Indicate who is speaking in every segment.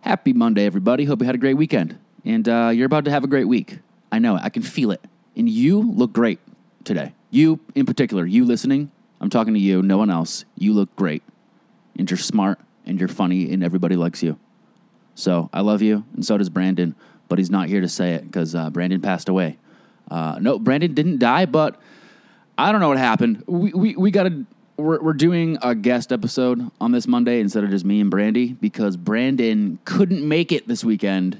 Speaker 1: Happy Monday, everybody. Hope you had a great weekend. And uh, you're about to have a great week. I know it. I can feel it. And you look great today. You, in particular, you listening, I'm talking to you, no one else. You look great. And you're smart and you're funny and everybody likes you. So I love you. And so does Brandon, but he's not here to say it because uh, Brandon passed away. Uh, no, Brandon didn't die, but I don't know what happened. We we, we got to. We're, we're doing a guest episode on this Monday instead of just me and Brandy because Brandon couldn't make it this weekend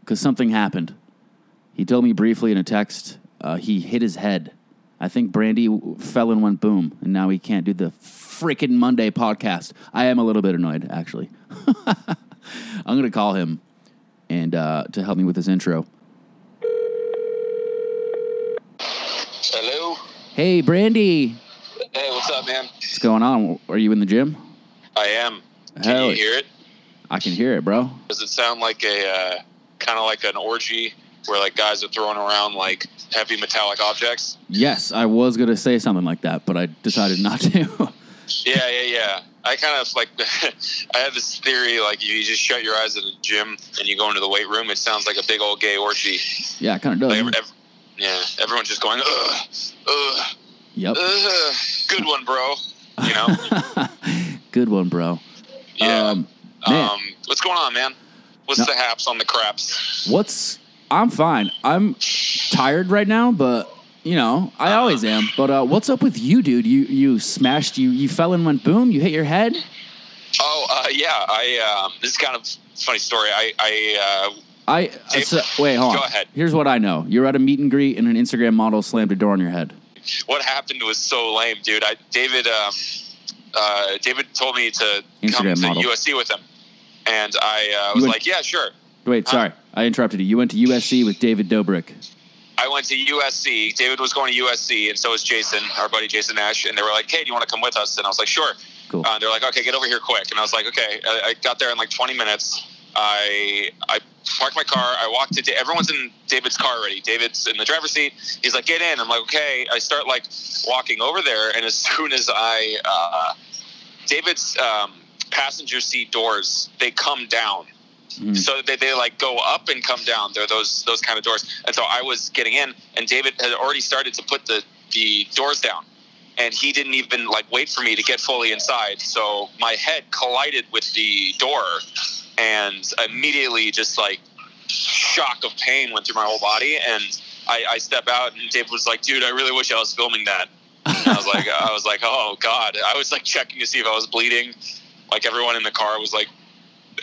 Speaker 1: because something happened. He told me briefly in a text uh, he hit his head. I think Brandy w- fell and went boom, and now he can't do the freaking Monday podcast. I am a little bit annoyed, actually. I'm going to call him and uh, to help me with this intro.
Speaker 2: Hello.
Speaker 1: Hey, Brandy,
Speaker 2: Hey, what's up, man?
Speaker 1: what's going on? Are you in the gym?
Speaker 2: I am. Can
Speaker 1: Hell-
Speaker 2: you hear it?
Speaker 1: I can hear it, bro.
Speaker 2: Does it sound like a uh, kind of like an orgy where like guys are throwing around like heavy metallic objects?
Speaker 1: Yes, I was gonna say something like that, but I decided not to.
Speaker 2: Yeah, yeah, yeah. I kind of like I had this theory like you just shut your eyes at a gym and you go into the weight room. It sounds like a big old gay orgy.
Speaker 1: Oh, yeah, Oh. it kind of
Speaker 2: Like,
Speaker 1: does.
Speaker 2: ev- ev- yeah, everyone's just going ugh, ugh,
Speaker 1: Yep.
Speaker 2: ugh. Good one, bro. You know.
Speaker 1: Good one, bro.
Speaker 2: Yeah.
Speaker 1: Um, man,
Speaker 2: Um, what's going on, man? What's
Speaker 1: No.
Speaker 2: the haps on the craps?
Speaker 1: what's? I'm fine. I'm tired right now, but you know I always am. But uh, what's up with you, dude? You you smashed. You you fell and went boom. You hit your head.
Speaker 2: Oh uh, yeah, I um, this is kind of funny story. I I uh,
Speaker 1: I uh, so, wait. Hold on.
Speaker 2: Go ahead.
Speaker 1: Here's what I know. You're at a meet and greet, and an Instagram model slammed a door on your head.
Speaker 2: what happened was so lame, dude. I David um, uh, David told me to come
Speaker 1: Instagram
Speaker 2: to
Speaker 1: model.
Speaker 2: USC with him, and I uh,
Speaker 1: You
Speaker 2: was
Speaker 1: went-
Speaker 2: like, yeah, sure.
Speaker 1: Wait,
Speaker 2: Huh?
Speaker 1: sorry, I interrupted you. You went to USC with David Dobrik.
Speaker 2: I went to USC. David was going to USC, and so was Jason, our buddy Jason Nash. And they were like, "Hey, do you want to come with us?" And I was like, "Sure."
Speaker 1: Cool.
Speaker 2: Uh, they're like, "Okay, get over here quick." And I was like, "Okay." I, I got there in like 20 minutes. I I parked my car. I walked to. Da- Everyone's in David's car already. David's in the driver's seat. He's like, "Get in." I'm like, "Okay." I start like walking over there, and as soon as I uh, David's um, passenger seat doors, they come down
Speaker 1: Mm.
Speaker 2: so they, they like go up and come down. They're those those kind of doors. And so I was getting in, and David had already started to put the the doors down, and he didn't even like wait for me to get fully inside. So my head collided with the door, and immediately just like shock of pain went through my whole body, and I, I step out, and David was like, "Dude, I really wish I was filming that." And I was like, I was like, oh god. I was like checking to see if I was bleeding. Like everyone in the car was like,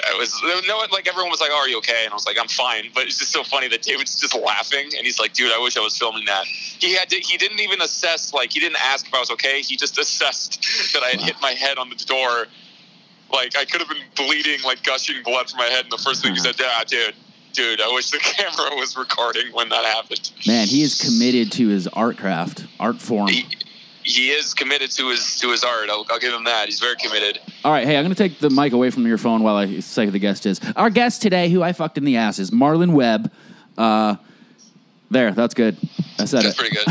Speaker 2: I was there was no one- like everyone was like, oh, are you okay? And I was like, I'm fine. But it's just so funny that David's just laughing and he's like, dude, I wish I was filming that. He had to, he didn't even assess like he didn't ask if I was okay. He just assessed that I had
Speaker 1: Wow.
Speaker 2: hit my head on the door. Like I could have been bleeding, like gushing blood from my head. And the first thing he
Speaker 1: Uh-huh.
Speaker 2: said, yeah, dude, dude, I wish the camera was recording when that happened.
Speaker 1: Man, he is committed to his art craft, art form.
Speaker 2: he, he is committed to his to his art. I'll, I'll give him that. He's very committed.
Speaker 1: All right, hey, I'm going to take the mic away from your phone while I say who the guest is. Our guest today, who I fucked in the ass, is Marlon Webb. Uh, there, that's good. I said
Speaker 2: That's
Speaker 1: it.
Speaker 2: pretty good.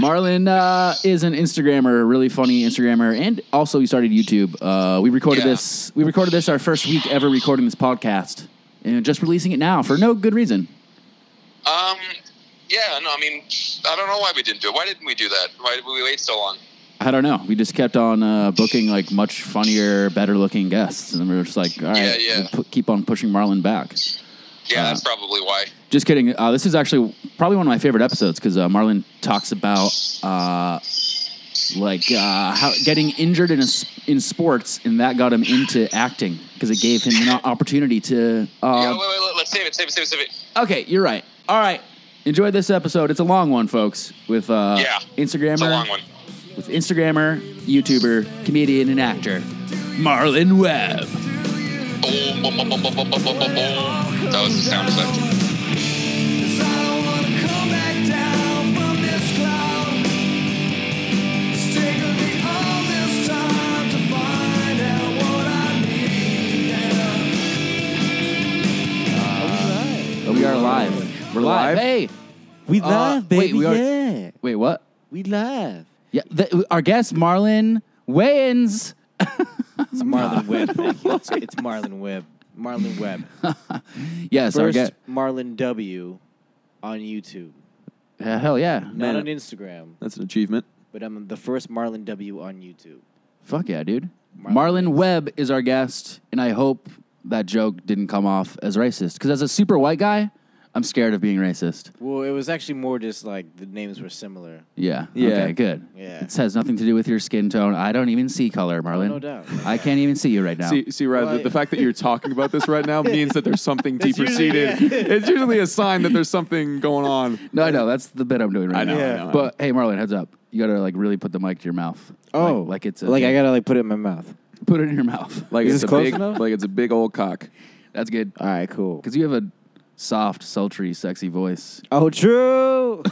Speaker 1: Marlon uh, is an Instagrammer, really funny Instagrammer, and also he started YouTube. Uh, we recorded
Speaker 2: Yeah.
Speaker 1: this. We recorded this our first week ever recording this podcast, and just releasing it now for no good reason.
Speaker 2: Um, yeah. No, I mean, I don't know why we didn't do it. Why didn't we do that? Why did we wait so long?
Speaker 1: I don't know. We just kept on uh, booking like much funnier, better looking guests, and we were just like, all right,
Speaker 2: Yeah, yeah.
Speaker 1: we'll pu- keep on pushing Marlon back.
Speaker 2: Yeah,
Speaker 1: Uh,
Speaker 2: that's probably why.
Speaker 1: Just kidding. Uh, this is actually probably one of my favorite episodes because uh, Marlon talks about uh, like uh, how getting injured in a, s- in sports, and that got him into acting because it gave him an opportunity to.
Speaker 2: yeah,
Speaker 1: Uh,
Speaker 2: wait, wait, wait, let's save it. Save it. Save it. Save it.
Speaker 1: okay, you're right. All right, enjoy this episode. It's a long one, folks. With uh,
Speaker 2: Yeah,
Speaker 1: Instagrammer,
Speaker 2: It's a long one.
Speaker 1: with Instagrammer, YouTuber, comedian, and actor Marlon Webb.
Speaker 2: Oh, Boom, boom, boom, boom, boom, boom, boom, boom, boom. That was the sound effect.
Speaker 1: We are live. We're live.
Speaker 3: live?
Speaker 1: Hey,
Speaker 3: We
Speaker 1: Uh,
Speaker 3: live,
Speaker 1: wait,
Speaker 3: baby.
Speaker 1: we are-
Speaker 3: yeah,
Speaker 1: wait, what?
Speaker 3: we live.
Speaker 1: Yeah, th- our guest Marlon Wayans.
Speaker 3: It's Marlon Webb. man. It's, it's Marlon Webb. Marlon Webb.
Speaker 1: Yes, our
Speaker 3: First
Speaker 1: guest.
Speaker 3: Marlon W on YouTube.
Speaker 1: Uh, hell yeah.
Speaker 3: Not
Speaker 4: Man.
Speaker 3: on Instagram,
Speaker 4: That's an achievement.
Speaker 3: but I'm the first Marlon W on YouTube.
Speaker 1: Fuck yeah, dude.
Speaker 3: Marlon
Speaker 1: Marlon Webb is our guest, and I hope that joke didn't come off as racist. Because as a super white guy, I'm scared of being racist.
Speaker 3: Well, it was actually more just like the names were similar.
Speaker 1: Yeah.
Speaker 4: Yeah.
Speaker 1: Okay, good.
Speaker 3: Yeah. Oh,
Speaker 1: It has nothing to do with your skin tone. I don't even see color, Marlon.
Speaker 3: no doubt.
Speaker 1: I can't even see you right now.
Speaker 4: See, see, Rad,
Speaker 3: Well,
Speaker 4: the,
Speaker 3: I-
Speaker 4: the fact that you're talking about this right now means that there's something
Speaker 3: That's
Speaker 4: deeper
Speaker 3: usually-
Speaker 4: seated.
Speaker 3: yeah.
Speaker 4: It's usually a sign that there's something going on.
Speaker 1: no, I know. That's the bit I'm doing right
Speaker 4: I know,
Speaker 1: now.
Speaker 4: I know, I know.
Speaker 1: But hey, Marlon, heads up. You gotta like really put the mic to your mouth.
Speaker 3: Oh.
Speaker 1: like, like it's a,
Speaker 3: like I gotta like put it in my mouth.
Speaker 1: put it in your mouth.
Speaker 4: Like
Speaker 3: Is
Speaker 4: it's
Speaker 3: this
Speaker 4: a
Speaker 3: close
Speaker 4: big,
Speaker 3: enough?
Speaker 4: like it's a big old cock.
Speaker 1: That's good
Speaker 3: All right, cool.
Speaker 1: because you have a soft, sultry, sexy voice.
Speaker 3: Oh, true.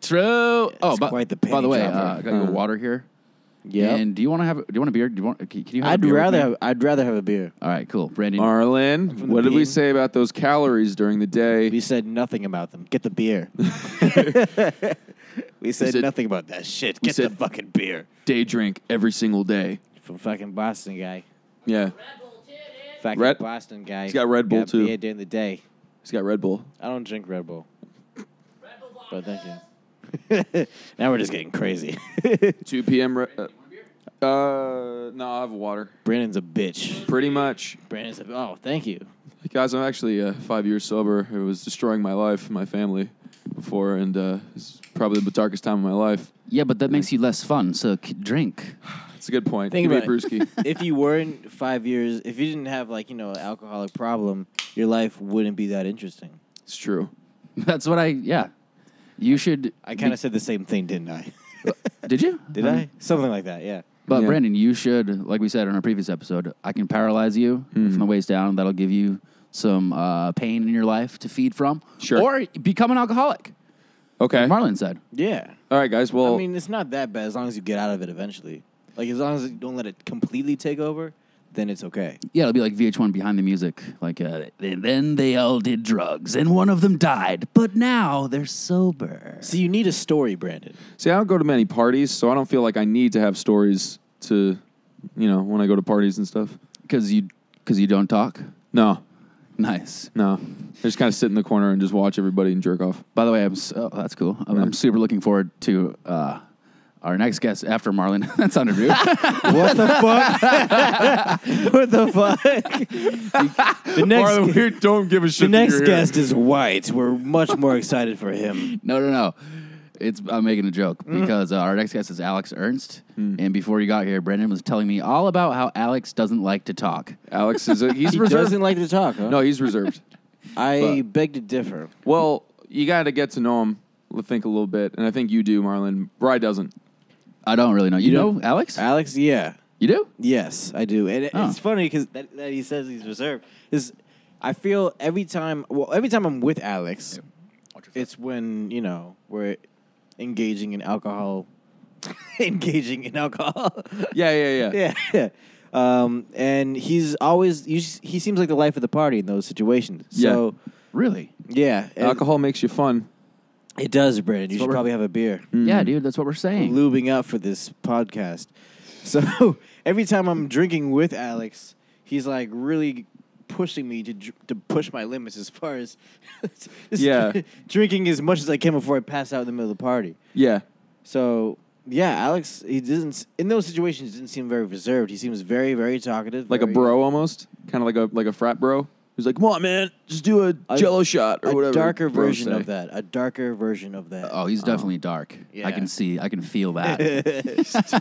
Speaker 1: True. oh, but
Speaker 3: quite the
Speaker 1: by the
Speaker 3: panty
Speaker 1: way,
Speaker 3: dropper.
Speaker 1: uh, I got your water here.
Speaker 3: yeah.
Speaker 1: And do you want to have? Do you want a beer? Do you want? Can can you? Have a
Speaker 3: I'd
Speaker 1: beer with
Speaker 3: rather
Speaker 1: me?
Speaker 3: have, I'd rather have a beer.
Speaker 1: All right, cool, Brandon.
Speaker 4: Marlin,
Speaker 3: the
Speaker 4: what did we
Speaker 3: bean.
Speaker 4: say about those calories during the day?
Speaker 3: We said nothing about them. Get the beer. we said
Speaker 4: said-
Speaker 3: nothing about that shit.
Speaker 4: we
Speaker 3: Get the
Speaker 4: said-
Speaker 3: fucking beer.
Speaker 4: Day drink every single day.
Speaker 3: From fucking Boston guy.
Speaker 4: Yeah,
Speaker 3: Fucking
Speaker 4: Red-
Speaker 3: Boston guy.
Speaker 4: He's got Red Bull,
Speaker 3: got
Speaker 4: too.
Speaker 3: Beer during the day.
Speaker 4: he's got Red Bull.
Speaker 3: I don't drink Red Bull. But thank you. now we're just getting crazy.
Speaker 4: 2 p.m. Re- uh, uh, no, I have water.
Speaker 3: Brandon's a bitch.
Speaker 4: Pretty much,
Speaker 3: Brandon's a oh, thank you.
Speaker 4: guys. I'm actually uh, five years sober. It was destroying my life, and my family, before, and uh, it's probably the darkest time of my life.
Speaker 1: Yeah, but that makes you less fun. So k- drink.
Speaker 4: It's a good point.
Speaker 3: Think
Speaker 4: Give
Speaker 3: about
Speaker 4: me a
Speaker 3: it.
Speaker 4: brewski.
Speaker 3: if you weren't five years, if you didn't have like you know an alcoholic problem, your life wouldn't be that interesting.
Speaker 4: it's true.
Speaker 1: That's what I. Yeah, you should.
Speaker 3: I kind of said the same thing, didn't I?
Speaker 1: Did you? Um,
Speaker 3: Did I? Something like that. Yeah.
Speaker 1: But
Speaker 4: Yeah.
Speaker 1: Brandon, you should, like we said on our previous episode, I can paralyze you
Speaker 3: Hmm.
Speaker 1: from the waist down. That'll give you some uh, pain in your life to feed from.
Speaker 4: Sure.
Speaker 1: Or become an alcoholic.
Speaker 4: Okay.
Speaker 1: Marlon said.
Speaker 3: Yeah.
Speaker 4: All right, guys. Well,
Speaker 3: I mean, it's not that bad as long as you get out of it eventually. Like as long as you don't let it completely take over, then it's okay.
Speaker 1: Yeah, it'll be like VH1 behind the music. Like, uh, and then they all did drugs, and one of them died, but now they're sober.
Speaker 3: So you need a story, Brandon.
Speaker 4: see, I don't go to many parties, so I don't feel like I need to have stories to, you know, when I go to parties and stuff.
Speaker 1: Because you, cause you don't talk.
Speaker 4: No,
Speaker 1: Nice.
Speaker 4: no. I just kind of sit in the corner and just watch everybody and jerk off.
Speaker 1: By the way, I'm so, oh, that's cool. I'm, I'm super looking forward to uh, our next guest after Marlon. that sounded rude.
Speaker 3: What the fuck? what the fuck? the next,
Speaker 4: Marlon, we don't give a
Speaker 3: the
Speaker 4: shit. that
Speaker 3: next
Speaker 4: you're here.
Speaker 3: guest is white. We're much more excited for him.
Speaker 1: No, no, no. It's I'm making a joke because uh, our next guest is Alex Ernst, and before you got here, Brendan was telling me all about how Alex doesn't like to talk.
Speaker 4: Alex is a, he's
Speaker 3: He
Speaker 4: reserved.
Speaker 3: doesn't like to talk. Huh?
Speaker 4: No, he's reserved.
Speaker 3: I beg to differ.
Speaker 4: well, you got to get to know him. I Think a little bit, and I think you do, Marlon. Bry doesn't.
Speaker 1: I don't really know. You,
Speaker 3: You
Speaker 1: know,
Speaker 3: don't-
Speaker 1: Alex?
Speaker 3: Alex, yeah,
Speaker 1: you do?
Speaker 3: yes, I do, and it,
Speaker 1: Oh.
Speaker 3: it's funny because that, that he says he's reserved is. I feel every time, well, every time I'm with Alex, it's when you know we're engaging in alcohol, engaging in alcohol.
Speaker 4: Yeah, yeah, yeah.
Speaker 3: yeah. Um, and he's always you, s- he seems like the life of the party in those situations.
Speaker 4: Yeah.
Speaker 3: So
Speaker 1: Really?
Speaker 3: yeah, and
Speaker 4: Alcohol makes you fun.
Speaker 3: It does, Brandon. You
Speaker 1: what
Speaker 3: should
Speaker 1: we're-
Speaker 3: probably have a beer.
Speaker 1: Yeah, dude. That's what we're
Speaker 4: Mm.
Speaker 1: saying.
Speaker 3: lubing up for this podcast. So every time I'm drinking with Alex, he's like really pushing me to dr- to push my limits as far as just
Speaker 4: Yeah.
Speaker 3: drinking as much as I can before I pass out in the middle of the party.
Speaker 4: Yeah,
Speaker 3: So yeah, Alex, he doesn't s- in those situations didn't seem very reserved. He seems very very talkative,
Speaker 4: like a
Speaker 3: very-
Speaker 4: bro almost, kind of like a like a frat bro. He's like, "Come on, man, just do a,
Speaker 3: A-
Speaker 4: Jello shot or
Speaker 3: a
Speaker 4: whatever."
Speaker 3: darker
Speaker 4: bros
Speaker 3: version
Speaker 4: say."
Speaker 3: of that, a darker version of that.
Speaker 1: Oh, he's definitely dark. I
Speaker 3: Um, Yeah.
Speaker 1: can see. I can feel that.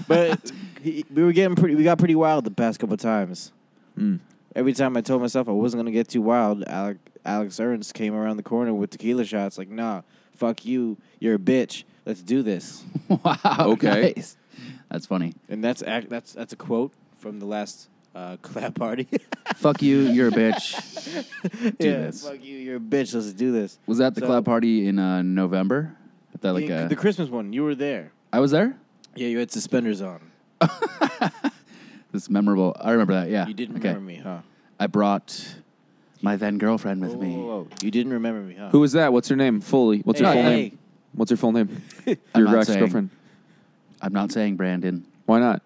Speaker 3: but he, we were getting pretty. We got pretty wild the past couple times.
Speaker 4: Mm.
Speaker 3: Every time I told myself I wasn't gonna get too wild, Alec, Alex Ernst came around the corner with tequila shots. Like, nah, fuck you. You're a bitch. Let's do this.
Speaker 1: wow.
Speaker 4: Okay.
Speaker 1: nice. That's funny.
Speaker 3: And that's ac- that's that's a quote from the last uh, clap party. do
Speaker 1: Fuck you. You're a bitch. this.
Speaker 3: Fuck you. You're a bitch. Let's do this.
Speaker 1: Was that the
Speaker 3: So-
Speaker 1: club party in uh, November? Is That like
Speaker 3: The-
Speaker 1: uh,
Speaker 3: the Christmas one. You were there.
Speaker 1: I was there.
Speaker 3: Yeah, you had suspenders on.
Speaker 1: This memorable. I remember that. Yeah.
Speaker 3: You didn't
Speaker 1: Okay.
Speaker 3: remember me, huh?
Speaker 1: I brought my then girlfriend with
Speaker 3: Whoa,
Speaker 1: me.
Speaker 3: whoa, whoa. You didn't remember me, huh?
Speaker 4: Who is that? What's her name? Fully. What's her
Speaker 3: Hey,
Speaker 4: full
Speaker 3: hey.
Speaker 4: name? What's her full name?
Speaker 1: I'm
Speaker 4: Your
Speaker 1: not
Speaker 4: ex
Speaker 1: saying.
Speaker 4: girlfriend.
Speaker 1: I'm not saying Brandon.
Speaker 4: Why not?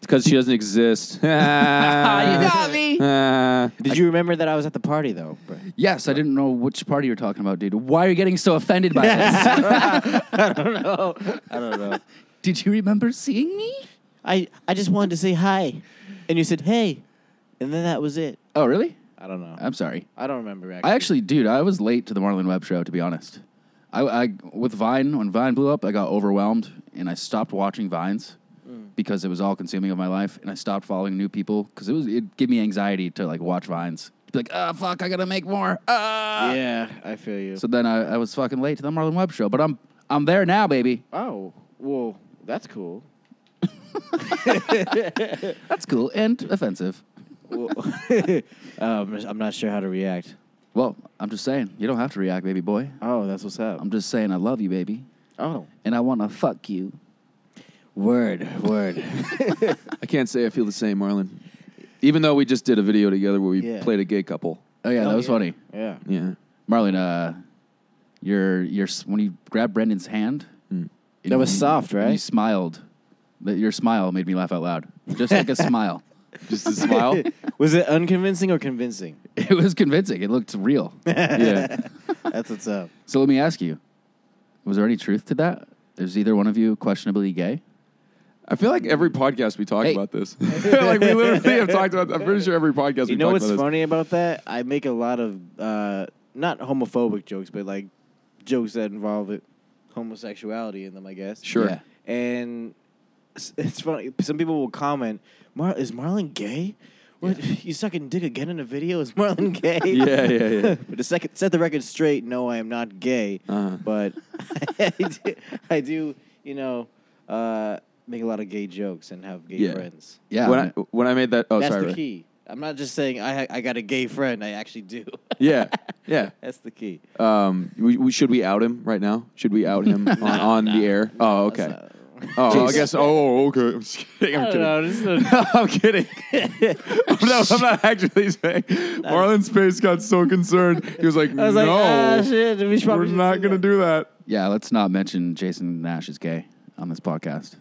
Speaker 4: because she doesn't exist.
Speaker 1: Uh,
Speaker 4: Ah.
Speaker 1: me.
Speaker 4: Ah.
Speaker 3: Did you remember that I was at the party though? But
Speaker 1: Yes, I didn't know which party you were talking about, dude. Why are you getting so offended by this?
Speaker 3: I don't know.
Speaker 1: Did you remember seeing me?
Speaker 3: I I just wanted to say hi, and you said hey, and then that was it.
Speaker 1: Oh, really?
Speaker 3: I don't know.
Speaker 1: I'm sorry.
Speaker 3: I don't remember actually.
Speaker 1: I actually, dude, I was late to the Marlon Webb show, to be honest. I, I with Vine when Vine blew up, I got overwhelmed and I stopped watching Vines because it was all consuming of my life, and I stopped following new people because it was it gave me anxiety to like watch Vines. To be like, ah, fuck, I gotta make more. Ah.
Speaker 3: yeah, I feel you.
Speaker 1: So then I, I was fucking late to the Marlon Webb show, but I'm I'm there now, baby.
Speaker 3: oh well, that's cool.
Speaker 1: That's cool and offensive.
Speaker 3: Well, um, I'm not sure how to react.
Speaker 1: Well, I'm just saying, you don't have to react, baby boy.
Speaker 3: Oh, that's what's up.
Speaker 1: I'm just saying, I love you, baby,
Speaker 3: Oh,
Speaker 1: and I wanna fuck you.
Speaker 3: word, word.
Speaker 4: I can't say I feel the same, Marlon. Even though we just did a video together where we
Speaker 3: Yeah.
Speaker 4: played a gay couple.
Speaker 1: Oh yeah,
Speaker 3: Oh,
Speaker 1: that was
Speaker 3: yeah.
Speaker 1: funny.
Speaker 3: yeah.
Speaker 4: Yeah.
Speaker 1: Marlon, uh, your your when you grabbed Brendan's hand,
Speaker 4: Hmm.
Speaker 1: and
Speaker 3: That was
Speaker 1: you-
Speaker 3: soft,
Speaker 1: and You
Speaker 3: right?
Speaker 1: smiled. That- Your smile made me laugh out loud, just like a smile.
Speaker 4: Just a smile.
Speaker 3: was it unconvincing or convincing?
Speaker 1: It was convincing. It looked real.
Speaker 4: yeah.
Speaker 3: That's what's up.
Speaker 1: So let me ask you: Was there any truth to that? Is either one of you questionably gay?
Speaker 4: I feel like every podcast we talk
Speaker 1: Hey.
Speaker 4: about this. like we literally have talked about. I'm pretty sure every podcast we
Speaker 3: You know
Speaker 4: talk
Speaker 3: what's
Speaker 4: about
Speaker 3: funny about that? I make a lot of uh, not homophobic jokes, but like jokes that involve it, homosexuality in them, I guess.
Speaker 4: this. Sure.
Speaker 1: Yeah.
Speaker 3: And s- it's funny. Some people will comment, Mar- "Is Marlon gay? What you sucking dick again in a video? Is Marlon gay?"
Speaker 4: Yeah, yeah, yeah.
Speaker 3: but to sec- set the record straight, no, I am not gay.
Speaker 4: Uh-huh.
Speaker 3: But I, do, I do, you know, uh, make a lot of gay jokes and have gay
Speaker 4: Yeah.
Speaker 3: friends.
Speaker 1: Yeah.
Speaker 4: When I, when I made that. Oh,
Speaker 3: That's
Speaker 4: sorry.
Speaker 3: the
Speaker 4: Ray.
Speaker 3: key. I'm not just saying I ha- I got a gay friend. I actually do.
Speaker 4: Yeah. Yeah.
Speaker 3: That's the key.
Speaker 4: Um, we, we, should we out him right now? Should we out him on, on the air? Oh, okay.
Speaker 3: That's not-
Speaker 4: Oh, I
Speaker 1: Jeez.
Speaker 4: guess. Oh, okay. I'm just kidding. I'm
Speaker 3: I
Speaker 4: kidding.
Speaker 3: don't know, this is
Speaker 4: I'm kidding. no, I'm not actually saying. Marlon's face got so concerned. He was like,
Speaker 3: a- I was
Speaker 4: "No,
Speaker 3: like, ah, shit. We should
Speaker 4: we're
Speaker 3: probably
Speaker 4: not gonna do that."
Speaker 1: yeah. Let's not mention Jason Nash is gay on this podcast.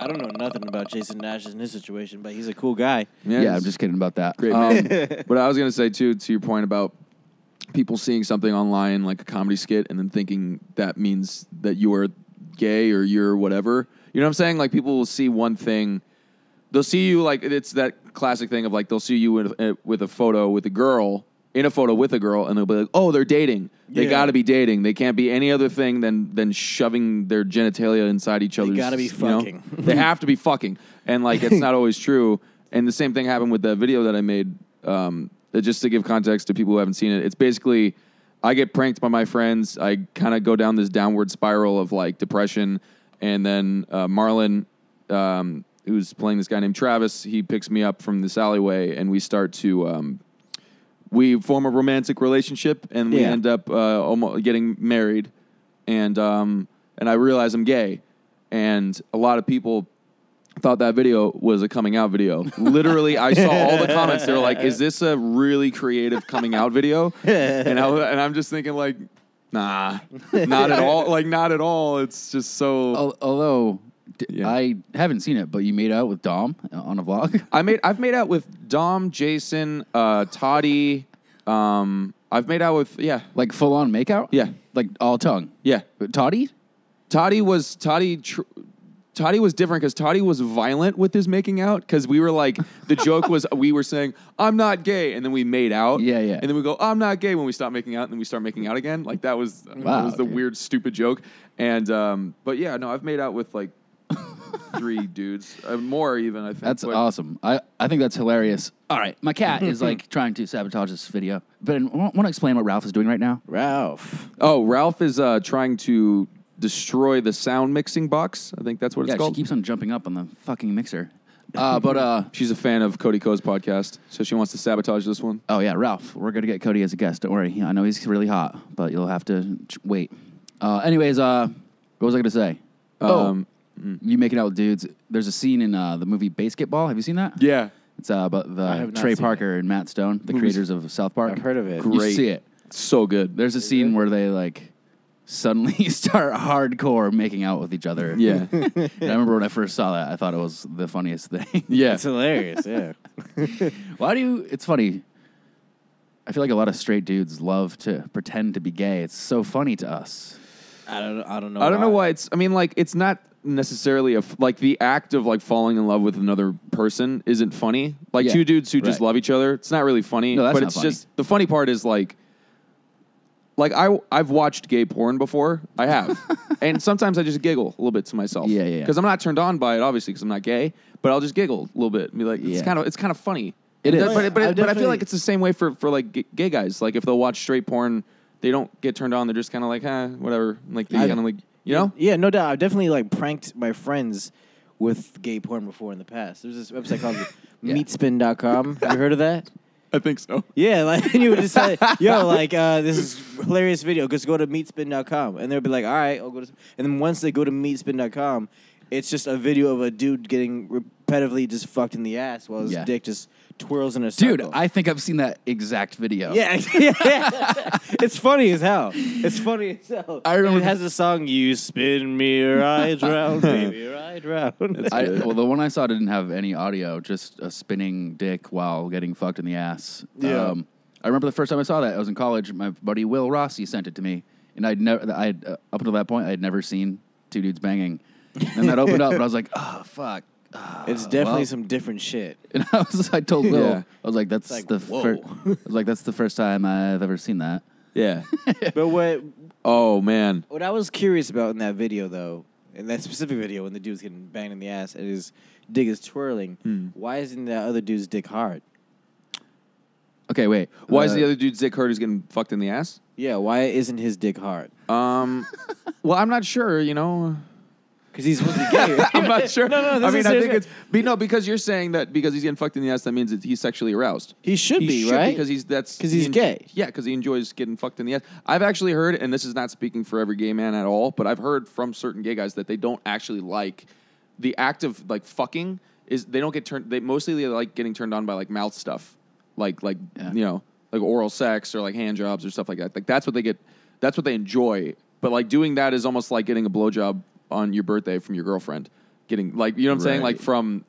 Speaker 3: I don't know nothing about Jason Nash in his situation, but he's a cool guy.
Speaker 1: yeah,
Speaker 4: it's
Speaker 1: I'm just kidding about that.
Speaker 4: great.
Speaker 1: Um,
Speaker 4: Man. but I was gonna say too, to your point about people seeing something online like a comedy skit and then thinking that means that you are gay or you're whatever. You know what I'm saying? Like people will see one thing. They'll see you like it's that classic thing of like they'll see you in, uh, with a photo with a girl in a photo with a girl and they'll be like, "Oh, they're dating. They
Speaker 3: Yeah.
Speaker 4: got to be dating. They can't be any other thing than than shoving their genitalia inside each other's.
Speaker 3: gotta be
Speaker 4: you know?
Speaker 3: fucking.
Speaker 4: they have to be fucking, and like it's not always true. And the same thing happened with that video that I made. Um, that just to give context to people who haven't seen it, it's basically I get pranked by my friends. I kind of go down this downward spiral of like depression, and then uh, Marlon, um, who's playing this guy named Travis, he picks me up from this alleyway, and we start to. Um, we form a romantic relationship and we
Speaker 3: Yeah.
Speaker 4: end up uh, almost getting married and um, and I realize I'm gay and a lot of people thought that video was a coming out video. Literally, I saw all the comments. They were like, "Is this a really creative coming out video?" And I and I'm just thinking like, "Nah, not at all. Like not at all. It's just so."
Speaker 1: al- although d-
Speaker 4: Yeah.
Speaker 1: I haven't seen it, but you made out with Dom uh, on a vlog.
Speaker 4: I made I've made out with Dom, Jason, uh, Toddy. Um, I've made out with yeah,
Speaker 1: Like full on makeout?
Speaker 4: Yeah.
Speaker 1: Like all tongue.
Speaker 4: yeah.
Speaker 1: Toddy?
Speaker 4: Toddy was Toddy. Tr- Toddy was different because Toddy was violent with his making out because we were like the joke was we were saying I'm not gay and then we made out
Speaker 1: Yeah, yeah.
Speaker 4: and then we go I'm not gay when we stop making out and then we start making out again like that was that
Speaker 1: Wow,
Speaker 4: was the
Speaker 1: dude.
Speaker 4: weird stupid joke and um but yeah no I've made out with like three dudes uh, more even I think
Speaker 1: That's
Speaker 4: but-
Speaker 1: awesome. I, I think that's hilarious. All right. My cat is like trying to sabotage this video. But I want to explain what Ralph is doing right now.
Speaker 3: Ralph.
Speaker 4: oh Ralph is uh trying to destroy the sound mixing box I think that's what it's
Speaker 1: yeah,
Speaker 4: called
Speaker 1: she keeps on jumping up on the fucking mixer. Uh, but, uh,
Speaker 4: she's a fan of Cody Co's podcast so she wants to sabotage this one
Speaker 1: oh, yeah, Ralph, we're going to get Cody as a guest. Don't worry. I know he's really hot, but you'll have to ch- wait. Uh, anyways, uh, what was I going to say?
Speaker 4: Um,
Speaker 1: oh, you making out with dudes. There's a scene in uh, the movie Basketball. Have you seen that?
Speaker 4: yeah
Speaker 1: It's uh, about
Speaker 3: I
Speaker 1: the
Speaker 3: have not
Speaker 1: Trey
Speaker 3: seen
Speaker 1: Parker and Matt Stone, the creators of South Park.
Speaker 3: I've heard of it.
Speaker 1: You
Speaker 4: Great.
Speaker 1: see it.
Speaker 4: so good
Speaker 1: There's a scene where they like suddenly you start hardcore making out with each other.
Speaker 4: Yeah.
Speaker 1: And I remember when I first saw that, I thought it was the funniest thing.
Speaker 4: Yeah.
Speaker 3: It's hilarious. Yeah.
Speaker 1: Why do you? It's funny. I feel like a lot of straight dudes love to pretend to be gay. It's so funny to us.
Speaker 3: I don't. I don't know.
Speaker 4: I don't know why it's. I mean, like, it's not necessarily a f- like the act of like falling in love with another person isn't funny. Like
Speaker 1: Yeah,
Speaker 4: two dudes who just
Speaker 1: right.
Speaker 4: love each other, it's not really funny.
Speaker 1: No, that's
Speaker 4: but
Speaker 1: not
Speaker 4: it's
Speaker 1: funny.
Speaker 4: just the funny part is like, like I I've watched gay porn before. I have, and sometimes I just giggle a little bit to myself.
Speaker 1: Yeah, yeah, yeah.
Speaker 4: Because I'm not turned on by it, obviously, because I'm not gay. But I'll just giggle a little bit and be like, it's
Speaker 1: Yeah.
Speaker 4: kind of it's kind of funny.
Speaker 1: It is.
Speaker 4: But but,
Speaker 3: I
Speaker 4: but, but I
Speaker 3: definitely-
Speaker 4: feel like it's the same way for for like g- gay guys. Like if they'll watch straight porn. They don't get turned on. They're just kind of like, ah, whatever. Like they
Speaker 1: Yeah.
Speaker 4: kind of like, you know,
Speaker 3: Yeah, no doubt. I've definitely like pranked my friends with gay porn before in the past. There's this website called
Speaker 1: Yeah.
Speaker 3: meatspin.com. Have you heard of that?
Speaker 4: I think so.
Speaker 3: Yeah, like you would just say, yo, like uh, this is hilarious video. Just go to meatspin.com. And they'll be like, all right, I'll go to. And then once they go to meatspin.com, it's just a video of a dude getting repetitively just fucked in the ass while his
Speaker 1: Yeah.
Speaker 3: dick just twirls in a circle.
Speaker 1: Dude, I think I've seen that exact video.
Speaker 3: Yeah, yeah. it's funny as hell. It's funny as hell.
Speaker 1: I remember
Speaker 3: it has a song. You spin me right round, baby, right round.
Speaker 1: I, well, the one I saw didn't have any audio, just a spinning dick while getting fucked in the ass. Um,
Speaker 3: Yeah.
Speaker 1: I remember the first time I saw that. I was in college. My buddy Will Rossi sent it to me, and I'd never, I uh, up until that point, I'd never seen two dudes banging. And that opened up, and I was like, oh fuck. Ah,
Speaker 3: It's definitely
Speaker 1: well.
Speaker 3: some different shit.
Speaker 1: And I was, I told Will,
Speaker 4: Yeah.
Speaker 1: I was like, that's
Speaker 3: like,
Speaker 1: the
Speaker 3: whoa.
Speaker 1: first, I was like, that's the first time I've ever seen that.
Speaker 4: Yeah.
Speaker 3: But what
Speaker 4: oh man.
Speaker 3: what I was curious about in that video though, in that specific video when the dude's getting banged in the ass and his dick is twirling,
Speaker 4: Hmm.
Speaker 3: why isn't that other dude's dick hard?
Speaker 1: Okay, wait.
Speaker 4: Why is
Speaker 1: Uh,
Speaker 4: the other dude's dick hurt? Is getting fucked in the ass?
Speaker 3: Yeah, why isn't his dick hard?
Speaker 4: Um. well, I'm not sure. You know.
Speaker 3: Because he's supposed to be gay.
Speaker 4: I'm not sure.
Speaker 3: No, no, this
Speaker 4: I mean,
Speaker 3: is
Speaker 4: I
Speaker 3: serious.
Speaker 4: think it's be- no because you're saying that because he's getting fucked in the ass, that means that he's sexually aroused.
Speaker 3: He should be, right?
Speaker 4: Because he's that's
Speaker 3: 'Cause
Speaker 4: he
Speaker 3: he's gay.
Speaker 4: Yeah, because he enjoys getting fucked in the ass. I've actually heard, and this is not speaking for every gay man at all, but I've heard from certain gay guys that they don't actually like the act of like fucking is they don't get turned. They mostly they like getting turned on by like mouth stuff, like like
Speaker 1: Yeah.
Speaker 4: you know like oral sex or like hand jobs or stuff like that. Like that's what they get. That's what they enjoy. But like doing that is almost like getting a blowjob on your birthday from your girlfriend. Getting like you know what I'm saying
Speaker 1: Right.
Speaker 4: like from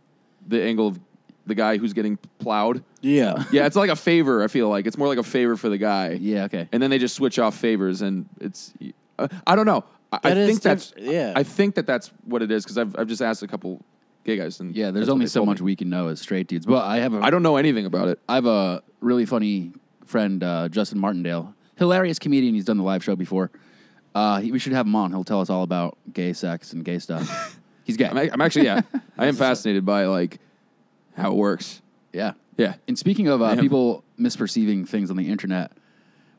Speaker 4: the angle of the guy who's getting plowed.
Speaker 3: yeah.
Speaker 4: Yeah, it's like a favor. I feel like it's more like a favor for the guy.
Speaker 1: Yeah, okay.
Speaker 4: and then they just switch off favors, and it's uh, I don't know. I, I
Speaker 3: That is
Speaker 4: think that's
Speaker 3: diff- yeah.
Speaker 4: I think that that's what it is because I've I've just asked a couple gay guys, and
Speaker 1: Yeah,
Speaker 4: that's
Speaker 1: there's
Speaker 4: what
Speaker 1: only
Speaker 4: they
Speaker 1: so
Speaker 4: told
Speaker 1: much
Speaker 4: me.
Speaker 1: we can know as straight dudes. But I have a,
Speaker 4: I don't know anything about it.
Speaker 1: I have a really funny friend, uh, Justin Martindale, hilarious comedian. He's done the live show before. Uh, he, we should have him on. He'll tell us all about gay sex and gay stuff. He's gay.
Speaker 4: I'm, ac- I'm actually yeah, I am fascinated by like how it works.
Speaker 1: yeah,
Speaker 4: Yeah,
Speaker 1: And speaking of uh,
Speaker 4: Damn.
Speaker 1: people misperceiving things on the internet,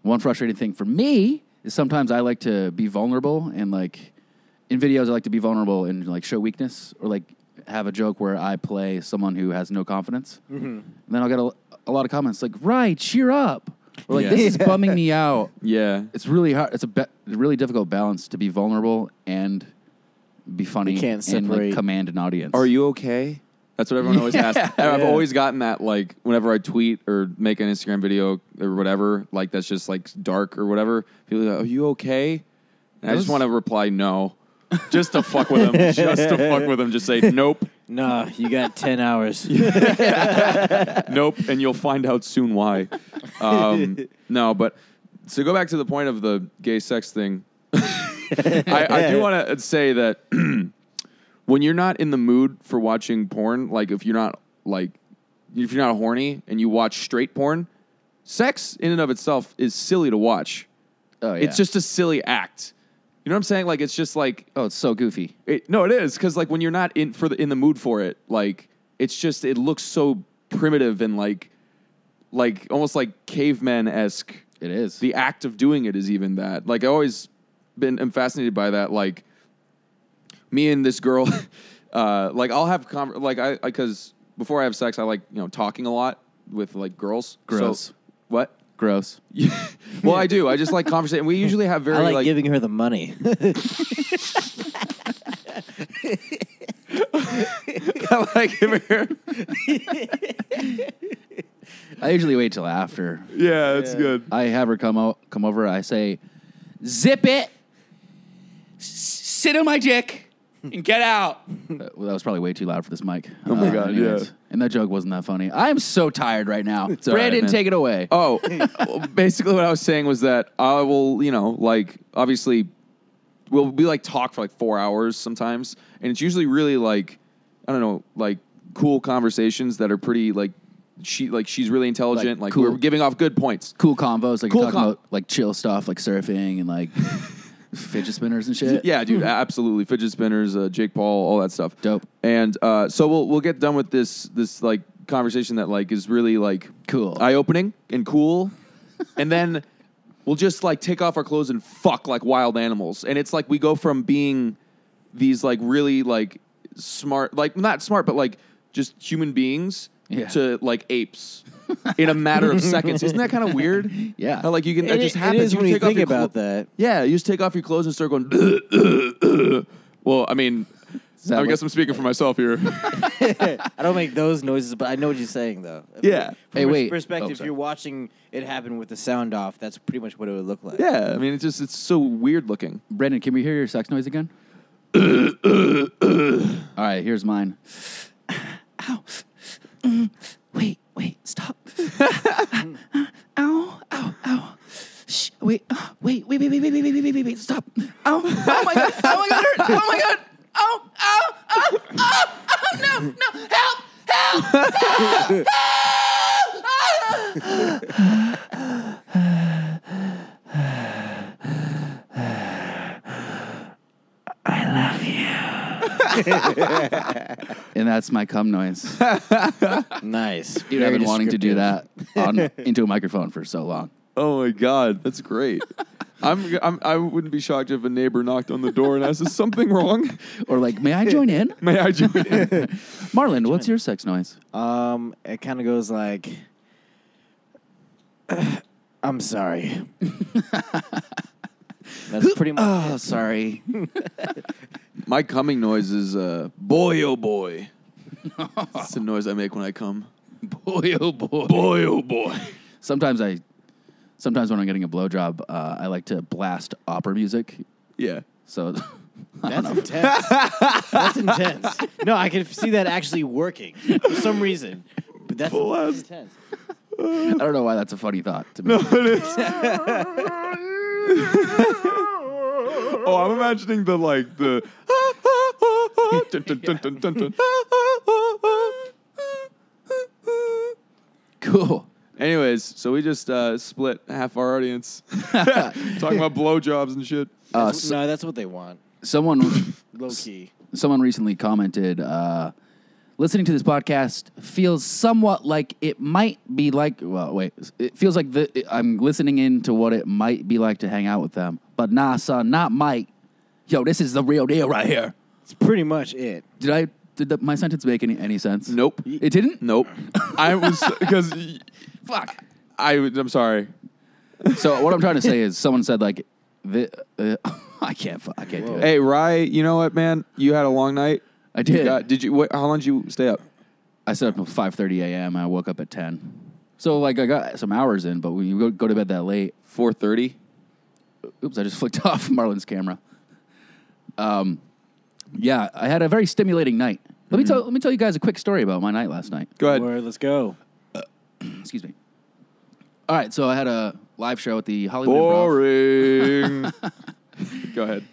Speaker 1: one frustrating thing for me is sometimes I like to be vulnerable and like in videos I like to be vulnerable and like show weakness or like have a joke where I play someone who has no confidence.
Speaker 4: Mm-hmm.
Speaker 1: And then I'll get a, a lot of comments like, "Right, cheer up," or like,
Speaker 4: Yeah.
Speaker 1: "This is bumming me out."
Speaker 4: yeah.
Speaker 1: It's really hard. It's a be- really difficult balance to be vulnerable and be funny
Speaker 3: You can't
Speaker 1: and like
Speaker 3: separate-
Speaker 1: command an audience.
Speaker 4: Are you okay? That's what everyone always asks. And I've
Speaker 3: Yeah.
Speaker 4: always gotten that like whenever I tweet or make an Instagram video or whatever, like that's just like dark or whatever. People are like, "Are you okay?" And I just
Speaker 1: Those-
Speaker 4: want to reply no, just to fuck with them, just to fuck with them. Just say nope,
Speaker 3: Nah, you got ten hours.
Speaker 4: nope, and you'll find out soon why. Um, no, but to go back to the point of the gay sex thing, I, I do want to say that when you're not in the mood for watching porn, like if you're not like if you're not horny and you watch straight porn, sex in and of itself is silly to watch.
Speaker 1: Oh, yeah.
Speaker 4: It's just a silly act. You know what I'm saying? Like it's just like
Speaker 1: oh, it's so goofy.
Speaker 4: it, no, it is because like when you're not in for the in the mood for it, like it's just it looks so primitive and like like almost like caveman esque.
Speaker 1: It is.
Speaker 4: The act of doing it is even that. Like I always been am fascinated by that. Like me and this girl, uh, like I'll have conver- like I because before I have sex, I like you know talking a lot with like girls. So-
Speaker 1: Gross.
Speaker 4: what?
Speaker 1: Gross.
Speaker 4: well, I do. I just like conversation. We usually have very
Speaker 3: I like,
Speaker 4: like
Speaker 3: giving her the money.
Speaker 4: I like giving her-
Speaker 1: I usually wait till after
Speaker 4: yeah, it's good.
Speaker 1: I have her come o- come over. I say, "Zip it, "S- sit on my dick and get out. Uh, well, that was probably way too loud for this mic. Oh
Speaker 4: my God, yeah.
Speaker 1: And that joke wasn't that funny. I am so tired right now.
Speaker 4: all right,
Speaker 1: Brandon,
Speaker 4: man.
Speaker 1: take it away.
Speaker 4: Oh, well, basically what I was saying was that I will, you know, like obviously, we'll we like talk for like four hours sometimes, and it's usually really like I don't know, like cool conversations that are pretty like she like she's really intelligent, like,
Speaker 1: cool.
Speaker 4: we're giving off good points.
Speaker 1: cool combos, like
Speaker 4: Cool
Speaker 1: you're talking
Speaker 4: com-
Speaker 1: about like chill stuff, like surfing and like fidget spinners and shit.
Speaker 4: Yeah, dude, a- absolutely. Fidget spinners, uh, Jake Paul, all that stuff.
Speaker 1: Dope.
Speaker 4: And uh, so we'll we'll get done with this this like conversation that like is really like
Speaker 1: Cool.
Speaker 4: eye opening and cool, and then we'll just like take off our clothes and fuck like wild animals. And it's like we go from being these like really like smart, like not smart, but like just human beings.
Speaker 1: Yeah.
Speaker 4: To like apes in a matter of seconds, isn't that kind of weird?
Speaker 1: Yeah.
Speaker 4: How, like you can it,
Speaker 3: It-
Speaker 4: just
Speaker 3: it
Speaker 4: happens.
Speaker 3: is
Speaker 4: You
Speaker 3: when you
Speaker 4: take off
Speaker 3: think
Speaker 4: your clo-
Speaker 3: about that.
Speaker 4: yeah, you just take off your clothes and start going. well, I mean,
Speaker 1: that
Speaker 4: I
Speaker 1: what-
Speaker 4: guess I'm speaking for myself here.
Speaker 3: I don't make those noises, but I know what you're saying, though.
Speaker 4: Yeah.
Speaker 1: Hey,
Speaker 3: a
Speaker 1: wait. Oh,
Speaker 3: Perspective.
Speaker 1: sorry.
Speaker 3: you're watching it happen with the sound off. That's pretty much what it would look like.
Speaker 4: yeah, I mean, it's just it's so weird looking.
Speaker 1: Brandon, can we hear your sex noise again? All right, here's mine. Ow. Mm. Wait, wait, stop. ow, ow, ow. Shh, wait, ah, wait, wait, wait, wait, wait, wait, wait, wait, wait, wait, stop. Ow, oh my god, oh my god, it hurts. oh my god. Oh, ow, ow, ow, oh, no, no, help, help. And that's my cum noise.
Speaker 3: Nice.
Speaker 1: Dude, I've been wanting to do that on, into a microphone for so long.
Speaker 4: Oh my god, that's great. I'm, I'm I wouldn't be shocked if a neighbor knocked on the door and asked, "Is something wrong?
Speaker 1: Or like, may I join in?
Speaker 4: May I join in?"
Speaker 1: Marlon, what's your sex noise?
Speaker 3: Um, it kind of goes like, I'm sorry. That's pretty much.
Speaker 1: Oh, sorry.
Speaker 4: My coming noise is uh, boy oh boy. It's the noise I make when I come.
Speaker 1: boy, oh boy.
Speaker 4: Boy oh boy.
Speaker 1: Sometimes I, sometimes when I'm getting a blowjob, uh, I like to blast opera music.
Speaker 4: Yeah.
Speaker 1: So,
Speaker 3: That's intense. that's intense. No, I can see that actually working for some reason. But that's, that's intense.
Speaker 1: I don't know why that's a funny thought to me.
Speaker 4: Oh, I'm imagining the like the. Dun, dun, dun, dun, dun, dun.
Speaker 1: Cool.
Speaker 4: Anyways, so we just uh, split half our audience talking about blowjobs and shit.
Speaker 1: Uh,
Speaker 3: That's-
Speaker 1: so-
Speaker 3: no, that's what they want.
Speaker 1: someone,
Speaker 3: Low key.
Speaker 1: someone recently commented, uh, listening to this podcast feels somewhat like it might be like. Well, wait, it feels like the, I'm listening in to what it might be like to hang out with them. But nah, son, not Mike. Yo, this is the real deal right here.
Speaker 3: It's pretty much it.
Speaker 1: Did I? Did the, my sentence make any, any sense?
Speaker 4: Nope.
Speaker 1: It didn't.
Speaker 4: Nope. I was because
Speaker 1: Fuck.
Speaker 4: I was- I'm sorry.
Speaker 1: So what I'm trying to say is, someone said like, the, uh, I can't, fu- I can't do it.
Speaker 4: Hey, Rye, you know what, man? You had a long night.
Speaker 1: I did.
Speaker 4: You got, did you? What, how long did you stay up?
Speaker 1: I set up at 5:30 a.m. I woke up at 10. So like I got some hours in, but when you go, go to bed that late,
Speaker 4: Four thirty.
Speaker 1: oops, I just flicked off Marlon's camera. Um, yeah, I had a very stimulating night. Let me tell let me tell you guys a quick story about my night last night.
Speaker 4: Go ahead.
Speaker 3: Word, let's go.
Speaker 1: Excuse me. All right, so I had a live show at the Hollywood Improv.
Speaker 4: Boring. Go ahead.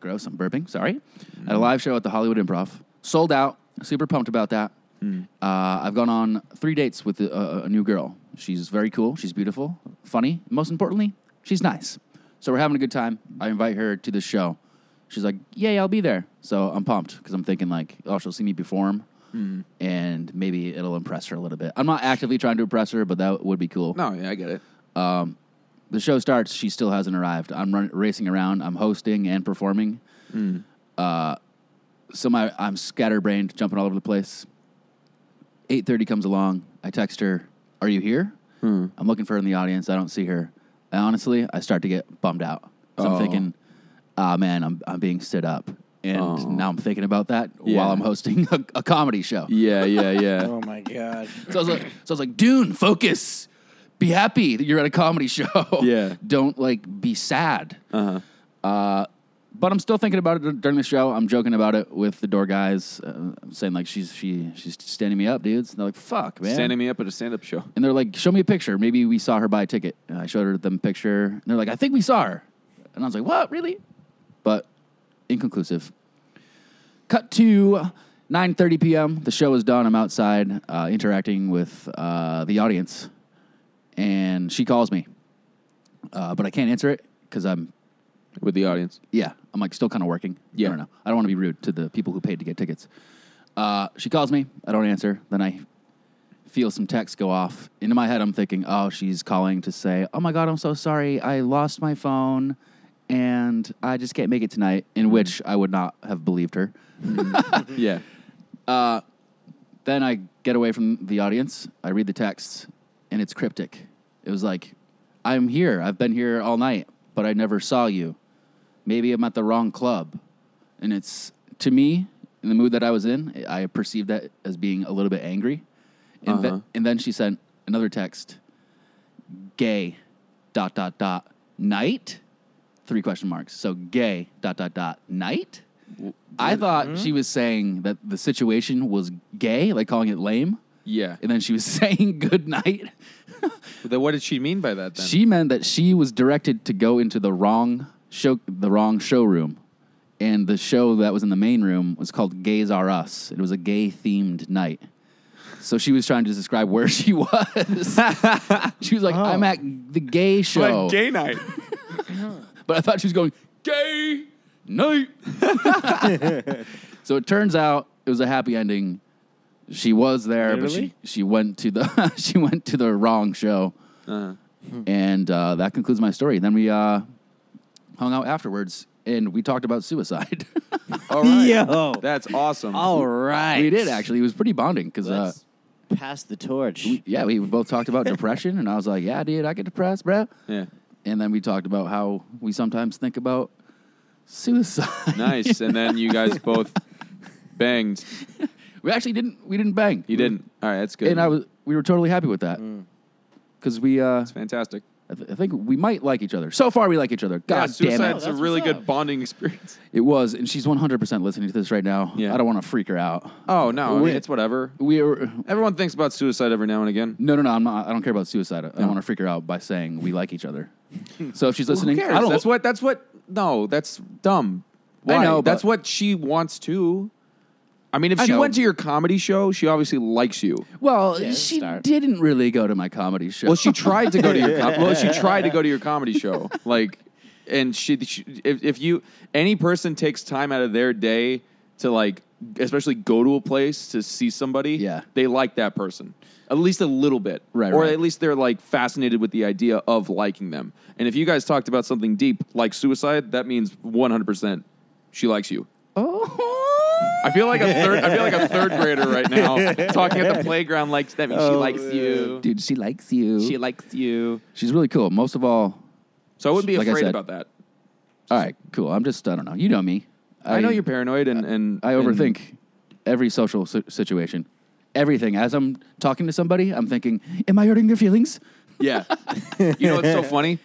Speaker 1: gross. I'm burping. Sorry. At a live show at the Hollywood Improv, sold out. Super pumped about that. Uh, I've gone on three dates with a, a, a new girl. She's very cool. She's beautiful, funny. Most importantly, she's nice. So we're having a good time. I invite her to the show. She's like, "Yay, I'll be there." So I'm pumped because I'm thinking like, "Oh, she'll see me perform." And maybe it'll impress her a little bit. I'm not actively trying to impress her, but that would be cool
Speaker 4: No, yeah, I get it.
Speaker 1: the show starts. She still hasn't arrived. I'm run, racing around. I'm hosting and performing.
Speaker 4: Hmm.
Speaker 1: Uh, so my, I'm scatterbrained, jumping all over the place. 8.30 comes along. I text her, are you here?
Speaker 4: Hmm.
Speaker 1: I'm looking for her in the audience. I don't see her. And honestly, I start to get bummed out. So
Speaker 4: Oh.
Speaker 1: I'm thinking, ah, man, I'm, I'm being stood up. And
Speaker 4: Oh.
Speaker 1: now I'm thinking about that
Speaker 4: Yeah.
Speaker 1: while I'm hosting a, a comedy show.
Speaker 4: Yeah, yeah, yeah.
Speaker 3: Oh my god.
Speaker 1: So I was like, so I was like, Dune, focus, be happy that you're at a comedy show.
Speaker 4: Yeah.
Speaker 1: don't like be sad.
Speaker 4: Uh huh.
Speaker 1: but I'm still thinking about it during the show. I'm joking about it with the door guys. Uh, I'm saying like she's she she's standing me up, dudes. And they're like, "Fuck, man."
Speaker 4: Standing me up at a stand-up show.
Speaker 1: and they're like, "Show me a picture. Maybe we saw her buy a ticket." And I showed her them picture. And they're like, "I think we saw her." And I was like, "What? Really?" But inconclusive. Cut to 9:30 p.m. The show is done. I'm outside uh, interacting with uh, the audience, and she calls me, uh, but I can't answer it because I'm
Speaker 4: with the audience.
Speaker 1: yeah, I'm like still kind of working.
Speaker 4: Yeah.
Speaker 1: I don't know. I don't want to be rude to the people who paid to get tickets. Uh, she calls me. I don't answer. Then I feel some texts go off. Into my head, I'm thinking, oh, she's calling to say, oh my God, I'm so sorry. I lost my phone and I just can't make it tonight, in which I would not have believed her.
Speaker 4: Yeah.
Speaker 1: Then I get away from the audience. I read the texts, and it's cryptic. It was like, I'm here. I've been here all night, but I never saw you. Maybe I'm at the wrong club. And it's, to me, in the mood that I was in, I perceived that as being a little bit angry. And, the-
Speaker 4: Uh-huh.
Speaker 1: and then she sent another text gay, dot, dot, dot, night? Three question marks. So gay, dot, dot, dot, night? I thought she was saying that the situation was gay, like calling it lame,
Speaker 4: Yeah.
Speaker 1: and then she was saying good night.
Speaker 4: Then what did she mean by that then?
Speaker 1: She meant that she was directed to go into the wrong show, the wrong showroom, and the show that was in the main room was called Gays Are Us. It was a gay themed night. So she was trying to describe where she was. she was like, Oh. "I'm at the gay show,"
Speaker 4: gay night.
Speaker 1: but I thought she was going gay night. so it turns out it was a happy ending. She was there,
Speaker 3: Literally?
Speaker 1: but she, she went to the she went to the wrong show,
Speaker 4: Uh-huh.
Speaker 1: and uh, that concludes my story. Then we uh, hung out afterwards, and we talked about suicide.
Speaker 4: All right.
Speaker 3: Yo.
Speaker 4: That's awesome.
Speaker 3: All right.
Speaker 1: we did actually; it was pretty bonding because uh,
Speaker 3: Let's pass the torch.
Speaker 1: yeah, we both talked about depression, and I was like, "Yeah, dude, I get depressed, bruh.
Speaker 4: Yeah.
Speaker 1: And then we talked about how we sometimes think about suicide.
Speaker 4: Nice. And then you guys both banged.
Speaker 1: We actually didn't. We didn't bang.
Speaker 4: You didn't. All right. That's good.
Speaker 1: and I was. We were totally happy with that
Speaker 4: Mm.
Speaker 1: because we. Uh,
Speaker 4: It's fantastic.
Speaker 1: I, th- I think we might like each other. So far, we like each other.
Speaker 4: yeah,
Speaker 1: God damn
Speaker 4: suicide's
Speaker 1: it!
Speaker 4: a
Speaker 3: that's
Speaker 4: really
Speaker 3: what's
Speaker 4: good
Speaker 3: up.
Speaker 4: bonding experience.
Speaker 1: It was, and she's one hundred percent listening to this right now.
Speaker 4: Yeah.
Speaker 1: I don't want to freak her out.
Speaker 4: Oh no, I mean,
Speaker 1: Wait.
Speaker 4: it's whatever.
Speaker 1: We are.
Speaker 4: Everyone thinks about suicide every now and again.
Speaker 1: No, no, no. I'm not, I don't care about suicide. I don't want to freak her out by saying we like each other. so if she's listening,
Speaker 4: Who cares?
Speaker 1: I don't.
Speaker 4: that's what. That's what. No, that's dumb.
Speaker 1: I
Speaker 4: Why?
Speaker 1: know,
Speaker 4: That's
Speaker 1: but-
Speaker 4: what she wants to. I mean, if
Speaker 1: I
Speaker 4: she
Speaker 1: know.
Speaker 4: went to your comedy show, she obviously likes you.
Speaker 1: well,
Speaker 3: Yeah,
Speaker 1: she
Speaker 3: start.
Speaker 1: didn't really go to my comedy show.
Speaker 4: Well, she tried to go to your com- well, she tried to go to your comedy show. Like, and she, she if, if you any person takes time out of their day to like, especially go to a place to see somebody,
Speaker 1: Yeah.
Speaker 4: they like that person at least a little bit,
Speaker 1: Right,
Speaker 4: Or
Speaker 1: right.
Speaker 4: at least they're like fascinated with the idea of liking them. And if you guys talked about something deep like suicide, that means one hundred percent she likes you.
Speaker 1: Oh.
Speaker 4: I feel like a third. I feel like a third grader right now talking at the playground. Like that means she
Speaker 3: Oh,
Speaker 4: likes you.
Speaker 1: Dude, she likes you.
Speaker 4: She likes you.
Speaker 1: she's really cool. Most of all,
Speaker 4: So I wouldn't be
Speaker 1: Like I
Speaker 4: afraid
Speaker 1: said,
Speaker 4: about that.
Speaker 1: all right, cool. I'm just, I don't know. You know me.
Speaker 4: I, know you're paranoid and, and
Speaker 1: I overthink every social si- situation, everything. As I'm talking to somebody, I'm thinking, am I hurting their feelings?
Speaker 4: and- yeah. you know what's so funny?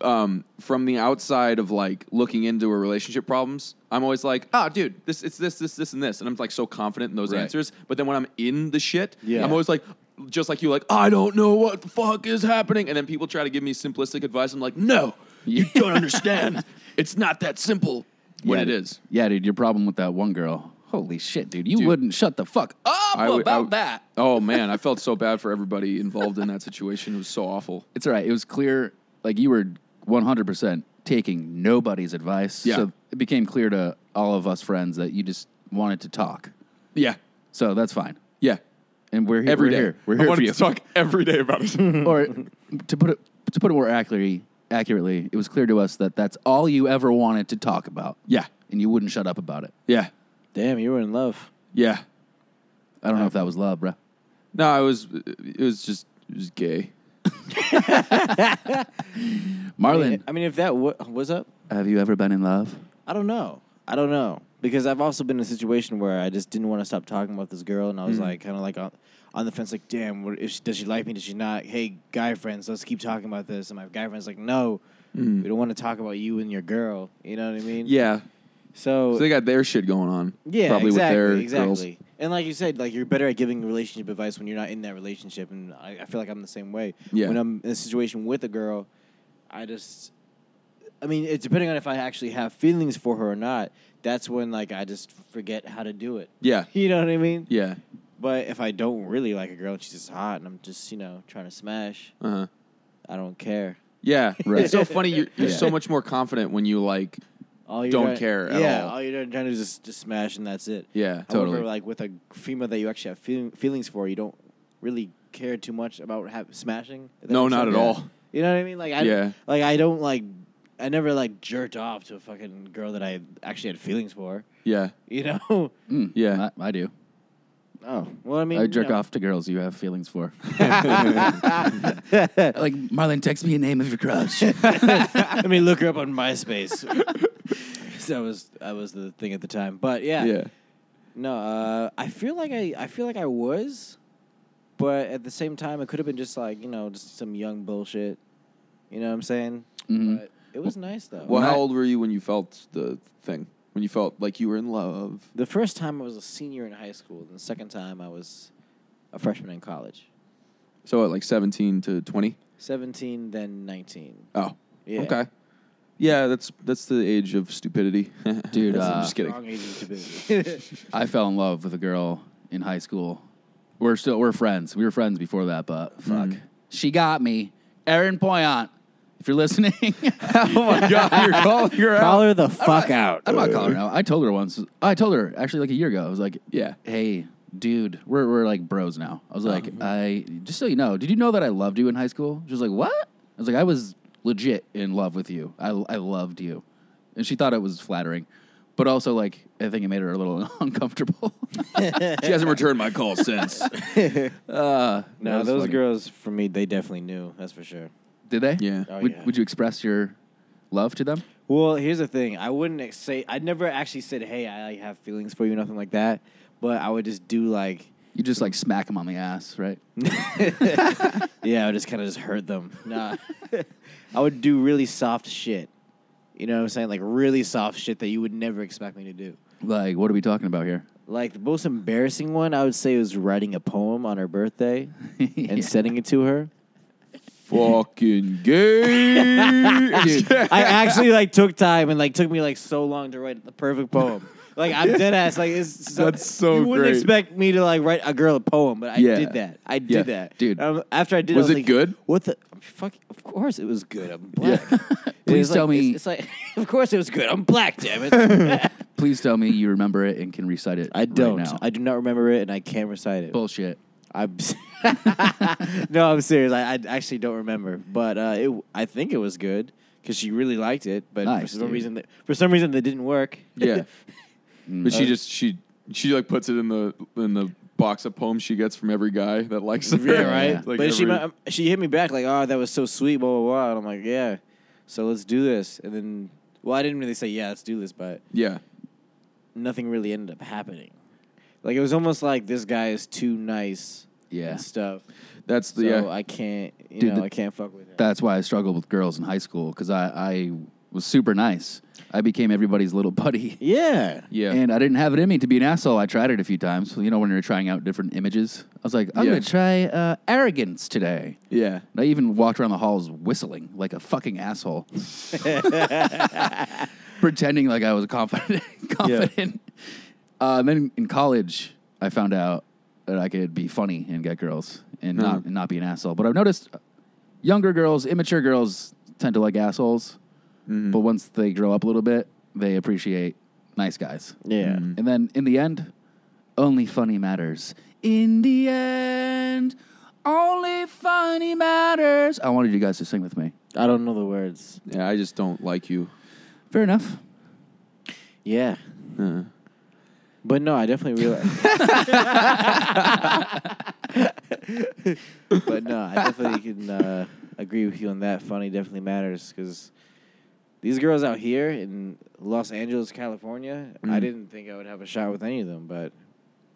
Speaker 4: Um, from the outside of like looking into a relationship problems, I'm always like, oh, dude, this it's this this this and this, and I'm like so confident in those
Speaker 1: Right.
Speaker 4: answers. But then when I'm in the shit,
Speaker 3: Yeah.
Speaker 4: I'm always like. Just like you, like I don't know what the fuck is happening, and then people try to give me simplistic advice. I'm like, no, you don't understand. It's not that simple. When
Speaker 1: Yeah,
Speaker 4: it
Speaker 1: dude.
Speaker 4: is,
Speaker 1: Yeah, dude, your problem with that one girl. Holy shit, dude. You
Speaker 4: Dude.
Speaker 1: wouldn't shut the fuck up
Speaker 4: I would- I
Speaker 1: about
Speaker 4: would-
Speaker 1: that.
Speaker 4: Oh man, I felt so bad for everybody involved in that situation. It was so awful.
Speaker 1: It's all right. It was clear, like, you were 100% taking nobody's advice.
Speaker 4: Yeah.
Speaker 1: So it became clear to all of us friends that you just wanted to talk.
Speaker 4: Yeah,
Speaker 1: So that's fine.
Speaker 4: yeah.
Speaker 1: And we're here
Speaker 4: Every
Speaker 1: we're
Speaker 4: day.
Speaker 1: Here. We're
Speaker 4: I
Speaker 1: here for
Speaker 4: wanted
Speaker 1: you.
Speaker 4: to talk every day about it.
Speaker 1: or to put it to put it more accurately, accurately, it was clear to us that that's all you ever wanted to talk about.
Speaker 4: yeah,
Speaker 1: and you wouldn't shut up about it.
Speaker 4: yeah,
Speaker 3: Damn, you were in love.
Speaker 4: yeah.
Speaker 1: I don't know if that was love, bro.
Speaker 4: No, I was. It was just. It was gay.
Speaker 3: I
Speaker 1: Marlon,
Speaker 3: mean, I mean, if that wa- was up,
Speaker 1: have you ever been in love?
Speaker 3: I don't know. I don't know because I've also been in a situation where I just didn't want to stop talking about this girl, and I was like, kind of like on, on the fence, like, damn, what, if she, does she like me? Does she not? Hey, guy friends, let's keep talking about this. And my guy friend's like, no, We don't want to talk about you and your girl. You know what I mean?
Speaker 4: Yeah.
Speaker 3: So,
Speaker 4: So they got their shit going on.
Speaker 3: yeah,
Speaker 4: Probably
Speaker 3: exactly,
Speaker 4: with their
Speaker 3: exactly.
Speaker 4: girls.
Speaker 3: And like you said, like you're better at giving relationship advice when you're not in that relationship. And I, I feel like I'm the same way.
Speaker 4: Yeah.
Speaker 3: When I'm in a situation with a girl, I just, I mean, it's depending on if I actually have feelings for her or not. That's when like I just forget how to do it.
Speaker 4: Yeah.
Speaker 3: You know what I mean?
Speaker 4: Yeah.
Speaker 3: But if I don't really like a girl and she's just hot and I'm just, you know, trying to smash,
Speaker 4: Uh huh.
Speaker 3: I don't care.
Speaker 4: Yeah.
Speaker 1: Right.
Speaker 4: It's so funny. You're, you're
Speaker 1: Yeah.
Speaker 4: so much more confident when you like.
Speaker 3: All you
Speaker 4: Don't care at
Speaker 3: yeah,
Speaker 4: all.
Speaker 3: you're doing- trying to do is just, just smash and that's it.
Speaker 4: Yeah.
Speaker 1: Totally.
Speaker 3: However, like with a female that you actually have feeling, feelings for, you don't really care too much about have, smashing. If that
Speaker 4: No,
Speaker 3: makes
Speaker 4: not at
Speaker 3: sense.
Speaker 4: all.
Speaker 3: You know what I mean? Like I,
Speaker 4: Yeah.
Speaker 3: like I don't like, I never like jerked off to a fucking girl that I actually had feelings for.
Speaker 4: Yeah.
Speaker 3: You know?
Speaker 1: Mm,
Speaker 4: Yeah.
Speaker 1: I, I do.
Speaker 3: Oh, well, I mean,
Speaker 1: I jerk
Speaker 3: you know.
Speaker 1: off to girls you have feelings for. like Marlon, text me a name of your crush.
Speaker 3: I mean, look her up on MySpace. so that was that was the thing at the time. But yeah,
Speaker 4: Yeah.
Speaker 3: no, uh, I feel like I I feel like I was, but at the same time, it could have been just like you know just some young bullshit. You know what I'm saying?
Speaker 1: Mhm.
Speaker 3: But it was nice though.
Speaker 4: Well,
Speaker 1: I-
Speaker 4: how old were you when you felt the thing? When you felt like you were in love?
Speaker 3: the first time I was a senior in high school, and the second time I was a freshman in college.
Speaker 4: So at like 17 to 20?
Speaker 3: Seventeen, then nineteen.
Speaker 4: Oh.
Speaker 3: Yeah.
Speaker 4: Okay. Yeah, that's that's the age of stupidity.
Speaker 1: Dude,
Speaker 4: That's- I'm
Speaker 1: uh,
Speaker 4: just kidding.
Speaker 3: Wrong age to be.
Speaker 1: I fell in love with a girl in high school. We're still we're friends. We were friends before that, but fuck,
Speaker 3: Mm-hmm.
Speaker 1: she got me. Erin Poyant, if you're listening,
Speaker 4: Oh my god, you're calling her
Speaker 3: Call her the fuck out.
Speaker 1: I'm not calling her out. I told her once. I told her actually like a year ago. I was like,
Speaker 4: Yeah.
Speaker 1: hey, dude, we're we're like bros now." I was like,
Speaker 3: Uh-huh.
Speaker 1: "I just so you know, did you know that I loved you in high school?" She was like, "What?" I was like, "I was legit in love with you. I I loved you," and she thought it was flattering, but also like I think it made her a little uncomfortable.
Speaker 4: She hasn't returned my call since.
Speaker 1: uh, that
Speaker 3: No,
Speaker 1: was
Speaker 3: those
Speaker 1: funny.
Speaker 3: girls for me, they definitely knew. That's for sure.
Speaker 1: Did they?
Speaker 4: Yeah.
Speaker 3: Oh,
Speaker 1: would,
Speaker 3: yeah.
Speaker 1: would you express your love to them?
Speaker 3: Well, here's the thing. I wouldn't ex- say. I never actually said, "Hey, I like, have feelings for you," nothing like that. But I would just do like,
Speaker 1: You just like smack them on the ass, right?
Speaker 3: yeah, I would just kind of just hurt them. Nah, I would do really soft shit. You know what I'm saying? Like really soft shit that you would never expect me to do.
Speaker 1: Like, what are we talking about here?
Speaker 3: Like the most embarrassing one, I would say, was writing a poem on her birthday
Speaker 1: Yeah.
Speaker 3: and sending it to her.
Speaker 4: Fucking gay.
Speaker 1: Dude,
Speaker 3: I actually like took time and like took me like so long to write the perfect poem. Like I'm dead ass. Like it's so,
Speaker 4: That's so
Speaker 3: You wouldn't
Speaker 4: great.
Speaker 3: expect me to like write a girl a poem, but I
Speaker 4: Yeah.
Speaker 3: did that. I did
Speaker 4: Yeah.
Speaker 3: that,
Speaker 1: Dude.
Speaker 3: Um, after I did,
Speaker 4: Was
Speaker 3: I was
Speaker 4: it
Speaker 3: like,
Speaker 4: good?
Speaker 3: What the fuck? Of course it was good. I'm black. It
Speaker 1: Please
Speaker 3: was
Speaker 1: tell
Speaker 3: like-
Speaker 1: me-
Speaker 3: It's, it's like of course it was good. I'm black. Damn it.
Speaker 1: please tell me you remember it and can recite it.
Speaker 3: I don't.
Speaker 1: Right now.
Speaker 3: I do not remember it, and I can't recite it.
Speaker 1: bullshit.
Speaker 3: I'm s- no, I'm serious. I, I actually don't remember, but uh, it I think it was good because she really liked it. But
Speaker 1: Nice,
Speaker 3: for some
Speaker 1: dude.
Speaker 3: reason, that, for some reason, that didn't work.
Speaker 4: yeah. But she just she she like puts it in the in the box of poems she gets from every guy that likes her.
Speaker 3: yeah, right.
Speaker 1: Yeah.
Speaker 4: Like
Speaker 3: but she um,
Speaker 4: every-
Speaker 3: mi- she hit me back like, "Oh, that was so sweet," blah blah blah. And I'm like, "Yeah, so let's do this." And then, well, I didn't really say, "Yeah, let's do this," but
Speaker 4: Yeah.
Speaker 3: nothing really ended up happening. Like it was almost like this guy is too nice.
Speaker 1: Yeah.
Speaker 3: and stuff.
Speaker 4: That's
Speaker 3: So
Speaker 4: the yeah.
Speaker 3: I can't, you
Speaker 1: Dude,
Speaker 3: know,
Speaker 1: the-
Speaker 3: I can't fuck with it.
Speaker 1: That's why I struggled with girls in high school because I, I was super nice. I became everybody's little buddy.
Speaker 3: yeah.
Speaker 4: yeah.
Speaker 1: And I didn't have it in me to be an asshole. I tried it a few times. You know, when you're trying out different images, I was like, I'm
Speaker 4: Yeah.
Speaker 1: going to try uh, arrogance today.
Speaker 4: yeah.
Speaker 1: And I even walked around the halls whistling like a fucking asshole, pretending like I was confident. confident. Uh, and then in college, I found out that I could be funny and get girls and not and not be an asshole. But I've noticed younger girls, immature girls, tend to like assholes. But once they grow up a little bit, they appreciate nice guys.
Speaker 3: Yeah.
Speaker 1: And then in the end, only funny matters. In the end, only funny matters. I wanted you guys to sing with me.
Speaker 3: I don't know the words.
Speaker 4: Yeah, I just don't like you.
Speaker 1: Fair enough.
Speaker 3: Yeah.
Speaker 4: Uh,
Speaker 3: But no, I definitely realized. but no, I definitely can uh, agree with you on that. Funny definitely matters because these girls out here in Los Angeles, California, I
Speaker 4: Mhm.
Speaker 3: didn't think I would have a shot with any of them, but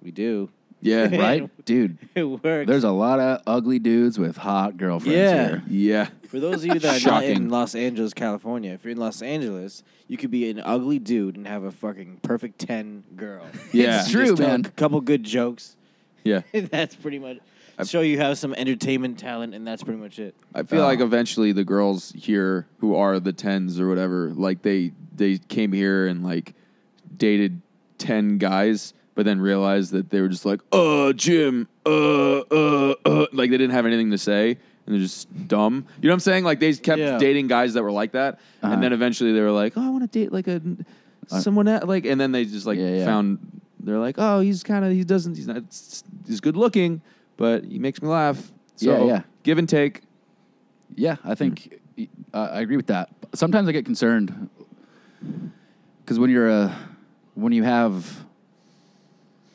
Speaker 3: we do.
Speaker 4: Yeah.
Speaker 1: right, dude.
Speaker 3: It works.
Speaker 1: There's a lot of ugly dudes with hot girlfriends
Speaker 3: Yeah.
Speaker 1: here.
Speaker 4: Yeah.
Speaker 3: For those of you that are not
Speaker 4: Shocking.
Speaker 3: in Los Angeles, California, if you're in Los Angeles, you could be an ugly dude and have a fucking perfect ten girl.
Speaker 4: Yeah.
Speaker 1: It's true,
Speaker 3: Just tell
Speaker 1: man.
Speaker 3: A couple good jokes.
Speaker 4: Yeah.
Speaker 3: that's pretty much. Show you have some entertainment talent, and that's pretty much it.
Speaker 4: I feel
Speaker 1: Oh.
Speaker 4: like eventually the girls here who are the tens or whatever, like they they came here and like dated ten guys, but then realized that they were just like, uh, Jim, uh, uh, uh, like they didn't have anything to say and they're just dumb. You know what I'm saying? Like they kept
Speaker 3: Yeah.
Speaker 4: dating guys that were like that,
Speaker 1: Uh-huh.
Speaker 4: and then eventually they were like, oh, I want to date like a someone that like, and then they just like
Speaker 1: Uh, Yeah, yeah.
Speaker 4: found they're like, oh, he's kind of he doesn't he's not he's good looking, but he makes me laugh. So
Speaker 1: Yeah, yeah.
Speaker 4: give and take.
Speaker 1: Yeah, I think uh, I agree with that. Sometimes I get concerned because when you're a when you have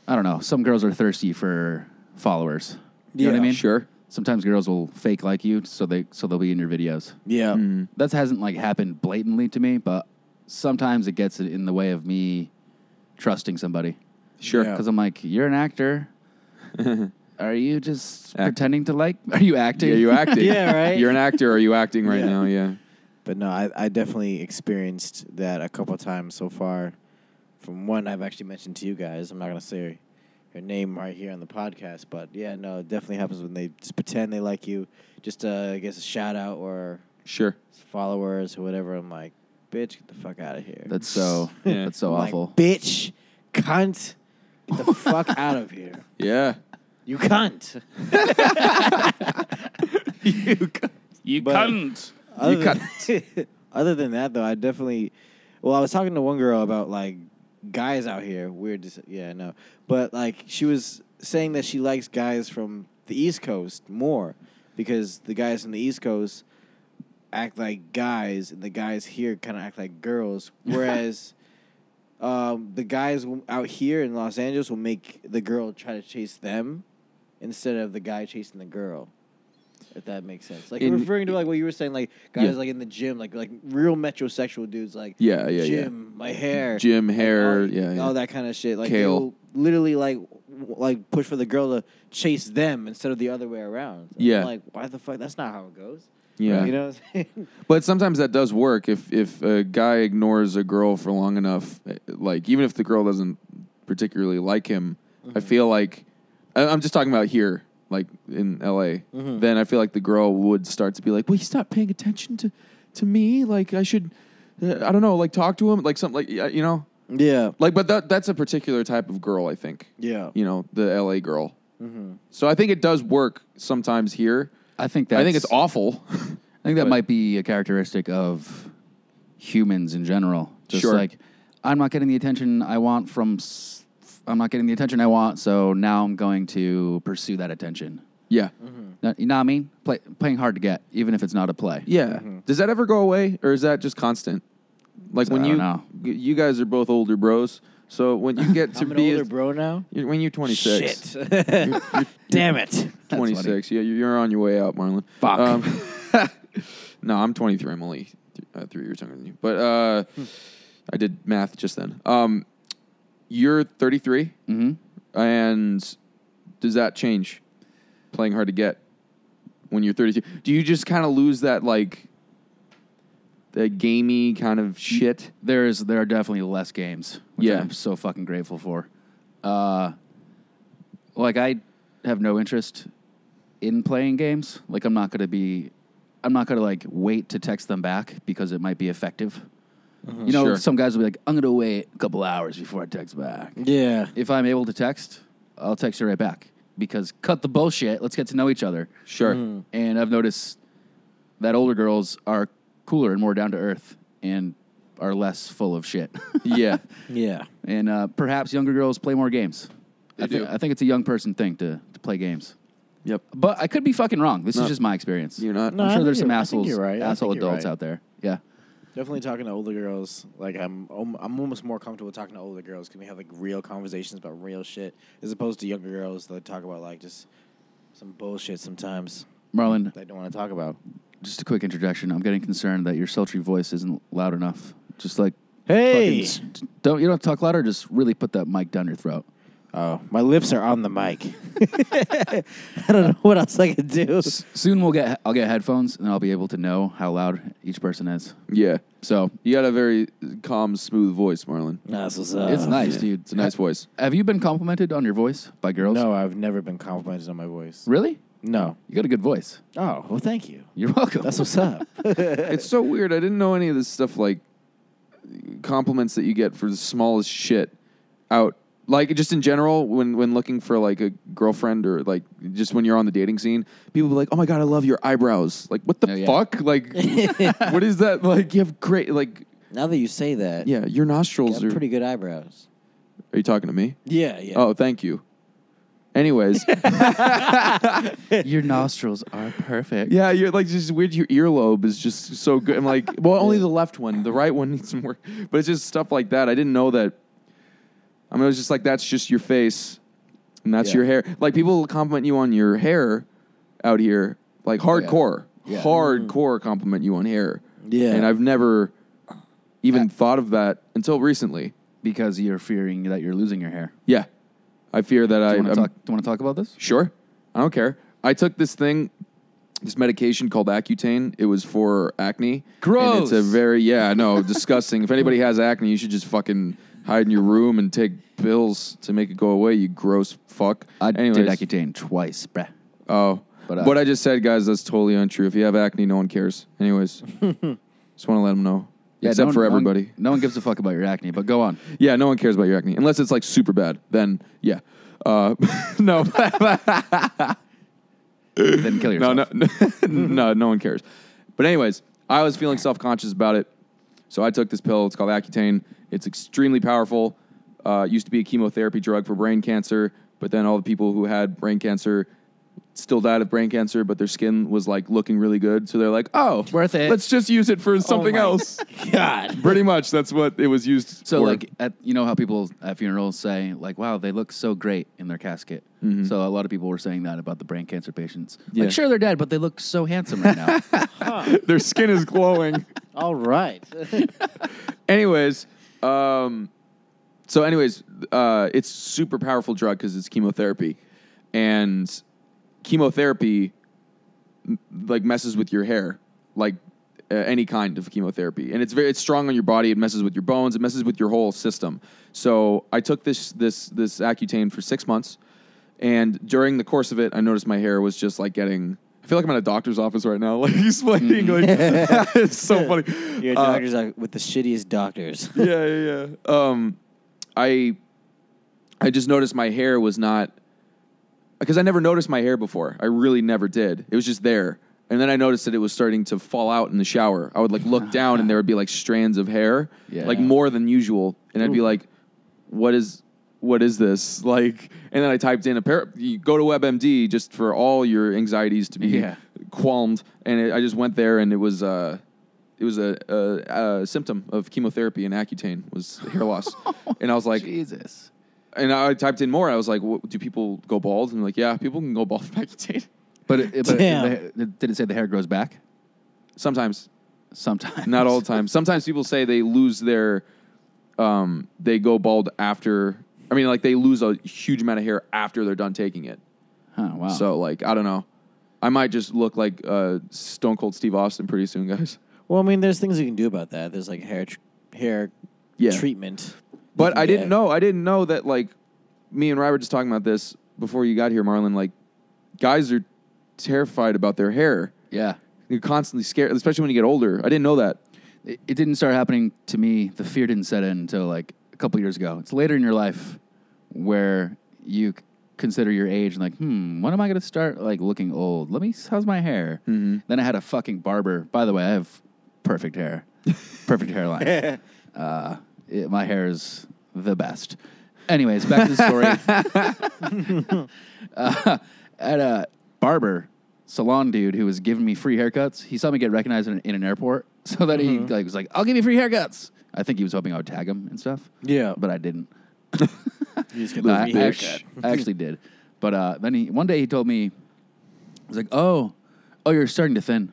Speaker 1: I don't know, some girls are thirsty for followers. You know what I
Speaker 3: Yeah.
Speaker 1: mean?
Speaker 4: Sure.
Speaker 1: Sometimes girls will fake like you, so they so they'll be in your videos.
Speaker 3: Yeah,
Speaker 4: Mm-hmm.
Speaker 1: That hasn't like happened blatantly to me, but sometimes it gets in the way of me trusting somebody
Speaker 4: Sure.
Speaker 3: Yeah.
Speaker 1: because I'm like, you're an actor. are you just pretending to like? Are you acting?
Speaker 4: Yeah, you acting.
Speaker 3: Yeah, right?
Speaker 4: You're an actor. Are you acting right
Speaker 3: Yeah.
Speaker 4: now? Yeah.
Speaker 3: but no, I, I definitely experienced that a couple times so far. From one I've actually mentioned to you guys, I'm not gonna say her, her name right here on the podcast, but yeah, no, it definitely happens when they just pretend they like you, just uh, I guess a shout out or
Speaker 4: Sure.
Speaker 3: followers or whatever. I'm like, bitch, get the fuck out of here.
Speaker 1: That's so.
Speaker 4: Yeah.
Speaker 1: That's so
Speaker 3: I'm like,
Speaker 1: awful.
Speaker 3: bitch, cunt, get the fuck out of here.
Speaker 4: Yeah.
Speaker 3: You cunt.
Speaker 1: You
Speaker 3: But-
Speaker 1: cunt.
Speaker 3: Other than, other than that, though, I definitely. Well, I was talking to one girl about like guys out here. Weird. To, s- yeah, no. But like, she was saying that she likes guys from the East Coast more because the guys from the East Coast act like guys, and the guys here kind of act like girls. Whereas. Um, the guys w- out here in Los Angeles will make the girl try to chase them instead of the guy chasing the girl. If that makes sense, like
Speaker 4: In-
Speaker 3: referring to like what you were saying, like guys
Speaker 4: Yeah.
Speaker 3: like in the gym, like like real metrosexual dudes, like
Speaker 4: Yeah. Yeah.
Speaker 3: gym, my hair,
Speaker 4: yeah. Gym
Speaker 3: like,
Speaker 4: hair.
Speaker 3: all,
Speaker 4: yeah. yeah.
Speaker 3: all that kind of shit. Like
Speaker 4: Kale.
Speaker 3: they'll literally like w- like push for the girl to chase them instead of the other way around. I'm
Speaker 4: Yeah.
Speaker 3: like why the fuck? That's not how it goes.
Speaker 4: Yeah.
Speaker 3: you know what I'm saying?
Speaker 4: But sometimes that does work if if a guy ignores a girl for long enough, eh, like even if the girl doesn't particularly like him,
Speaker 3: Mm-hmm.
Speaker 4: I feel like I- I'm just talking about here, like in LA.
Speaker 3: Mm-hmm.
Speaker 4: Then I feel like the girl would start to be like, "Well, he's not paying attention to to me. Like I should, uh, I don't know, like talk to him, like something like yeah, you know,
Speaker 3: yeah,
Speaker 4: like." But that that's a particular type of girl, I think.
Speaker 3: yeah,
Speaker 4: you know, the LA girl. So I think it does work sometimes here.
Speaker 1: I think that
Speaker 4: I think it's awful.
Speaker 1: I think that
Speaker 4: but-
Speaker 1: might be a characteristic of humans in general. Just
Speaker 4: Sure.
Speaker 1: like I'm not getting the attention I want from s- I'm not getting the attention I want, so now I'm going to pursue that attention.
Speaker 4: yeah.
Speaker 1: Now- You know what I mean? Play, playing hard to get, even if it's not a play.
Speaker 4: Yeah. Does that ever go away or is that just constant? Like when
Speaker 1: I
Speaker 4: you
Speaker 1: don't know.
Speaker 4: y- you guys are both older bros. So when you get to
Speaker 3: I'm an
Speaker 4: be
Speaker 3: older
Speaker 4: a-
Speaker 3: bro now.
Speaker 4: you're- when you're 26.
Speaker 3: Shit. Damn it.
Speaker 1: That's
Speaker 4: 26. Yeah, you- you're on your way out, Marlon.
Speaker 1: Fuck.
Speaker 4: Um, no, I'm 23. I'm only th- uh, three years younger than you. But uh, I did math just then. Um, you're 33,
Speaker 1: hmm
Speaker 4: and does that change? Playing hard to get when you're 33. Do you just kind of lose that like the gamey kind of shit?
Speaker 1: There is there are definitely less games, which
Speaker 4: Yeah.
Speaker 1: I'm so fucking grateful for. Uh, like I have no interest in playing games. Like I'm not gonna be, I'm not gonna like wait to text them back because it might be effective. You know,
Speaker 4: Mm-hmm. Sure.
Speaker 1: some guys will be like, I'm gonna wait a couple hours before I text back.
Speaker 3: Yeah.
Speaker 1: If I'm able to text, I'll text you right back because cut the bullshit. Let's get to know each other.
Speaker 4: Sure.
Speaker 1: Mm. And I've noticed that older girls are cooler and more down to earth and are less full of shit.
Speaker 4: Yeah.
Speaker 3: Yeah.
Speaker 1: and uh, perhaps younger girls play more games.
Speaker 4: They
Speaker 1: I, thi-
Speaker 4: do.
Speaker 1: I think it's a young person thing to, to play games.
Speaker 4: yep.
Speaker 1: But I could be fucking wrong. This
Speaker 4: No.
Speaker 1: is just my experience.
Speaker 4: You're not.
Speaker 3: No,
Speaker 1: I'm
Speaker 3: I
Speaker 1: sure
Speaker 3: think
Speaker 1: there's some
Speaker 3: you're- I think
Speaker 1: assholes,
Speaker 3: you're right. I
Speaker 1: asshole
Speaker 3: think you're
Speaker 1: adults
Speaker 3: right.
Speaker 1: out there. Yeah.
Speaker 3: Definitely talking to older girls. Like I'm, om- I'm almost more comfortable talking to older girls because we have like real conversations about real shit, as opposed to younger girls that talk about like just some bullshit sometimes
Speaker 1: Marlon,
Speaker 3: they don't want to talk about.
Speaker 1: just a quick interjection. I'm getting concerned that your sultry voice isn't loud enough. Just like
Speaker 3: Hey,
Speaker 1: fucking s- don't you don't have to talk louder. Just really put that mic down your throat.
Speaker 3: Oh, my lips are on the mic. I don't know what else I can do.
Speaker 1: Soon we'll get I'll get headphones and I'll be able to know how loud each person is.
Speaker 4: Yeah.
Speaker 1: So
Speaker 4: You got a very calm, smooth voice, Marlon.
Speaker 3: That's what's up.
Speaker 1: it's
Speaker 4: Oh,
Speaker 1: nice, dude.
Speaker 4: It's a nice voice.
Speaker 1: Have you been complimented on your voice by girls?
Speaker 3: No, I've never been complimented on my voice.
Speaker 1: Really?
Speaker 3: No.
Speaker 1: You got a good voice.
Speaker 3: Oh, well, thank you.
Speaker 1: You're welcome.
Speaker 3: That's what's up.
Speaker 4: It's so weird. I didn't know any of this stuff like compliments that you get for the smallest shit out. Like just in general, when when looking for like a girlfriend or like just when you're on the dating scene, people be like, "Oh my god, I love your eyebrows." Like, what the
Speaker 1: Oh, yeah.
Speaker 4: fuck? Like, what is that? Like, you have great. Like,
Speaker 3: now that you say that,
Speaker 4: yeah, your nostrils
Speaker 3: got
Speaker 4: are.
Speaker 3: pretty good eyebrows.
Speaker 4: Are you talking to me?
Speaker 3: Yeah, yeah.
Speaker 4: Oh, thank you. Anyways,
Speaker 1: your nostrils are perfect.
Speaker 4: yeah, you're like just weird. Your earlobe is just so good. I'm like, well, only the left one. The right one needs some work. But it's just stuff like that. I didn't know that. I mean, it was just like that's just your face, and that's
Speaker 3: Yeah.
Speaker 4: your hair. Like people compliment you on your hair out here, like hardcore,
Speaker 1: Yeah.
Speaker 4: hardcore compliment you on hair.
Speaker 3: Yeah.
Speaker 4: and I've never even thought of that until recently.
Speaker 1: Because you're fearing that you're losing your hair.
Speaker 4: Yeah, I fear that I
Speaker 1: Do you want
Speaker 4: I'm-
Speaker 1: to talk, do you wanna talk about this?
Speaker 4: Sure. I don't care. I took this thing, this medication called Accutane. It was for acne. And
Speaker 1: Gross.
Speaker 4: it's a very, yeah, no, disgusting. If anybody has acne, you should just fucking hide in your room and take pills to make it go away, you gross fuck.
Speaker 1: I
Speaker 4: Anyways.
Speaker 1: did Accutane twice, bruh.
Speaker 4: Oh.
Speaker 1: But,
Speaker 4: But
Speaker 1: uh,
Speaker 4: what I just said, guys, that's totally untrue. If you have acne, no one cares. Anyways, just want to let them know.
Speaker 1: Yeah,
Speaker 4: Except
Speaker 1: no one-
Speaker 4: for
Speaker 1: no one-
Speaker 4: everybody.
Speaker 1: No one, gives a fuck about your acne, but go on.
Speaker 4: Yeah, no one cares about your acne unless it's like super bad. Then yeah, uh, no,
Speaker 1: then kill
Speaker 4: no,
Speaker 1: yourself.
Speaker 4: no, no, no one cares. But anyways, I was feeling self conscious about it, so I took this pill. It's called Accutane. It's extremely powerful. Uh, it used to be a chemotherapy drug for brain cancer, but then all the people who had brain cancer still died of brain cancer, but their skin was like looking really good. So they're like, "Oh,
Speaker 1: Worth it." Oh
Speaker 4: Let's just use it for something
Speaker 3: my
Speaker 4: else."
Speaker 3: God.
Speaker 4: Pretty much, that's what it was used.
Speaker 1: So
Speaker 4: for.
Speaker 1: like at you know how people at funerals say like wow they look so great in their casket. So a lot of people were saying that about the brain cancer patients.
Speaker 4: Mm-hmm. Yeah.
Speaker 1: Like sure they're dead but they look so handsome right now.
Speaker 4: their skin is glowing.
Speaker 3: All right.
Speaker 4: anyways, um, so anyways, uh, it's super powerful drug because it's chemotherapy, and chemotherapy m- like messes with your hair, like uh, any kind of chemotherapy, and it's very it's strong on your body. It messes with your bones. It messes with your whole system. So I took this this this Accutane for six months, and during the course of it, I noticed my hair was just like getting. I feel like I'm in a doctor's office right now, like explaining. Like, it's so funny.
Speaker 3: Your
Speaker 4: Uh,
Speaker 3: doctors are with the shittiest doctors.
Speaker 4: yeah, yeah, yeah. Um, I I just noticed my hair was not because I never noticed my hair before. I really never did. It was just there. And then I noticed that it was starting to fall out in the shower. I would like look down and there would be like strands of hair,
Speaker 1: Yeah.
Speaker 4: like more than usual, and I'd be like, "What is what is this?" Like, and then I typed in a pair. You go to WebMD just for all your anxieties to be
Speaker 1: Yeah.
Speaker 4: qualmed, and it, I just went there, and it was uh, it was a, a, a symptom of chemotherapy and Accutane was hair loss, and I was like,
Speaker 1: Jesus.
Speaker 4: and I typed in more. I was like, what, do people go bald? And I'm like, yeah, people can go bald from Accutane
Speaker 1: But, it, but it-
Speaker 3: Damn.
Speaker 1: the- did it say the hair grows back?
Speaker 4: sometimes,
Speaker 1: Sometimes.
Speaker 4: not all the time. Sometimes people say they lose their, um, they go bald after. I mean, like they lose a huge amount of hair after they're done taking it.
Speaker 1: Huh, wow.
Speaker 4: So like, I don't know. I might just look like uh, Stone Cold Steve Austin pretty soon, guys.
Speaker 3: Well, I mean, there's things you can do about that. There's like hair, tr- hair
Speaker 4: Yeah.
Speaker 3: treatment. you
Speaker 4: But
Speaker 3: can
Speaker 4: I
Speaker 3: get.
Speaker 4: didn't know. I didn't know that like me and Ryan were just talking about this before you got here, Marlon. Like guys are terrified about their hair.
Speaker 1: yeah.
Speaker 4: You're constantly scared, especially when you get older. I didn't know that.
Speaker 1: It, it didn't start happening to me. The fear didn't set in until like a couple years ago. It's later in your life where you c- consider your age and like, hmm, when am I going to start like looking old? Let me, s- how's my hair? Mm-hmm. Then I had a fucking barber. By the way, I have perfect hair, perfect hairline. uh, it- my hair is the best. Anyways, back to the story. at a barber salon dude who was giving me free haircuts. He saw me get recognized in, in an airport, so that he like was like, "I'll give you free haircuts." I think he was hoping I would tag him and stuff.
Speaker 3: Yeah.
Speaker 1: but I didn't.
Speaker 3: You just get
Speaker 1: No,
Speaker 3: the
Speaker 1: Uh, I,
Speaker 3: free
Speaker 1: I
Speaker 3: haircut.
Speaker 1: actually, I actually did. But uh, then he one day he told me, he was like, "Oh, oh, you're starting to thin,"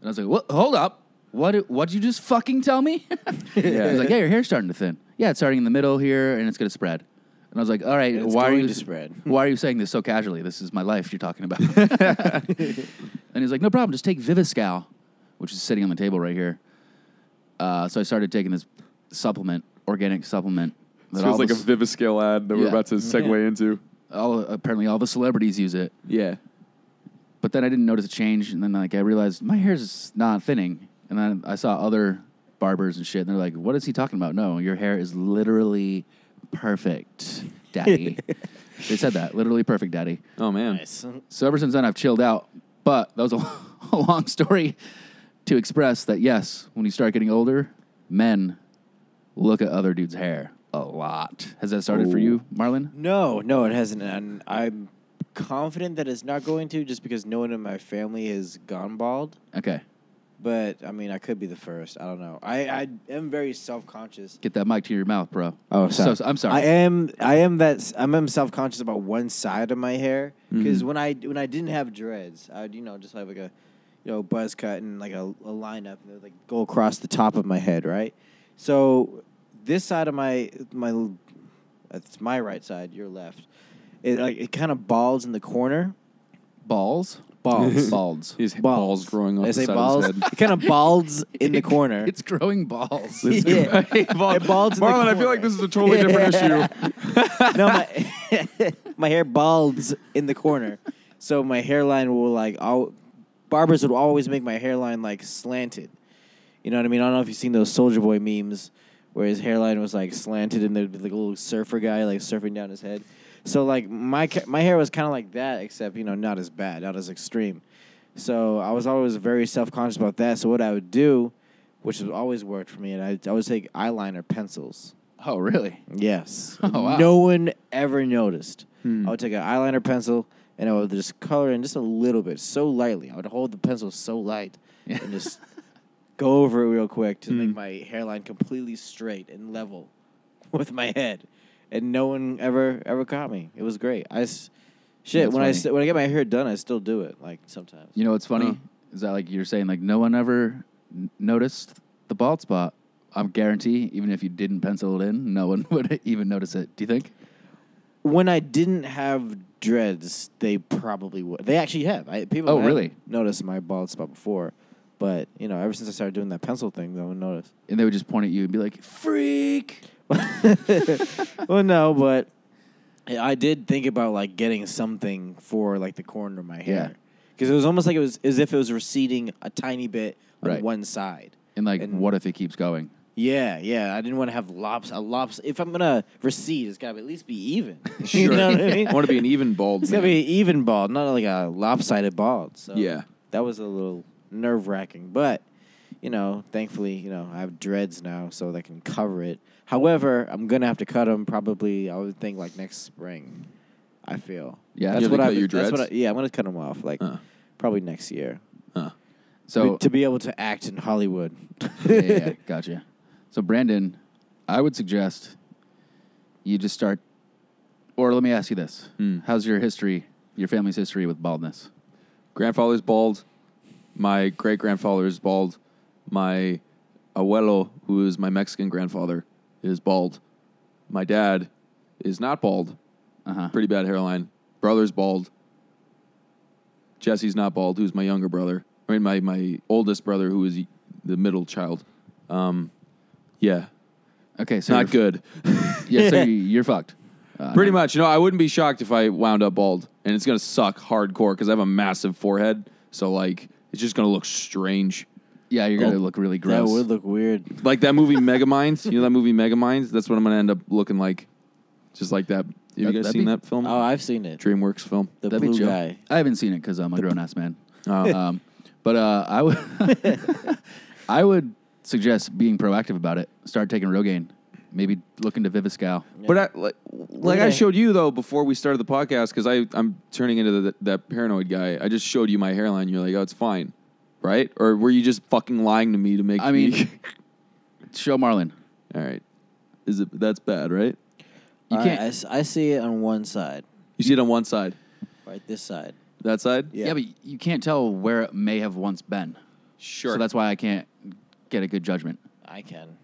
Speaker 1: and I was like, "What? Hold up." What did, what did you just fucking tell me?
Speaker 4: Yeah.
Speaker 1: He's like, yeah, your hair's starting to thin. Yeah, it's starting in the middle here, and it's gonna spread. And I was like, all right,
Speaker 3: It's
Speaker 1: why are
Speaker 3: going
Speaker 1: you
Speaker 3: to spread.
Speaker 1: Why are you saying this so casually? This is my life you're talking about. and he's like, no problem, just take Viviscal, which is sitting on the table right here. Uh, so I started taking this supplement, organic supplement. that all
Speaker 4: Feels like
Speaker 1: the
Speaker 4: a
Speaker 1: s-
Speaker 4: Viviscale ad that
Speaker 1: Yeah.
Speaker 4: we're about to segue
Speaker 3: Yeah.
Speaker 4: into.
Speaker 1: all, apparently all the celebrities use it.
Speaker 4: Yeah.
Speaker 1: but then I didn't notice a change, and then like I realized my hair's not thinning, and then I saw other barbers and shit, and they're like, "What is he talking about? No, your hair is literally perfect, daddy." they said that, literally perfect, daddy.
Speaker 4: Oh man.
Speaker 3: Nice.
Speaker 1: So ever since then, I've chilled out. But that was a, a long story to express that yes, when you start getting older, men look at other dudes' hair a lot. Has that started for
Speaker 4: Ooh.
Speaker 1: you, Marlon?
Speaker 3: No, no, it hasn't. And I'm confident that it's not going to, just because no one in my family has gone bald.
Speaker 1: Okay,
Speaker 3: But I mean, I could be the first. I don't know. I, I am very self conscious.
Speaker 1: get that mic to your mouth, bro.
Speaker 3: Oh,
Speaker 1: so,
Speaker 3: sorry.
Speaker 1: I'm sorry.
Speaker 3: I am I am that I'm self conscious about one side of my hair because
Speaker 4: Mhm.
Speaker 3: when I when I didn't have dreads, I'd you know just have like a you know buzz cut and like a, a line up and it would like go across the top of my head, right? So this side of my my that's my right side, your left. It like it kind of balls in the corner.
Speaker 1: balls,
Speaker 3: Balls.
Speaker 1: balds.
Speaker 4: His
Speaker 3: Balls.
Speaker 4: balls growing off
Speaker 3: I
Speaker 4: the
Speaker 3: say
Speaker 4: side
Speaker 3: balls.
Speaker 4: of his head.
Speaker 3: It kind of balls in the corner.
Speaker 1: It's growing balls.
Speaker 3: Yeah.
Speaker 4: Bal-
Speaker 3: It balds in the
Speaker 4: Marlon, I feel
Speaker 3: corner.
Speaker 4: like this is a totally different issue.
Speaker 3: no, my, my hair balds in the corner, so my hairline will like all barbers would always make my hairline like slanted. You know what I mean? I don't know if you've seen those Soldier Boy memes where his hairline was like slanted and there'd be like a little surfer guy like surfing down his head. So like my ca- my hair was kind of like that, except you know not as bad, not as extreme. So I was always very self conscious about that. So what I would do, which has always worked for me, and I, I would take eyeliner pencils.
Speaker 1: Oh, really?
Speaker 3: Yes.
Speaker 1: Oh, wow. Hmm.
Speaker 3: No one ever noticed. I would take an eyeliner pencil and I would just color in just a little bit, so lightly. I would hold the pencil so light and just go over it real quick to
Speaker 1: Hmm.
Speaker 3: make my hairline completely straight and level with my head. And no one ever ever caught me. It was great. I s- shit
Speaker 1: That's
Speaker 3: when I
Speaker 1: funny.
Speaker 3: s- when I get my hair done, I still do it like sometimes.
Speaker 1: You know what's funny
Speaker 4: Huh.
Speaker 1: is that like you're saying like no one ever n- noticed the bald spot. I'm guarantee even if you didn't pencil it in, no one would even notice it. Do you think?
Speaker 3: When I didn't have dreads, they probably would. They actually have. I, people
Speaker 1: Oh,
Speaker 3: have
Speaker 1: really?
Speaker 3: noticed my bald spot before, but you know, ever since I started doing that pencil thing, no one noticed.
Speaker 1: And they would just point at you and be like, "Freak!"
Speaker 3: well, no, but I I did think about like getting something for like the corner of my hair
Speaker 1: Yeah.
Speaker 3: because it was almost like it was as if it was receding a tiny bit on
Speaker 1: Right.
Speaker 3: one side.
Speaker 1: And like,
Speaker 3: And-
Speaker 1: what if it keeps going?
Speaker 3: Yeah, yeah. I didn't want to have lops a lops. If I'm gonna recede, it's gotta at least be even.
Speaker 4: Sure.
Speaker 3: you know what I mean?
Speaker 4: I want to be an even bald
Speaker 3: It's gonna
Speaker 4: man.
Speaker 3: be even bald, not like a lopsided bald. So
Speaker 4: Yeah.
Speaker 3: that was a little nerve wracking, but you know, thankfully, you know, I have dreads now, so that can cover it. However, I'm gonna have to cut them probably. I would think like next spring. I feel.
Speaker 1: Yeah.
Speaker 3: that's
Speaker 1: You have
Speaker 3: what
Speaker 4: to
Speaker 3: I.
Speaker 4: cut your
Speaker 3: That's what I,
Speaker 4: dreads?
Speaker 3: yeah, I'm gonna cut them off like
Speaker 4: Uh.
Speaker 3: probably next year.
Speaker 4: Huh.
Speaker 1: So
Speaker 3: to be able to act in Hollywood.
Speaker 1: yeah, yeah, yeah, gotcha. So Brandon, I would suggest you just start. Or let me ask you this:
Speaker 4: Hmm.
Speaker 1: How's your history, your family's history with baldness?
Speaker 4: grandfather's bald. My great grandfather is bald. My abuelo, who is my Mexican grandfather, is bald. My dad is not bald.
Speaker 1: Uh huh.
Speaker 4: Pretty bad hairline. Brother's bald. Jesse's not bald. Who's my younger brother? I mean, my my oldest brother, who is the middle child. Um, yeah,
Speaker 1: Okay, so
Speaker 4: not
Speaker 1: you're-
Speaker 4: good.
Speaker 1: Yeah, so you, you're fucked.
Speaker 4: Pretty much. You know, I wouldn't be shocked if I wound up bald, and it's gonna suck hardcore because I have a massive forehead. So like, it's just gonna look strange.
Speaker 1: Yeah, you're gonna
Speaker 4: Oh,
Speaker 1: look really
Speaker 3: that
Speaker 1: gross.
Speaker 3: would look weird.
Speaker 4: Like that movie Megaminds. You know that movie Megaminds. That's what I'm gonna end up looking like, just like that. You
Speaker 1: That-
Speaker 4: guys
Speaker 1: that'd
Speaker 4: seen
Speaker 1: be-
Speaker 4: that film?
Speaker 3: Oh, I've seen it.
Speaker 4: DreamWorks film.
Speaker 3: The
Speaker 1: That'd be
Speaker 3: blue
Speaker 1: chill.
Speaker 3: guy.
Speaker 1: I haven't seen it because I'm a grown ass man.
Speaker 4: Oh.
Speaker 1: Um, but uh, I would, I would suggest being proactive about it. Start taking Rogaine. Maybe look into Viviscal.
Speaker 4: But I, like, like I
Speaker 3: Okay.
Speaker 4: showed you though before we started the podcast because I I'm turning into the, that paranoid guy. I just showed you my hairline. You're like, oh, it's fine, right? Or were you just fucking lying to me to make?
Speaker 1: I mean-
Speaker 4: me-
Speaker 1: Show Marlin.
Speaker 4: all right, is it that's bad, right?
Speaker 1: You
Speaker 3: All right,
Speaker 1: can't.
Speaker 3: I s- I see it on one side,
Speaker 4: You see it on one side,
Speaker 3: right this side.
Speaker 4: that side.
Speaker 1: yeah. but you can't tell where it may have once been.
Speaker 4: sure.
Speaker 1: So that's why I can't get a good judgment.
Speaker 3: I can.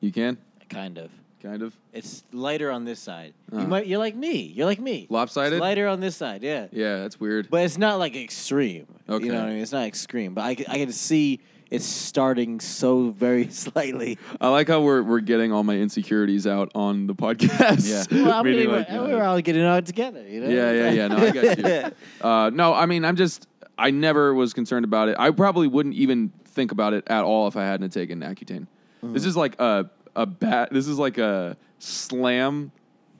Speaker 4: you can.
Speaker 3: Kind of.
Speaker 4: kind of.
Speaker 3: It's lighter on this side.
Speaker 4: Uh-huh.
Speaker 3: You might you're like me. You're like me.
Speaker 4: Lopsided?
Speaker 3: It's lighter on this side, yeah.
Speaker 4: Yeah, that's weird.
Speaker 3: But it's not like extreme.
Speaker 4: Okay.
Speaker 3: You know what I mean? It's not extreme. But I, c- I can see it's starting so very slightly.
Speaker 4: I like how we're we're getting all my insecurities out on the podcast.
Speaker 1: Yeah.
Speaker 3: Well, I
Speaker 4: Meaning,
Speaker 3: mean,
Speaker 4: like,
Speaker 3: we're,
Speaker 4: yeah.
Speaker 3: we're all getting out together, you know?
Speaker 4: Yeah, yeah, yeah. No, I got you. Uh, no, I mean, I'm just, I never was concerned about it. I probably wouldn't even think about it at all if I hadn't taken Accutane.
Speaker 3: Mm-hmm.
Speaker 4: This is like a a bat. This is like a slam,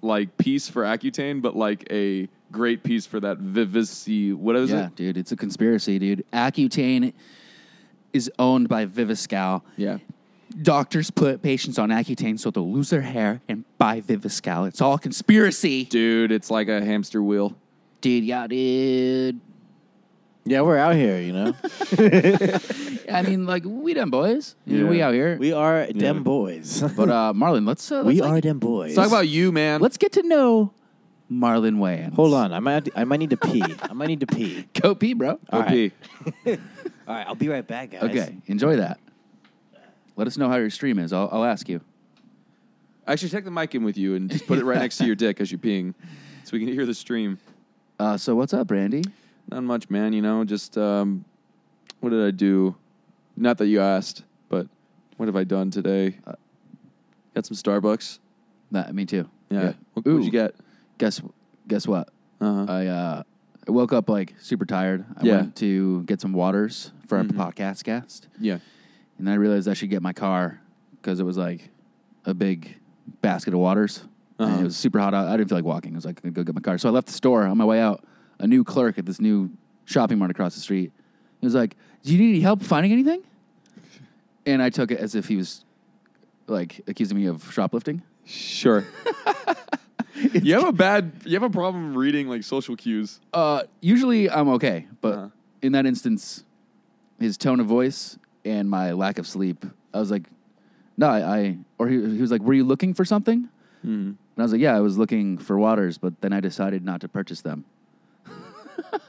Speaker 4: like piece for Accutane, but like a great piece for that Vivisci. What is
Speaker 1: yeah,
Speaker 4: it?
Speaker 1: dude, it's a conspiracy, dude. Accutane is owned by Viviscal.
Speaker 4: Yeah.
Speaker 1: Doctors put patients on Accutane so they'll lose their hair and buy Viviscal. It's all conspiracy,
Speaker 4: Dude, it's like a hamster wheel.
Speaker 1: dude. Yeah, dude.
Speaker 3: Yeah, we're out here, you know?
Speaker 1: I mean, like we them boys. You know, we
Speaker 4: Yeah.
Speaker 1: out here.
Speaker 3: we are them boys.
Speaker 1: but uh, Marlon, let's uh,
Speaker 3: we
Speaker 1: let's, like,
Speaker 3: are them boys.
Speaker 4: Let's talk about you, man.
Speaker 1: Let's get to know Marlon Wayans.
Speaker 3: Hold on. I might, have to- I might need to pee. I might need to pee.
Speaker 1: go pee, bro.
Speaker 4: OP.
Speaker 3: right. All right, I'll be right back, guys.
Speaker 1: Okay, enjoy that. Let us know how your stream is. I'll, I'll ask you.
Speaker 4: Actually, take the mic in with you and just put it right next to your dick as you're peeing, so we can hear the stream.
Speaker 1: Uh, so what's up, Brandy?
Speaker 4: Not much, man. You know, just um, what did I do? Not that you asked, but what have I done today?
Speaker 1: Uh,
Speaker 4: Got some Starbucks.
Speaker 1: Nah, me too.
Speaker 4: Yeah. What,
Speaker 1: Ooh,
Speaker 4: would you get?
Speaker 1: Guess guess what?
Speaker 4: Uh-huh.
Speaker 1: I uh, I woke up like super tired. I
Speaker 4: Yeah. Mm-hmm.
Speaker 1: went to get some waters for our podcast cast,
Speaker 4: yeah.
Speaker 1: and then I realized I should get my car because it was like a big basket of waters. And
Speaker 4: Uh-huh.
Speaker 1: it was super hot out. I didn't feel like walking. I was like, I'm gonna go get my car. So I left the store on my way out. A new clerk at this new shopping mart across the street. He was like, "Do you need any help finding anything?" And I took it as if he was like accusing me of shoplifting.
Speaker 4: Sure. you have a bad. You have a problem reading like social cues.
Speaker 1: Uh, usually I'm okay, but
Speaker 4: Uh-huh.
Speaker 1: in that instance, his tone of voice and my lack of sleep, I was like, no, I, I or he, he was like, were you looking for something?
Speaker 4: Mm.
Speaker 1: And I was like, yeah, I was looking for waters, but then I decided not to purchase them. then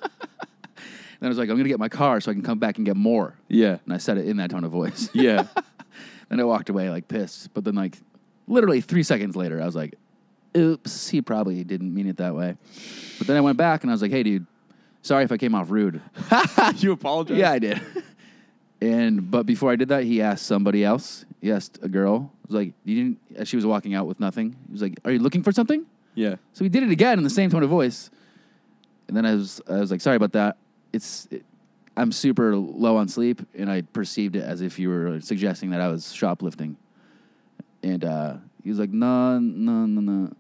Speaker 1: I was like, I'm going to get my car so I can come back and get more.
Speaker 4: Yeah.
Speaker 1: And I said it in that tone of voice.
Speaker 4: Yeah.
Speaker 1: and I walked away like pissed. But then, like, literally three seconds later, I was like, oops, he probably didn't mean it that way. But then I went back and I was like, hey, dude, sorry if I came off rude.
Speaker 4: you apologize.
Speaker 1: yeah, I did. and, but before I did that, he asked somebody else. He asked a girl. He was like, you didn't, as she was walking out with nothing. He was like, are you looking for something?
Speaker 4: Yeah.
Speaker 1: So we did it again in the same tone of voice. And then I was, I was like, sorry about that. It's, it, I'm super low on sleep. And I perceived it as if you were suggesting that I was shoplifting. And uh, he was like, no, no, no, no.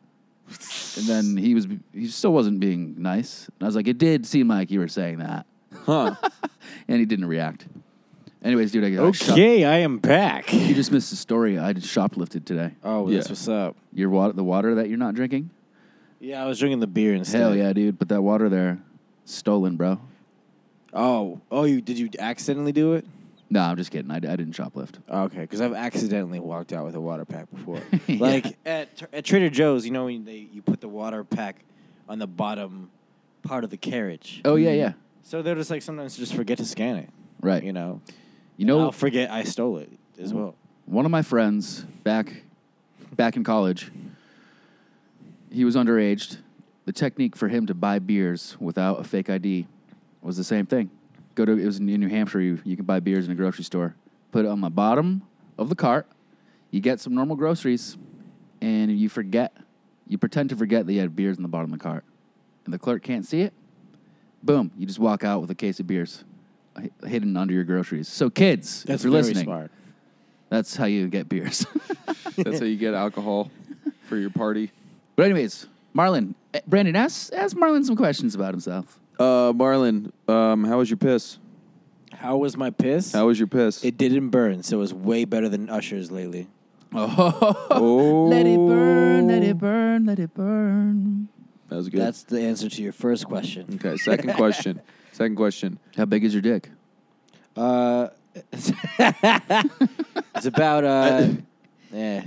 Speaker 1: And then he was, he still wasn't being nice. And I was like, it did seem like you were saying that.
Speaker 4: Huh.
Speaker 1: And he didn't react. Anyways, dude, I got shop-
Speaker 3: Okay, I am back.
Speaker 1: You just missed the story. I just shoplifted today.
Speaker 3: Oh,
Speaker 4: Yeah.
Speaker 3: that's what's up.
Speaker 1: Your water, the water that you're not drinking.
Speaker 3: Yeah, I was drinking the beer instead.
Speaker 1: Hell yeah, dude! But that water there, stolen, bro.
Speaker 3: Oh, oh, you did you accidentally do it?
Speaker 1: No, I'm just kidding. I, I didn't shoplift.
Speaker 3: Okay, because I've accidentally walked out with a water pack before.
Speaker 1: Yeah.
Speaker 3: Like at Tr- at Trader Joe's, you know when they you put the water pack on the bottom part of the carriage.
Speaker 1: Oh yeah, yeah.
Speaker 3: So they're just like sometimes just forget to scan it.
Speaker 1: Right.
Speaker 3: Mm. You know.
Speaker 1: You know,
Speaker 3: I'll forget I stole it as well.
Speaker 1: one of my friends back back in college, he was underaged. The technique for him to buy beers without a fake ID was the same thing. Go to it was in New Hampshire. You, you can buy beers in a grocery store. Put it on the bottom of the cart. You get some normal groceries, and you forget. You pretend to forget that you had beers in the bottom of the cart, and the clerk can't see it. Boom! You just walk out with a case of beers hi- hidden under your groceries. So kids, if
Speaker 3: That's
Speaker 1: you're
Speaker 3: very
Speaker 1: listening,
Speaker 3: smart.
Speaker 1: that's how you get beers.
Speaker 4: That's how you get alcohol for your party.
Speaker 1: but anyways, Marlon, eh, Brandon, ask ask Marlon some questions about himself.
Speaker 4: Uh, Marlon, um, how was your piss?
Speaker 3: How was my piss?
Speaker 4: How was your piss?
Speaker 3: it didn't burn, so it was way better than Usher's lately.
Speaker 1: Oh,
Speaker 4: oh,
Speaker 1: let it burn, let it burn, let it burn.
Speaker 4: That was good.
Speaker 3: That's the answer to your first question.
Speaker 4: Okay, second question. second question.
Speaker 1: How big is your dick?
Speaker 3: Uh, it's about uh, yeah.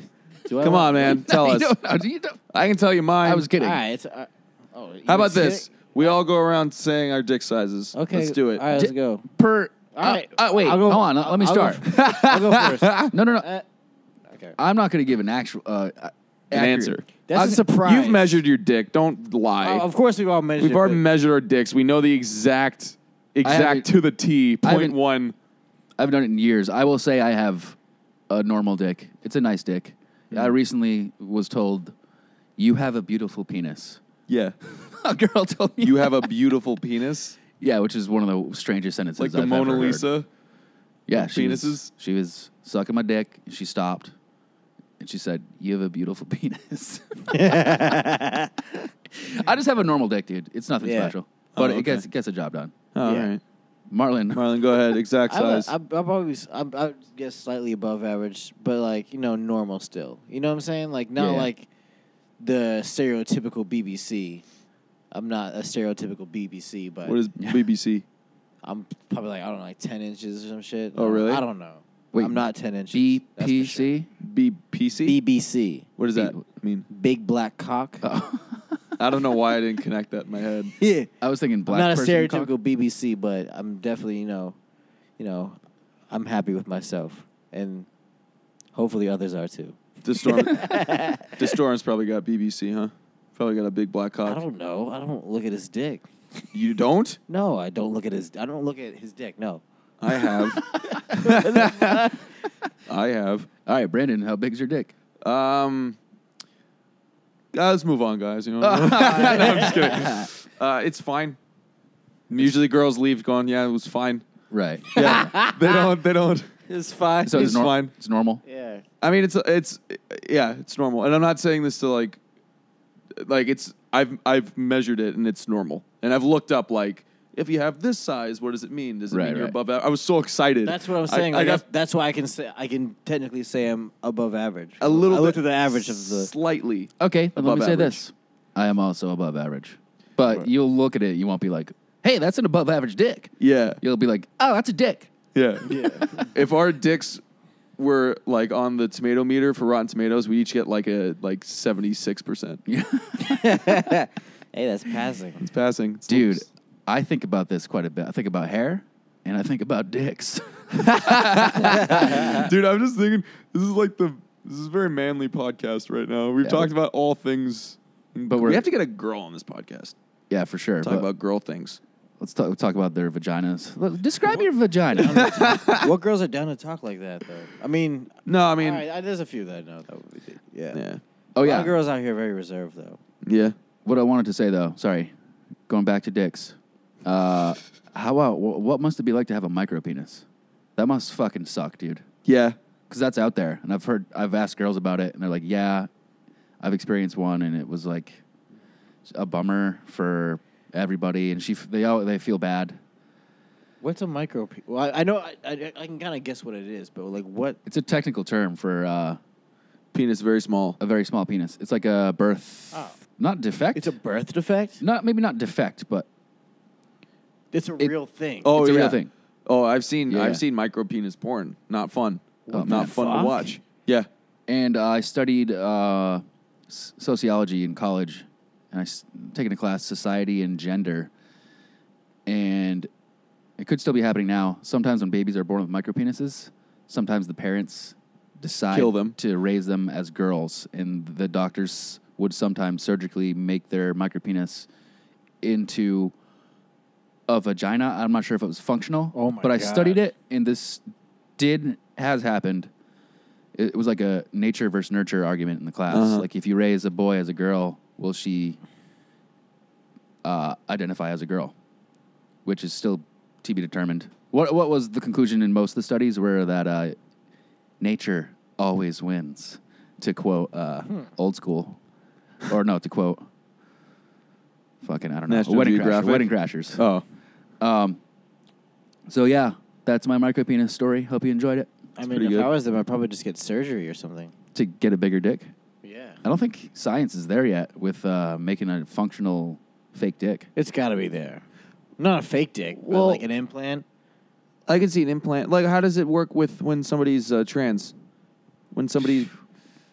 Speaker 3: Do I
Speaker 4: Come
Speaker 3: want-
Speaker 4: on, man. Tell us.
Speaker 1: You don't know. Do you don't-
Speaker 4: I can tell you mine.
Speaker 1: I was kidding.
Speaker 3: All right. It's, uh, oh, you
Speaker 4: How about
Speaker 3: sick?
Speaker 4: this? We all go around saying our dick sizes.
Speaker 3: Okay.
Speaker 4: Let's do it.
Speaker 3: All right, let's go.
Speaker 1: Per.
Speaker 3: All right.
Speaker 1: Uh, uh, wait,
Speaker 3: I'll go-
Speaker 1: hold on. let- let me
Speaker 3: I'll
Speaker 1: start.
Speaker 3: Go, I'll go first.
Speaker 1: no, no, no.
Speaker 3: Uh, okay.
Speaker 1: I'm not going to give an actual. Uh, I-
Speaker 4: an
Speaker 1: Accurate.
Speaker 4: answer.
Speaker 3: That's a
Speaker 4: I've-
Speaker 3: surprise.
Speaker 4: You've measured your dick. Don't lie.
Speaker 3: Oh, of course, we've all measured.
Speaker 4: We've already
Speaker 3: it.
Speaker 4: measured our dicks. We know the exact,
Speaker 1: haven't-
Speaker 4: exact to the T.
Speaker 1: I haven't-
Speaker 4: Point one.
Speaker 1: I've done it in years. I will say I have a normal dick. It's a nice dick.
Speaker 3: Hmm.
Speaker 1: I recently was told, "You have a beautiful penis."
Speaker 4: Yeah.
Speaker 1: A girl told me,
Speaker 4: You have a beautiful penis,
Speaker 1: "Yeah," which is one of the strangest sentences.
Speaker 4: like the
Speaker 1: I've
Speaker 4: Mona
Speaker 1: ever heard.
Speaker 4: Lisa.
Speaker 1: Yeah, she
Speaker 4: Penises?
Speaker 1: Was, she was sucking my dick. And she stopped, and she said, "You have a beautiful penis." I just have a normal dick, dude. It's nothing
Speaker 3: Yeah.
Speaker 1: special, but
Speaker 4: Oh,
Speaker 1: it gets
Speaker 4: okay.
Speaker 1: it gets a job done.
Speaker 4: Oh,
Speaker 3: Yeah.
Speaker 4: All right,
Speaker 1: Marlon,
Speaker 4: Marlon, go ahead. Exact
Speaker 3: I would-
Speaker 4: size.
Speaker 3: I, I probably s- I, I would guess slightly above average, but like you know normal still. You know what I'm saying? Like not
Speaker 1: Yeah.
Speaker 3: like the stereotypical BBC. I'm not a stereotypical BBC, but
Speaker 4: what is BBC?
Speaker 3: I'm probably like I don't know like ten inches or some shit.
Speaker 4: Oh, really?
Speaker 3: I don't know.
Speaker 1: Wait,
Speaker 3: I'm not ten inches. that's for sure.
Speaker 1: BPC.
Speaker 4: BPC.
Speaker 3: BBC.
Speaker 4: what does that
Speaker 1: B-
Speaker 4: mean?
Speaker 3: Big black cock.
Speaker 4: Uh, I don't know why I didn't connect that in my head.
Speaker 3: yeah.
Speaker 1: I was thinking black.
Speaker 3: I'm not a
Speaker 1: person
Speaker 3: stereotypical
Speaker 1: cock.
Speaker 3: BBC, but I'm definitely you know, you know, I'm happy with myself, and hopefully others are too.
Speaker 4: The storm. the storm's probably got BBC, huh? Probably got a big black
Speaker 3: I
Speaker 4: cock.
Speaker 3: don't know. I don't look at his dick.
Speaker 4: you don't?
Speaker 3: No, I don't look at his. I don't look at his dick. No.
Speaker 4: I have. I have.
Speaker 1: All right, Brandon, how big's your dick?
Speaker 4: Um, uh, let's move on, guys. You know, what I mean? no, I'm just kidding. Uh, it's fine. Usually, girls leave going, "Yeah, it was fine."
Speaker 1: Right.
Speaker 4: Yeah, they don't. They don't.
Speaker 3: It's fine.
Speaker 1: So it's,
Speaker 4: It's
Speaker 1: nor-
Speaker 4: fine.
Speaker 1: It's normal.
Speaker 3: yeah.
Speaker 4: I mean, it's it's yeah, it's normal. And I'm not saying this to like like it's I've I've measured it and it's normal. And I've looked up like if you have this size, what does it mean? Does it
Speaker 1: Right,
Speaker 4: mean you're
Speaker 1: right.
Speaker 4: above? average? I was so excited.
Speaker 3: That's what I'm
Speaker 4: I-
Speaker 3: saying.
Speaker 4: I,
Speaker 3: like,
Speaker 4: got
Speaker 3: that's, that's why I can say I can technically say I'm above average.
Speaker 4: a little.
Speaker 3: I looked
Speaker 4: bit
Speaker 3: at the average of the.
Speaker 4: slightly.
Speaker 1: Okay, then let
Speaker 4: Above
Speaker 1: me say
Speaker 4: average.
Speaker 1: this: I am also above average, but
Speaker 4: Right.
Speaker 1: you'll look at it, you won't be like, "Hey, that's an above average dick."
Speaker 4: Yeah,
Speaker 1: You'll be like, "Oh, that's a dick."
Speaker 4: yeah.
Speaker 3: Yeah.
Speaker 4: if our dicks were like on the tomato meter for Rotten Tomatoes, we each get like a like seventy six percent.
Speaker 3: hey, that's passing.
Speaker 4: It's passing, It's
Speaker 1: Dude,
Speaker 4: almost-
Speaker 1: I think about this quite a bit. I think about hair, and I think about dicks.
Speaker 4: Dude, I'm just thinking this is like the this is a very manly podcast right now. We've
Speaker 1: Yeah.
Speaker 4: talked about all things,
Speaker 1: But we're-
Speaker 4: we have to get a girl on this podcast.
Speaker 1: yeah, for sure.
Speaker 4: Talk
Speaker 1: but
Speaker 4: about girl things.
Speaker 1: let's talk, talk about their vaginas. Look, Describe your vagina.
Speaker 3: what girls are down to talk like that though? I mean,
Speaker 4: No, I mean,
Speaker 3: all right, I- there's a few that I know. That would be, yeah.
Speaker 4: yeah,
Speaker 1: oh
Speaker 3: A lot
Speaker 1: yeah.
Speaker 3: of girls out here are very reserved though.
Speaker 4: yeah.
Speaker 1: What I wanted to say though, sorry, going back to dicks. Uh, how about wh- what must it be like to have a micro penis? That must fucking suck, dude.
Speaker 4: Yeah.
Speaker 1: because that's out there. And I've heard, I've asked girls about it, and they're like, "Yeah, I've experienced one, and it was like a bummer for everybody." And she, f- they all, they feel bad.
Speaker 3: What's a micro? Pe- well, I, I know I, I, I can kind of guess what it is, but like what?
Speaker 1: It's a technical term for uh,
Speaker 4: Penis very small.
Speaker 1: a very small penis. It's like a birth,
Speaker 3: Oh.
Speaker 1: not defect.
Speaker 3: It's a birth defect.
Speaker 1: not maybe not defect, but
Speaker 3: It's a
Speaker 1: It-
Speaker 3: real thing.
Speaker 4: Oh,
Speaker 1: it's a
Speaker 4: yeah.
Speaker 1: real thing.
Speaker 4: Oh, I've seen
Speaker 1: Yeah.
Speaker 4: I've seen micro penis porn. Not fun.
Speaker 1: What
Speaker 4: Not
Speaker 1: the
Speaker 4: fun
Speaker 3: fuck?
Speaker 4: to watch. Yeah.
Speaker 1: and I studied uh, s- sociology in college, and I s- taken a class society and gender, and it could still be happening now. Sometimes when babies are born with micropenises, sometimes the parents decide
Speaker 4: Kill them.
Speaker 1: to raise them as girls, and the doctors would sometimes surgically make their micropenis into a vagina. I'm not sure if it was functional.
Speaker 3: Oh my
Speaker 1: But I
Speaker 3: God.
Speaker 1: studied it, and this did has happened. It it was like a nature versus nurture argument in the class.
Speaker 4: Uh-huh.
Speaker 1: Like if you raise a boy as a girl, will she uh, identify as a girl? Which is still to be determined. What what was the conclusion in most of the studies were that uh, nature always wins, to quote uh, old school, or no, to quote fucking I don't know,
Speaker 4: National
Speaker 1: wedding crashers,
Speaker 4: Geographic.
Speaker 1: wedding crashers.
Speaker 4: Oh.
Speaker 1: So yeah, that's my micro penis story. Hope you enjoyed it.
Speaker 3: I mean, if
Speaker 4: pretty good.
Speaker 3: I was them, I'd probably just get surgery or something.
Speaker 1: To get a bigger dick,
Speaker 3: Yeah,
Speaker 1: I don't think science is there yet with uh, making a functional fake dick.
Speaker 3: it's got to be there. Not a fake dick,
Speaker 4: Well-
Speaker 3: but like an implant.
Speaker 4: I can see an implant. Like, how does it work with when somebody's uh, trans? When somebody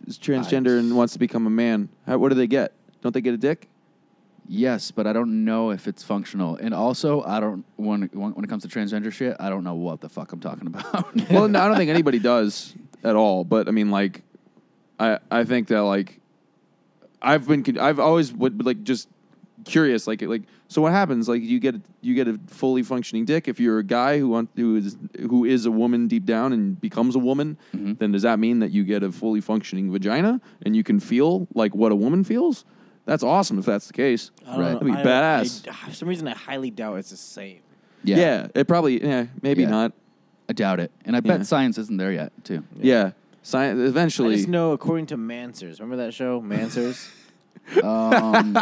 Speaker 4: is transgender and wants to become a man, how, what do they get? Don't they get a dick?
Speaker 1: Yes, but I don't know if it's functional. And also, I don't when when when it comes to transgender shit, I don't know what the fuck I'm talking about.
Speaker 4: well, no, I don't think anybody does at all. But I mean, like, I I think that like I've been con- I've always would like just curious like like so what happens like you get you get a fully functioning dick if you're a guy who want, who is who is a woman deep down and becomes a woman then does that mean that you get a fully functioning vagina and you can feel like what a woman feels that's awesome if that's the case
Speaker 3: I don't
Speaker 1: Right.
Speaker 3: know.
Speaker 4: That'd be
Speaker 3: I-
Speaker 4: badass.
Speaker 3: I- for some reason, I highly doubt it's the same.
Speaker 4: yeah.
Speaker 1: Yeah,
Speaker 4: it probably yeah maybe
Speaker 1: Yeah.
Speaker 4: not
Speaker 1: I doubt it, and I bet
Speaker 4: Yeah.
Speaker 1: science isn't there yet too.
Speaker 4: yeah, science
Speaker 3: I
Speaker 4: eventually
Speaker 3: just know, according to Mansers, remember that show, Mansers?
Speaker 1: Um,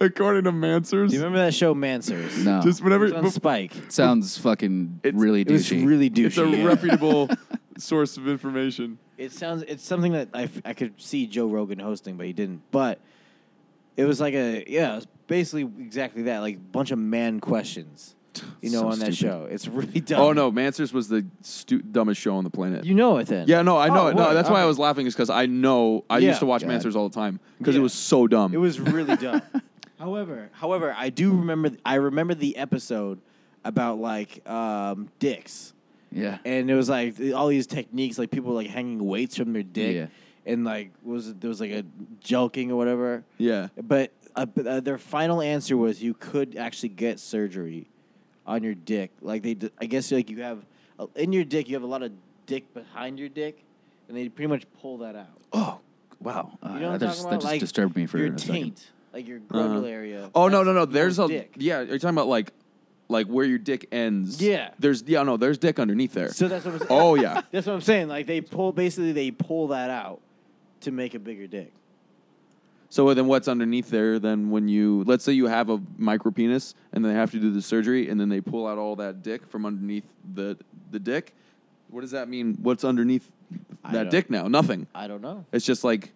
Speaker 4: according to Mansers
Speaker 3: Do you remember that show, Mansers?
Speaker 1: no,
Speaker 4: whenever
Speaker 3: It's on Spike.
Speaker 1: sounds fucking
Speaker 4: It's-
Speaker 1: really
Speaker 3: It was
Speaker 1: douchey.
Speaker 3: really douchey. yeah.
Speaker 4: reputable source of information
Speaker 3: It sounds it's something that I, f- I could see Joe Rogan hosting, but he didn't. But it was like a yeah, it was basically exactly that, like a bunch of man questions, you know,
Speaker 1: So
Speaker 3: on that
Speaker 1: stupid.
Speaker 3: show. It's really dumb.
Speaker 4: oh no Mansers was the stu- dumbest show on the planet
Speaker 3: you know it then.
Speaker 4: Yeah, no, I know
Speaker 3: Oh,
Speaker 4: it. No,
Speaker 3: word.
Speaker 4: that's why I
Speaker 3: Alright.
Speaker 4: was laughing is because I know I
Speaker 3: Yeah.
Speaker 4: used to watch
Speaker 1: God.
Speaker 4: Mansers all the time because it
Speaker 3: Yeah.
Speaker 4: was so dumb.
Speaker 3: It was really dumb. however, however, I do remember I remember the episode about like um, dicks.
Speaker 1: yeah,
Speaker 3: and it was like th- all these techniques, like people like hanging weights from their dick,
Speaker 1: Yeah.
Speaker 3: and like was it, there was like a jelking or whatever.
Speaker 4: yeah,
Speaker 3: But uh, but, uh, their final answer was you could actually get surgery on your dick. Like they, d- I guess like you have uh, in your dick, you have a lot of dick behind your dick, and they pretty much pull that out.
Speaker 1: Oh wow, uh,
Speaker 3: You know what
Speaker 1: that
Speaker 3: I'm talking
Speaker 1: just that
Speaker 3: about?
Speaker 1: just
Speaker 3: Like,
Speaker 1: disturbed me for
Speaker 3: your
Speaker 1: a second. Uh-huh.
Speaker 3: taint, like your genital area.
Speaker 4: Oh no,
Speaker 3: that's
Speaker 4: no, no.
Speaker 3: your
Speaker 4: There's a
Speaker 3: dick.
Speaker 4: yeah. You're talking about like like where your dick ends.
Speaker 3: Yeah.
Speaker 4: There's yeah no. There's dick underneath there.
Speaker 3: So that's what I'm saying.
Speaker 4: oh yeah.
Speaker 3: That's what I'm saying. Like they pull, basically they pull that out to make a bigger dick.
Speaker 4: So then what's underneath there? Then when you let's say you have a micro penis and they have to do the surgery and then they pull out all that dick from underneath the the dick. What does that mean? What's underneath
Speaker 3: I
Speaker 4: that
Speaker 3: don't-
Speaker 4: dick now? Nothing.
Speaker 3: I don't know.
Speaker 4: It's just like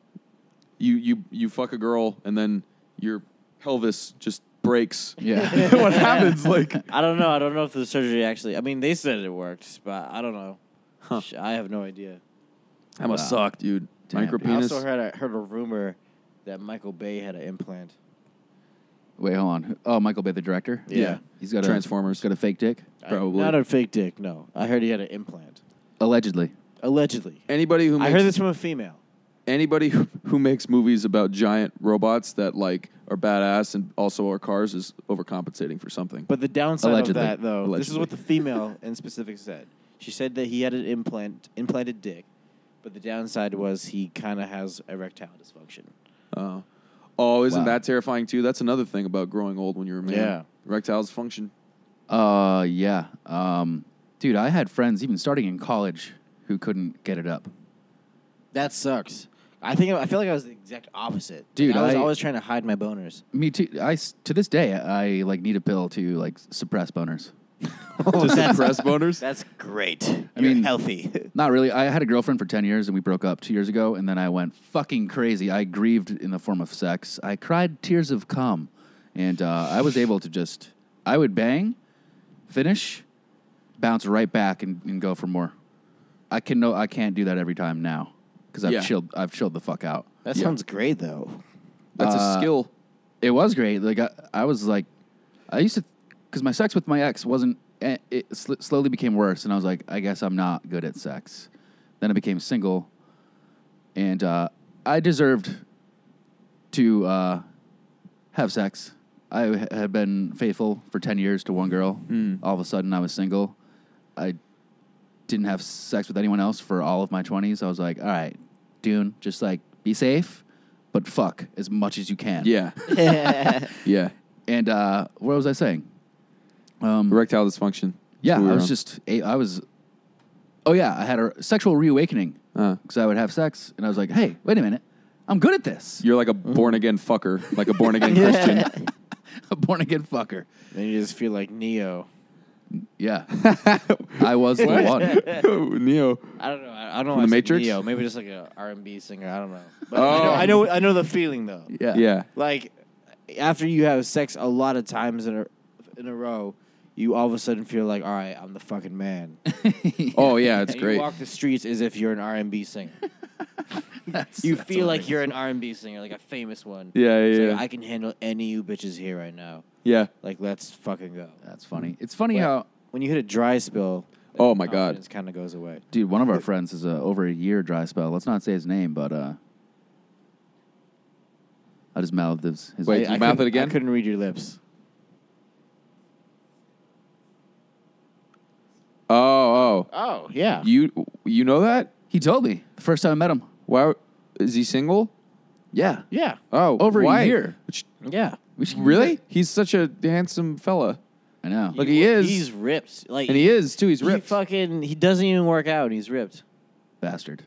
Speaker 4: you you you fuck a girl and then your pelvis just breaks.
Speaker 1: Yeah,
Speaker 4: what happens? Like
Speaker 3: I don't know. I don't know if the surgery actually. I mean, they said it worked, but I don't know. Sh- I have no idea.
Speaker 4: that must
Speaker 1: Wow.
Speaker 4: suck, dude.
Speaker 1: Damn,
Speaker 4: Micro
Speaker 1: dude.
Speaker 4: penis.
Speaker 3: I also heard a, heard a rumor that Michael Bay had an implant.
Speaker 1: wait, hold on. Oh, Michael Bay, the director.
Speaker 4: Yeah.
Speaker 1: he's got A,
Speaker 4: Transformers.
Speaker 1: he's got a fake dick,
Speaker 3: I-
Speaker 4: Probably.
Speaker 3: not a fake dick. No, I heard he had an implant.
Speaker 1: allegedly.
Speaker 3: Allegedly,
Speaker 4: anybody who
Speaker 3: I
Speaker 4: makes,
Speaker 3: heard this from a female.
Speaker 4: anybody who, who makes movies about giant robots that like are badass and also are cars is overcompensating for something.
Speaker 3: But the downside
Speaker 1: Allegedly.
Speaker 3: of that, though, this is
Speaker 4: Allegedly.
Speaker 3: what the female in specific said. She said that he had an implant, implanted dick, but the downside was he kind of has erectile dysfunction.
Speaker 4: Uh, oh, isn't
Speaker 1: Wow.
Speaker 4: that terrifying too? That's another thing about growing old when you're a man.
Speaker 3: Yeah.
Speaker 4: Erectiles function.
Speaker 1: Uh, yeah. Um, dude, I had friends even starting in college who couldn't get it up.
Speaker 3: That sucks. I think I feel like I was the exact opposite.
Speaker 1: Dude,
Speaker 3: I was
Speaker 1: I-
Speaker 3: always trying to hide my boners.
Speaker 1: Me too. I s- to this day I like need a pill to like suppress boners.
Speaker 4: to suppress boners.
Speaker 3: That's great.
Speaker 1: I You're mean-
Speaker 3: healthy.
Speaker 1: Not really. I had a girlfriend for 10 years and we broke up two years ago. And then I went fucking crazy. I grieved in the form of sex. I cried tears of cum. And uh, I was able to just, I would bang, finish, bounce right back and, and go for more. I can no, I can't do that every time now because I've
Speaker 4: Yeah.
Speaker 1: chilled, I've chilled the fuck out.
Speaker 3: That
Speaker 4: Yeah.
Speaker 3: sounds great, though.
Speaker 4: That's a
Speaker 1: Uh,
Speaker 4: skill.
Speaker 1: It was great. Like I, I was like, I used to, because my sex with my ex wasn't. eh, It sl- slowly became worse, and I was like, I guess I'm not good at sex. Then I became single, and uh, I deserved to uh, have sex. I h- had been faithful for ten years to one girl. All of a sudden, I was single. I didn't have sex with anyone else for all of my 20s. I was like, all right, Dune, just like be safe, but fuck as much as you can.
Speaker 4: Yeah. yeah.
Speaker 1: And uh, what was I saying? Um,
Speaker 4: Erectile dysfunction.
Speaker 1: yeah,
Speaker 4: That's what
Speaker 1: I
Speaker 4: we were
Speaker 1: was
Speaker 4: on.
Speaker 1: just, a- I was, oh yeah, I had a sexual reawakening
Speaker 4: Uh.
Speaker 1: because I would have sex and I was like, hey, wait a minute, I'm good at this.
Speaker 4: You're like a born again fucker, like a born again Christian.
Speaker 1: a born again fucker.
Speaker 3: Then you just feel like Neo.
Speaker 1: Yeah. I was the one.
Speaker 4: Oh, Neo.
Speaker 3: I don't know. I, I don't know. why I
Speaker 4: From The
Speaker 3: said
Speaker 4: Matrix? Um,
Speaker 3: Neo. Maybe just like an R and B singer. I don't know. But I, know I know. I know the feeling though.
Speaker 1: Yeah.
Speaker 4: Yeah.
Speaker 3: Like after you have sex a lot of times in a in a row, you all of a sudden feel like, all right, I'm the fucking man.
Speaker 4: Oh yeah, it's
Speaker 3: And
Speaker 4: great.
Speaker 3: You walk the streets as if you're an R and B singer.
Speaker 1: That's-
Speaker 3: You
Speaker 1: that's
Speaker 3: feel
Speaker 1: what I
Speaker 3: like
Speaker 1: think.
Speaker 3: you're an R and B singer, like a famous one.
Speaker 4: Yeah,
Speaker 3: It's
Speaker 4: yeah,
Speaker 3: like,
Speaker 4: yeah.
Speaker 3: I can handle any of you bitches here right now.
Speaker 4: yeah.
Speaker 3: Like, let's fucking go.
Speaker 1: That's funny. It's funny
Speaker 3: Well-
Speaker 1: how,
Speaker 3: When you hit a dry spell,
Speaker 4: Oh, my God.
Speaker 3: it kind of goes away.
Speaker 1: dude, one of our friends is uh, over a year dry spell. Let's not say his name, but uh, I just mouthed his. his
Speaker 4: Wait, you mouth it
Speaker 3: couldn't-
Speaker 4: again?
Speaker 3: I couldn't read your lips.
Speaker 4: Oh,
Speaker 1: Ah.
Speaker 4: oh.
Speaker 3: Oh yeah.
Speaker 4: You you know that?
Speaker 1: he told me the first time I met him.
Speaker 4: Why is he single?
Speaker 1: Yeah,
Speaker 3: yeah.
Speaker 4: Oh,
Speaker 1: Over a
Speaker 4: why?
Speaker 1: year.
Speaker 4: Which-
Speaker 3: yeah.
Speaker 1: we should
Speaker 4: Really? He's such a handsome fella.
Speaker 1: I know.
Speaker 4: Look, he is.
Speaker 3: He's ripped. Like
Speaker 4: And he is too. He's
Speaker 3: He
Speaker 4: ripped.
Speaker 3: fucking. He doesn't even work out. and He's ripped.
Speaker 1: bastard.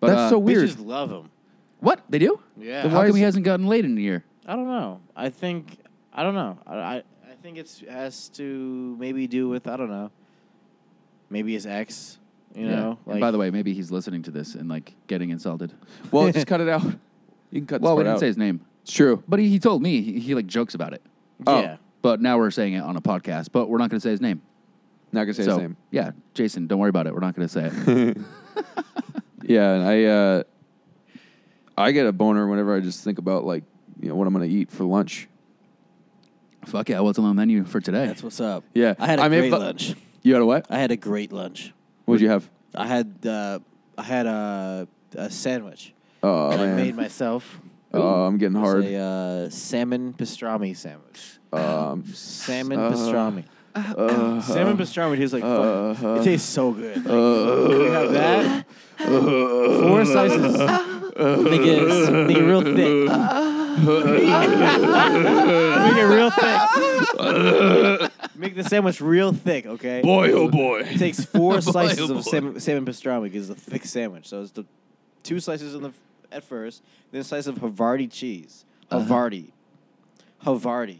Speaker 1: But,
Speaker 4: That's
Speaker 1: uh,
Speaker 4: so weird.
Speaker 3: Bitches love him.
Speaker 1: What they do?
Speaker 3: Yeah.
Speaker 1: Then How come he hasn't gotten laid in a year?
Speaker 3: I don't know. I think I don't know. I I, I think it's has to maybe do with I don't know. Maybe his ex. You
Speaker 1: Yeah.
Speaker 3: know.
Speaker 1: and by the way, maybe he's listening to this and like getting insulted.
Speaker 4: Well, just cut it out. You can cut.
Speaker 1: Well,
Speaker 4: this
Speaker 1: we
Speaker 4: part
Speaker 1: didn't
Speaker 4: out.
Speaker 1: say his name,
Speaker 4: It's true.
Speaker 1: but he, he told me he, he like jokes about it.
Speaker 4: Oh.
Speaker 3: yeah.
Speaker 1: But now we're saying it on a podcast. But we're not going to say his name.
Speaker 4: Not gonna say
Speaker 1: so
Speaker 4: his name.
Speaker 1: yeah, Jason, don't worry about it. We're not going to say it.
Speaker 4: Yeah, and I uh, I get a boner whenever I just think about like you know what I'm gonna eat for lunch.
Speaker 1: Fuck yeah! What's on the menu for today?
Speaker 3: That's what's up.
Speaker 4: Yeah.
Speaker 3: I had a
Speaker 4: I mean,
Speaker 3: great
Speaker 4: but-
Speaker 3: lunch.
Speaker 4: You had a what?
Speaker 3: I had a great lunch.
Speaker 4: What'd you have?
Speaker 3: I had uh, I had a, a sandwich.
Speaker 4: Oh
Speaker 3: that I
Speaker 4: man.
Speaker 3: made myself.
Speaker 4: oh, I'm getting
Speaker 3: It was
Speaker 4: hard.
Speaker 3: A uh, salmon pastrami sandwich.
Speaker 4: Um,
Speaker 3: Salmon
Speaker 4: Uh,
Speaker 3: pastrami.
Speaker 4: uh,
Speaker 3: salmon pastrami tastes like
Speaker 4: uh,
Speaker 3: fuck. It tastes so good. Like, you have that. Four slices. Make it, make it real thick. make it real thick. Make the sandwich real thick, okay?
Speaker 4: boy, oh boy.
Speaker 3: It takes four
Speaker 1: oh
Speaker 3: slices
Speaker 1: boy.
Speaker 3: of salmon, salmon pastrami because it's a thick sandwich. So it's the two slices in the at first, then a slice of Havarti cheese.
Speaker 1: Uh-huh.
Speaker 3: Havarti. Havarti.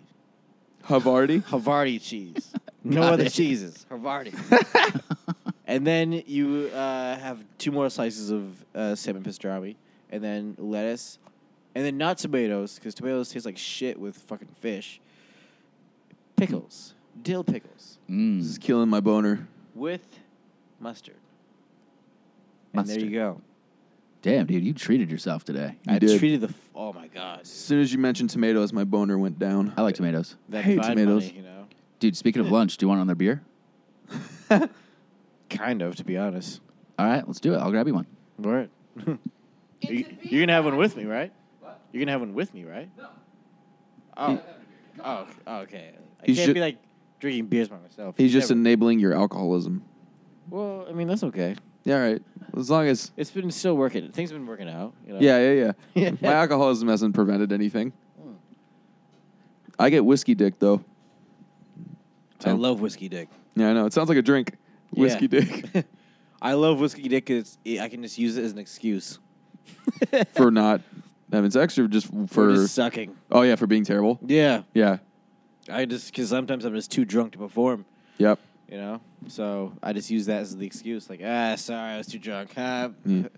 Speaker 4: Havarti.
Speaker 3: Havarti cheese. No
Speaker 1: Got
Speaker 3: other
Speaker 1: it.
Speaker 3: cheeses. Havarti. and then you uh, have two more slices of uh, salmon pastrami, and then lettuce, and then not tomatoes because tomatoes taste like shit with fucking fish. Pickles, dill pickles
Speaker 4: This
Speaker 1: Mm.
Speaker 4: is killing my boner.
Speaker 3: with mustard. And
Speaker 1: Mustard.
Speaker 3: there you go.
Speaker 1: Damn, dude, you treated yourself today.
Speaker 4: You
Speaker 3: I
Speaker 4: did.
Speaker 3: treated the. F- oh my god,
Speaker 4: As soon as you mentioned tomatoes, my boner went down.
Speaker 1: I like tomatoes,
Speaker 3: that
Speaker 4: hate
Speaker 3: Vine
Speaker 4: tomatoes.
Speaker 3: money, you know,
Speaker 1: dude. Speaking of lunch, do you want another beer?
Speaker 3: kind of to be honest.
Speaker 1: All right, let's do it. I'll grab you one.
Speaker 3: Word. you, are gonna have one with me, right? You're gonna have one with me, right? No. Oh. oh. oh, Okay. I
Speaker 4: He's
Speaker 3: can't
Speaker 4: ju-
Speaker 3: be like drinking beers by myself.
Speaker 4: He's just
Speaker 3: Never.
Speaker 4: enabling your alcoholism.
Speaker 3: Well, I mean that's okay.
Speaker 4: Yeah, all right. As long as
Speaker 3: It's been still working. Things been working out. You know?
Speaker 4: yeah, yeah, yeah.
Speaker 3: Yeah.
Speaker 4: my alcoholism hasn't prevented anything. I get whiskey dick though.
Speaker 3: I love whiskey dick.
Speaker 4: Yeah, I know. It sounds like a drink. Whiskey
Speaker 3: Yeah.
Speaker 4: dick
Speaker 3: I love whiskey dick because I can just use it as an excuse
Speaker 4: for not having sex or just
Speaker 3: for
Speaker 4: for
Speaker 3: just sucking.
Speaker 4: oh yeah for being terrible.
Speaker 3: Yeah.
Speaker 4: Yeah.
Speaker 3: I just because sometimes I'm just too drunk to perform,
Speaker 4: Yep.
Speaker 3: you know. So I just use that as the excuse, like, ah, sorry, I was too drunk. Ah.
Speaker 4: Yeah.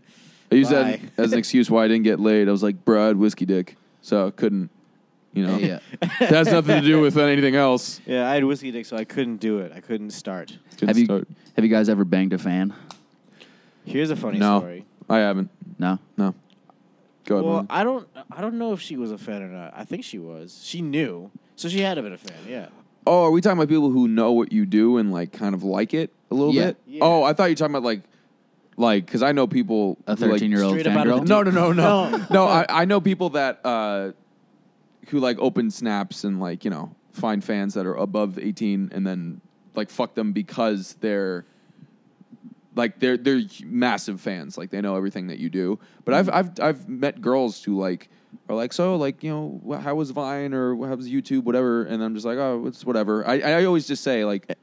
Speaker 4: I used that
Speaker 3: Bye.
Speaker 4: as an excuse why I didn't get laid. I was like, bro, I had whiskey dick, so I couldn't. You know,
Speaker 1: Yeah.
Speaker 4: that has nothing to do with anything else.
Speaker 3: Yeah, I had whiskey dick, so I couldn't do it. I couldn't start.
Speaker 4: Couldn't
Speaker 1: have you
Speaker 4: start.
Speaker 1: Have you guys ever banged a fan?
Speaker 3: Here's a funny
Speaker 4: No,
Speaker 3: story.
Speaker 4: I haven't.
Speaker 1: No.
Speaker 4: No. Go ahead.
Speaker 3: Well,
Speaker 4: Well,
Speaker 3: I don't, I don't know if she was a fan or not. I think she was. She knew, so she had to been a fan. Yeah.
Speaker 4: oh, are we talking about people who know what you do and like kind of like it a little
Speaker 1: Yeah.
Speaker 4: bit?
Speaker 3: Yeah.
Speaker 4: Oh, I thought you were talking about like, like because I know people.
Speaker 1: A
Speaker 4: who, like-
Speaker 1: thirteen-year-old
Speaker 3: straight up out of
Speaker 1: fangirl.
Speaker 3: the
Speaker 4: No, no, no, no,
Speaker 3: No.
Speaker 4: no. I, I know people that uh, who like open snaps and like you know find fans that are above eighteen and then like fuck them because they're like they're they're massive fans. Like they know everything that you do. But I've I've I've met girls who like are like so like you know wh- how was Vine or how was YouTube whatever, and I'm just like oh it's whatever. I I always just say like,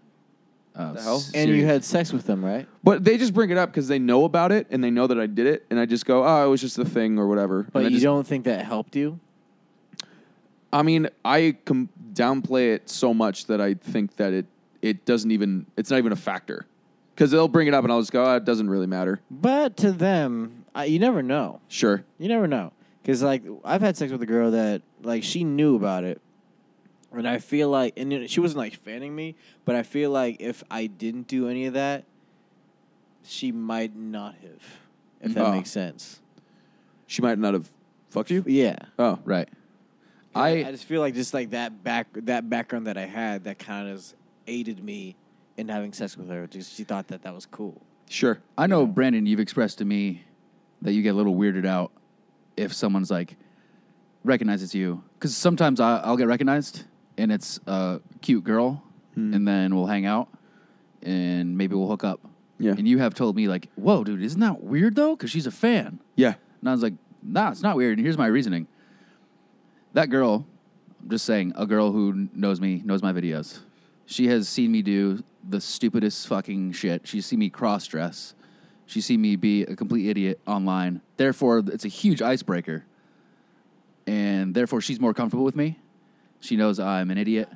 Speaker 1: Oh,
Speaker 4: The hell?
Speaker 1: s-
Speaker 3: And you
Speaker 1: serious.
Speaker 3: had sex with them, right?
Speaker 4: but they just bring it up because they know about it and they know that I did it, and I just go oh it was just the thing or whatever.
Speaker 3: But
Speaker 4: And I
Speaker 3: you
Speaker 4: just-
Speaker 3: don't think that helped you?
Speaker 4: I mean, I com- downplay it so much that I think that it it doesn't even it's not even a factor because they'll bring it up and I'll just go, oh, it doesn't really matter.
Speaker 3: But to them, I, you never know.
Speaker 4: Sure,
Speaker 3: You never know. Because, like, I've had sex with a girl that, like, she knew about it. And I feel like, and you know, she wasn't, like, fanning me, but I feel like if I didn't do any of that, she might not have. If that
Speaker 4: Oh.
Speaker 3: makes sense.
Speaker 4: she might not have fucked you.
Speaker 3: Yeah.
Speaker 4: Oh,
Speaker 1: right.
Speaker 3: I,
Speaker 1: I
Speaker 3: just feel like just, like, that back that background that I had that kind of aided me in having sex with her. Just, she thought that that was cool.
Speaker 4: sure.
Speaker 1: I know, Brandon. You've expressed to me that you get a little weirded out if someone's like, recognize it's you. Because sometimes I, I'll get recognized and it's a cute girl,
Speaker 4: Hmm.
Speaker 1: and then we'll hang out and maybe we'll hook up.
Speaker 4: Yeah.
Speaker 1: And you have told me, like, whoa, dude, isn't that weird though? Because she's a fan.
Speaker 4: Yeah.
Speaker 1: And I was like, nah, it's not weird. And here's my reasoning. That girl, I'm just saying, a girl who kn- knows me, knows my videos. She has seen me do the stupidest fucking shit. She's seen me cross dress. She's seen me be a complete idiot online. Therefore, it's a huge icebreaker. And therefore, she's more comfortable with me. She knows I'm an idiot.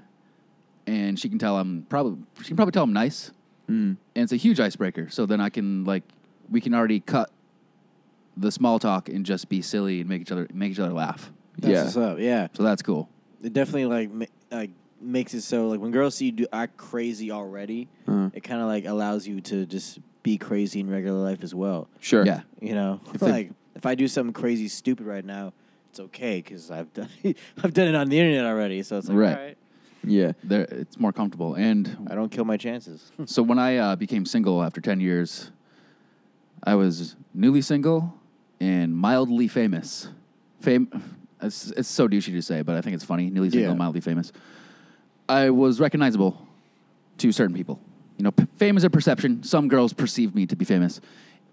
Speaker 1: And she can tell I'm probably, she can probably tell I'm nice. And it's a huge icebreaker. So then I can, like, we can already cut the small talk and just be silly and make each other make each other laugh.
Speaker 3: That's
Speaker 4: Yeah.
Speaker 3: what's up. Yeah.
Speaker 1: So that's cool.
Speaker 3: It definitely like ma- like makes it so like when girls see you do act crazy already,
Speaker 4: Uh-huh.
Speaker 3: it kind of like allows you to just be crazy in regular life as well.
Speaker 4: Sure.
Speaker 1: Yeah.
Speaker 3: You know,
Speaker 1: they-
Speaker 3: like if I do something crazy stupid right now, it's okay because I've done I've done it on the internet already. So it's like,
Speaker 1: Right.
Speaker 3: all right,
Speaker 4: Yeah.
Speaker 1: There, it's more comfortable.
Speaker 3: I
Speaker 1: And
Speaker 3: don't kill my chances.
Speaker 1: so when I uh, became single after ten years, I was newly single and mildly famous. Fame, it's, it's so douchey to say, but I think it's funny. Newly single,
Speaker 3: Yeah.
Speaker 1: mildly famous. I was recognizable to certain people. You know, p- fame is a perception. Some girls perceive me to be famous,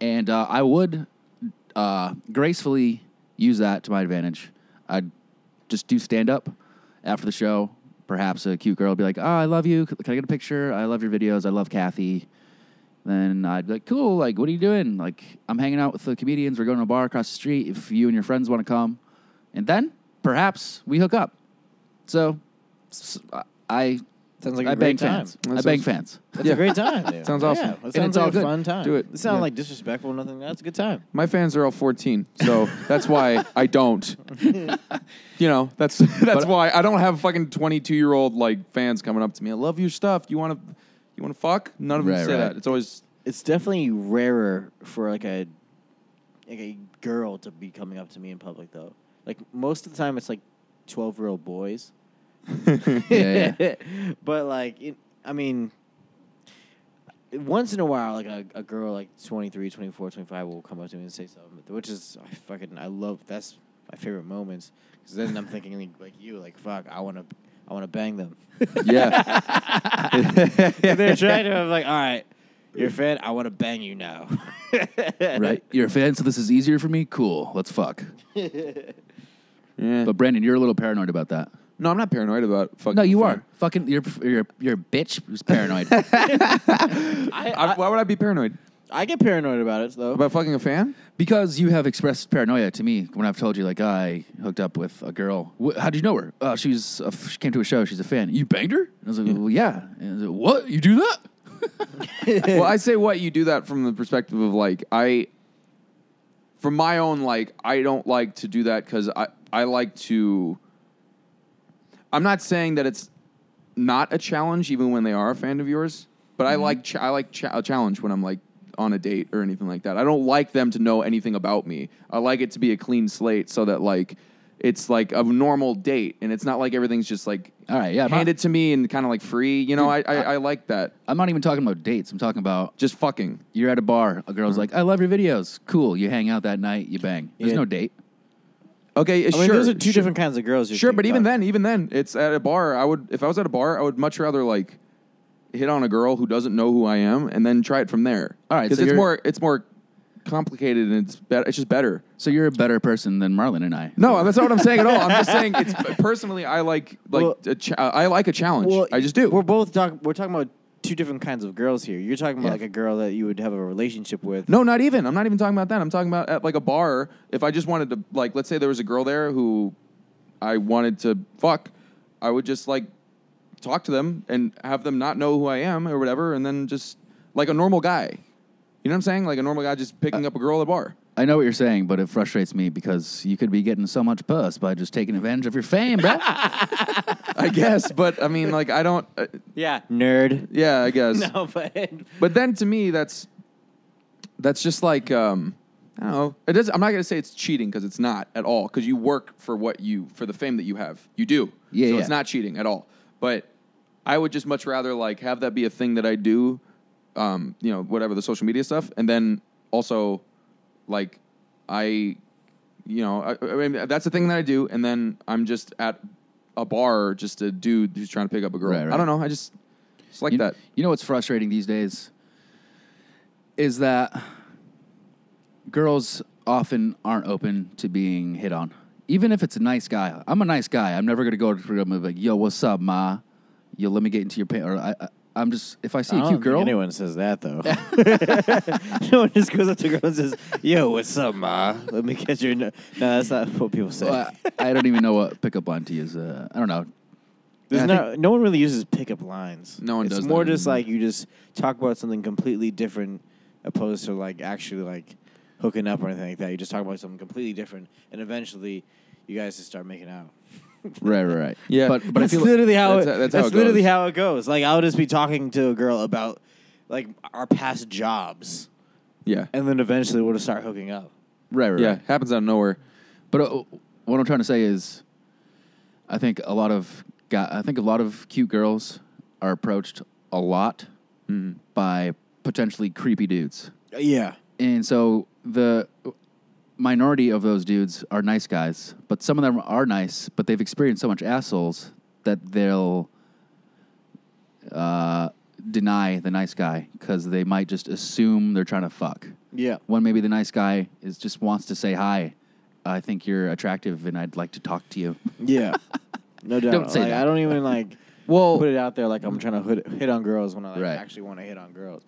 Speaker 1: and uh, I would uh, gracefully use that to my advantage. I'd just do stand up after the show. Perhaps a cute girl would be like, "Oh, I love you. C- Can I get a picture? I love your videos. I love Kathy." Then I'd be like, "Cool. Like, what are you doing? Like, I'm hanging out with the comedians. We're going to a bar across the street. If you and your friends want to come, and then perhaps we hook up." So, s- I
Speaker 3: Sounds like
Speaker 1: I
Speaker 3: a
Speaker 1: bang
Speaker 3: great time.
Speaker 1: fans.
Speaker 4: That
Speaker 1: I bang
Speaker 4: sounds-
Speaker 1: fans.
Speaker 3: That's
Speaker 4: Yeah.
Speaker 3: a great time. dude.
Speaker 4: Sounds
Speaker 3: Yeah,
Speaker 4: awesome.
Speaker 3: that
Speaker 1: And
Speaker 3: sounds
Speaker 1: it's
Speaker 3: like
Speaker 1: all
Speaker 3: a
Speaker 1: good.
Speaker 3: fun time.
Speaker 4: Do it.
Speaker 3: It sounds
Speaker 4: Yeah.
Speaker 3: like disrespectful. Nothing. That's a good time.
Speaker 4: My fans are all 14, so that's why I don't. you know, that's that's why I don't have fucking 22 year old like fans coming up to me. I love your stuff. You want to, you want to fuck? None of them
Speaker 1: Right,
Speaker 4: say
Speaker 1: right.
Speaker 4: that. It's always
Speaker 3: It's definitely rarer for like a like a girl to be coming up to me in public though. Like most of the time, it's like twelve year old boys.
Speaker 1: Yeah,
Speaker 3: but like, it, I mean, once in a while, like a, a girl like 23, 24, 25 will come up to me and say something, which is I fucking I love. That's my favorite moments because then I'm thinking like, like you, like fuck, I want to, I want to bang them.
Speaker 4: yeah,
Speaker 3: If they're trying to. I'm like, all right, you're a fan. I want to bang you now.
Speaker 1: right. You're a fan, so this is easier for me. Cool. Let's fuck.
Speaker 4: yeah.
Speaker 1: But Brandon, you're a little paranoid about that.
Speaker 4: no, I'm not paranoid about fucking.
Speaker 1: No, you
Speaker 4: fan.
Speaker 1: are fucking. You're you're you're a bitch who's paranoid.
Speaker 4: I, why would I be paranoid
Speaker 3: I get paranoid about it though.
Speaker 4: about fucking a fan?
Speaker 1: because you have expressed paranoia to me when I've told you like I hooked up with a girl. Wh- How'd you know her? Uh, she was a f- she came to a show. She's a fan. You banged her? And I was like, well, yeah. And I was like, what? You do that?
Speaker 4: well, I say what you do that from the perspective of like I, from my own like I don't like to do that because I I like to. I'm not saying that it's not a challenge even when they are a fan of yours, but I like ch- I like ch- a challenge when I'm like on a date or anything like that. I don't like them to know anything about me. I like it to be a clean slate so that like it's like a normal date and it's not like everything's just like
Speaker 1: All right, yeah, I'm not-
Speaker 4: handed to me and kind of like free. You know, I, I I like that.
Speaker 1: I'm not even talking about dates. I'm talking about
Speaker 4: Just fucking.
Speaker 1: you're at a bar. A girl's like, I love your videos. Cool. You hang out that night. You bang. There's
Speaker 3: Yeah.
Speaker 1: no date.
Speaker 4: Okay,
Speaker 3: I mean,
Speaker 4: sure.
Speaker 3: those are two
Speaker 4: sure.
Speaker 3: different kinds of girls. you're
Speaker 4: Sure, but
Speaker 3: thinking
Speaker 4: even
Speaker 3: about.
Speaker 4: then, even then, it's at a bar. I would, if I was at a bar, I would much rather like hit on a girl who doesn't know who I am and then try it from there.
Speaker 1: All right,
Speaker 4: because
Speaker 1: so
Speaker 4: it's
Speaker 1: you're-
Speaker 4: more, it's more complicated and it's better. It's just better.
Speaker 1: So you're a better person than Marlon and I.
Speaker 4: No, that's not what I'm saying at all. I'm just saying it's personally, I like like
Speaker 3: Well-
Speaker 4: a cha- I like a challenge. I just do.
Speaker 3: We're both talking. We're talking about two different kinds of girls here. You're talking about
Speaker 1: Yeah.
Speaker 3: like a girl that you would have a relationship with.
Speaker 4: No, not even. I'm not even talking about that. I'm talking about at like a bar. If I just wanted to, like, let's say there was a girl there who I wanted to fuck, I would just like talk to them and have them not know who I am or whatever, and then just like a normal guy. You know what I'm saying? Like a normal guy just picking up a girl at a bar.
Speaker 1: I know what you're saying, but it frustrates me because you could be getting so much puss by just taking advantage of your fame, bro.
Speaker 4: I guess, but I mean, like, I don't. Uh,
Speaker 3: Yeah, nerd.
Speaker 4: yeah, I guess.
Speaker 3: No, but
Speaker 4: But then to me, that's that's just like um, I don't know. It does. I'm not gonna say it's cheating because it's not at all. Because you work for what you for the fame that you have. You do.
Speaker 1: Yeah,
Speaker 4: So
Speaker 1: yeah.
Speaker 4: it's not cheating at all. But I would just much rather like have that be a thing that I do. Um, you know, whatever the social media stuff, and then also like I you know, I, I mean, that's the thing that I do, and then I'm just at a bar, just a dude who's trying to pick up a girl.
Speaker 1: Right, right.
Speaker 4: I don't know. I just it's like
Speaker 1: you,
Speaker 4: that.
Speaker 1: You know what's frustrating these days is that girls often aren't open to being hit on, even if it's a nice guy. I'm a nice guy. I'm never gonna go to the room and be like, "Yo, what's up, ma? Yo, let me get into your pants." Or I, I, I'm just if I see
Speaker 3: I
Speaker 1: a
Speaker 3: don't
Speaker 1: cute
Speaker 3: think
Speaker 1: girl,
Speaker 3: anyone says that though. no one just goes up to a girl and says, "Yo, what's up, ma? Let me catch your." No, no that's not what people say.
Speaker 1: well, I, I don't even know what pickup line to use. Uh, I don't know.
Speaker 3: There's
Speaker 1: I
Speaker 3: no, no one really uses pickup lines.
Speaker 4: No one
Speaker 3: it's
Speaker 4: does
Speaker 3: It's more
Speaker 4: that
Speaker 3: just
Speaker 4: anymore.
Speaker 3: like you just talk about something completely different, opposed to like actually like hooking up or anything like that. You just talk about something completely different, and eventually, you guys just start making out.
Speaker 1: Right, right, right.
Speaker 4: Yeah.
Speaker 1: but but I
Speaker 3: that's
Speaker 1: feel like-
Speaker 3: literally how
Speaker 4: that's
Speaker 3: it,
Speaker 4: how-
Speaker 3: that's,
Speaker 4: that's how it
Speaker 3: literally
Speaker 4: goes.
Speaker 3: how it goes. Like I'll just be talking to a girl about like our past jobs,
Speaker 4: Yeah,
Speaker 3: and then eventually we'll just start hooking up.
Speaker 1: right, right,
Speaker 4: yeah,
Speaker 1: right.
Speaker 4: happens out of nowhere.
Speaker 1: But uh, what I'm trying to say is, I think a lot of guy, I think a lot of cute girls are approached a lot by potentially creepy dudes,
Speaker 3: Yeah,
Speaker 1: and so the minority of those dudes are nice guys, but some of them are nice, but they've experienced so much assholes that they'll uh, deny the nice guy because they might just assume they're trying to fuck
Speaker 3: yeah.
Speaker 1: when maybe the nice guy is just wants to say hi. I think you're attractive, and I'd like to talk to you.
Speaker 3: Yeah, no doubt.
Speaker 1: Don't say
Speaker 3: Like,
Speaker 1: that.
Speaker 3: I don't even like.
Speaker 4: Well,
Speaker 3: put it out there like I'm trying to hit, hit on girls when I like,
Speaker 1: Right.
Speaker 3: actually want to hit on girls.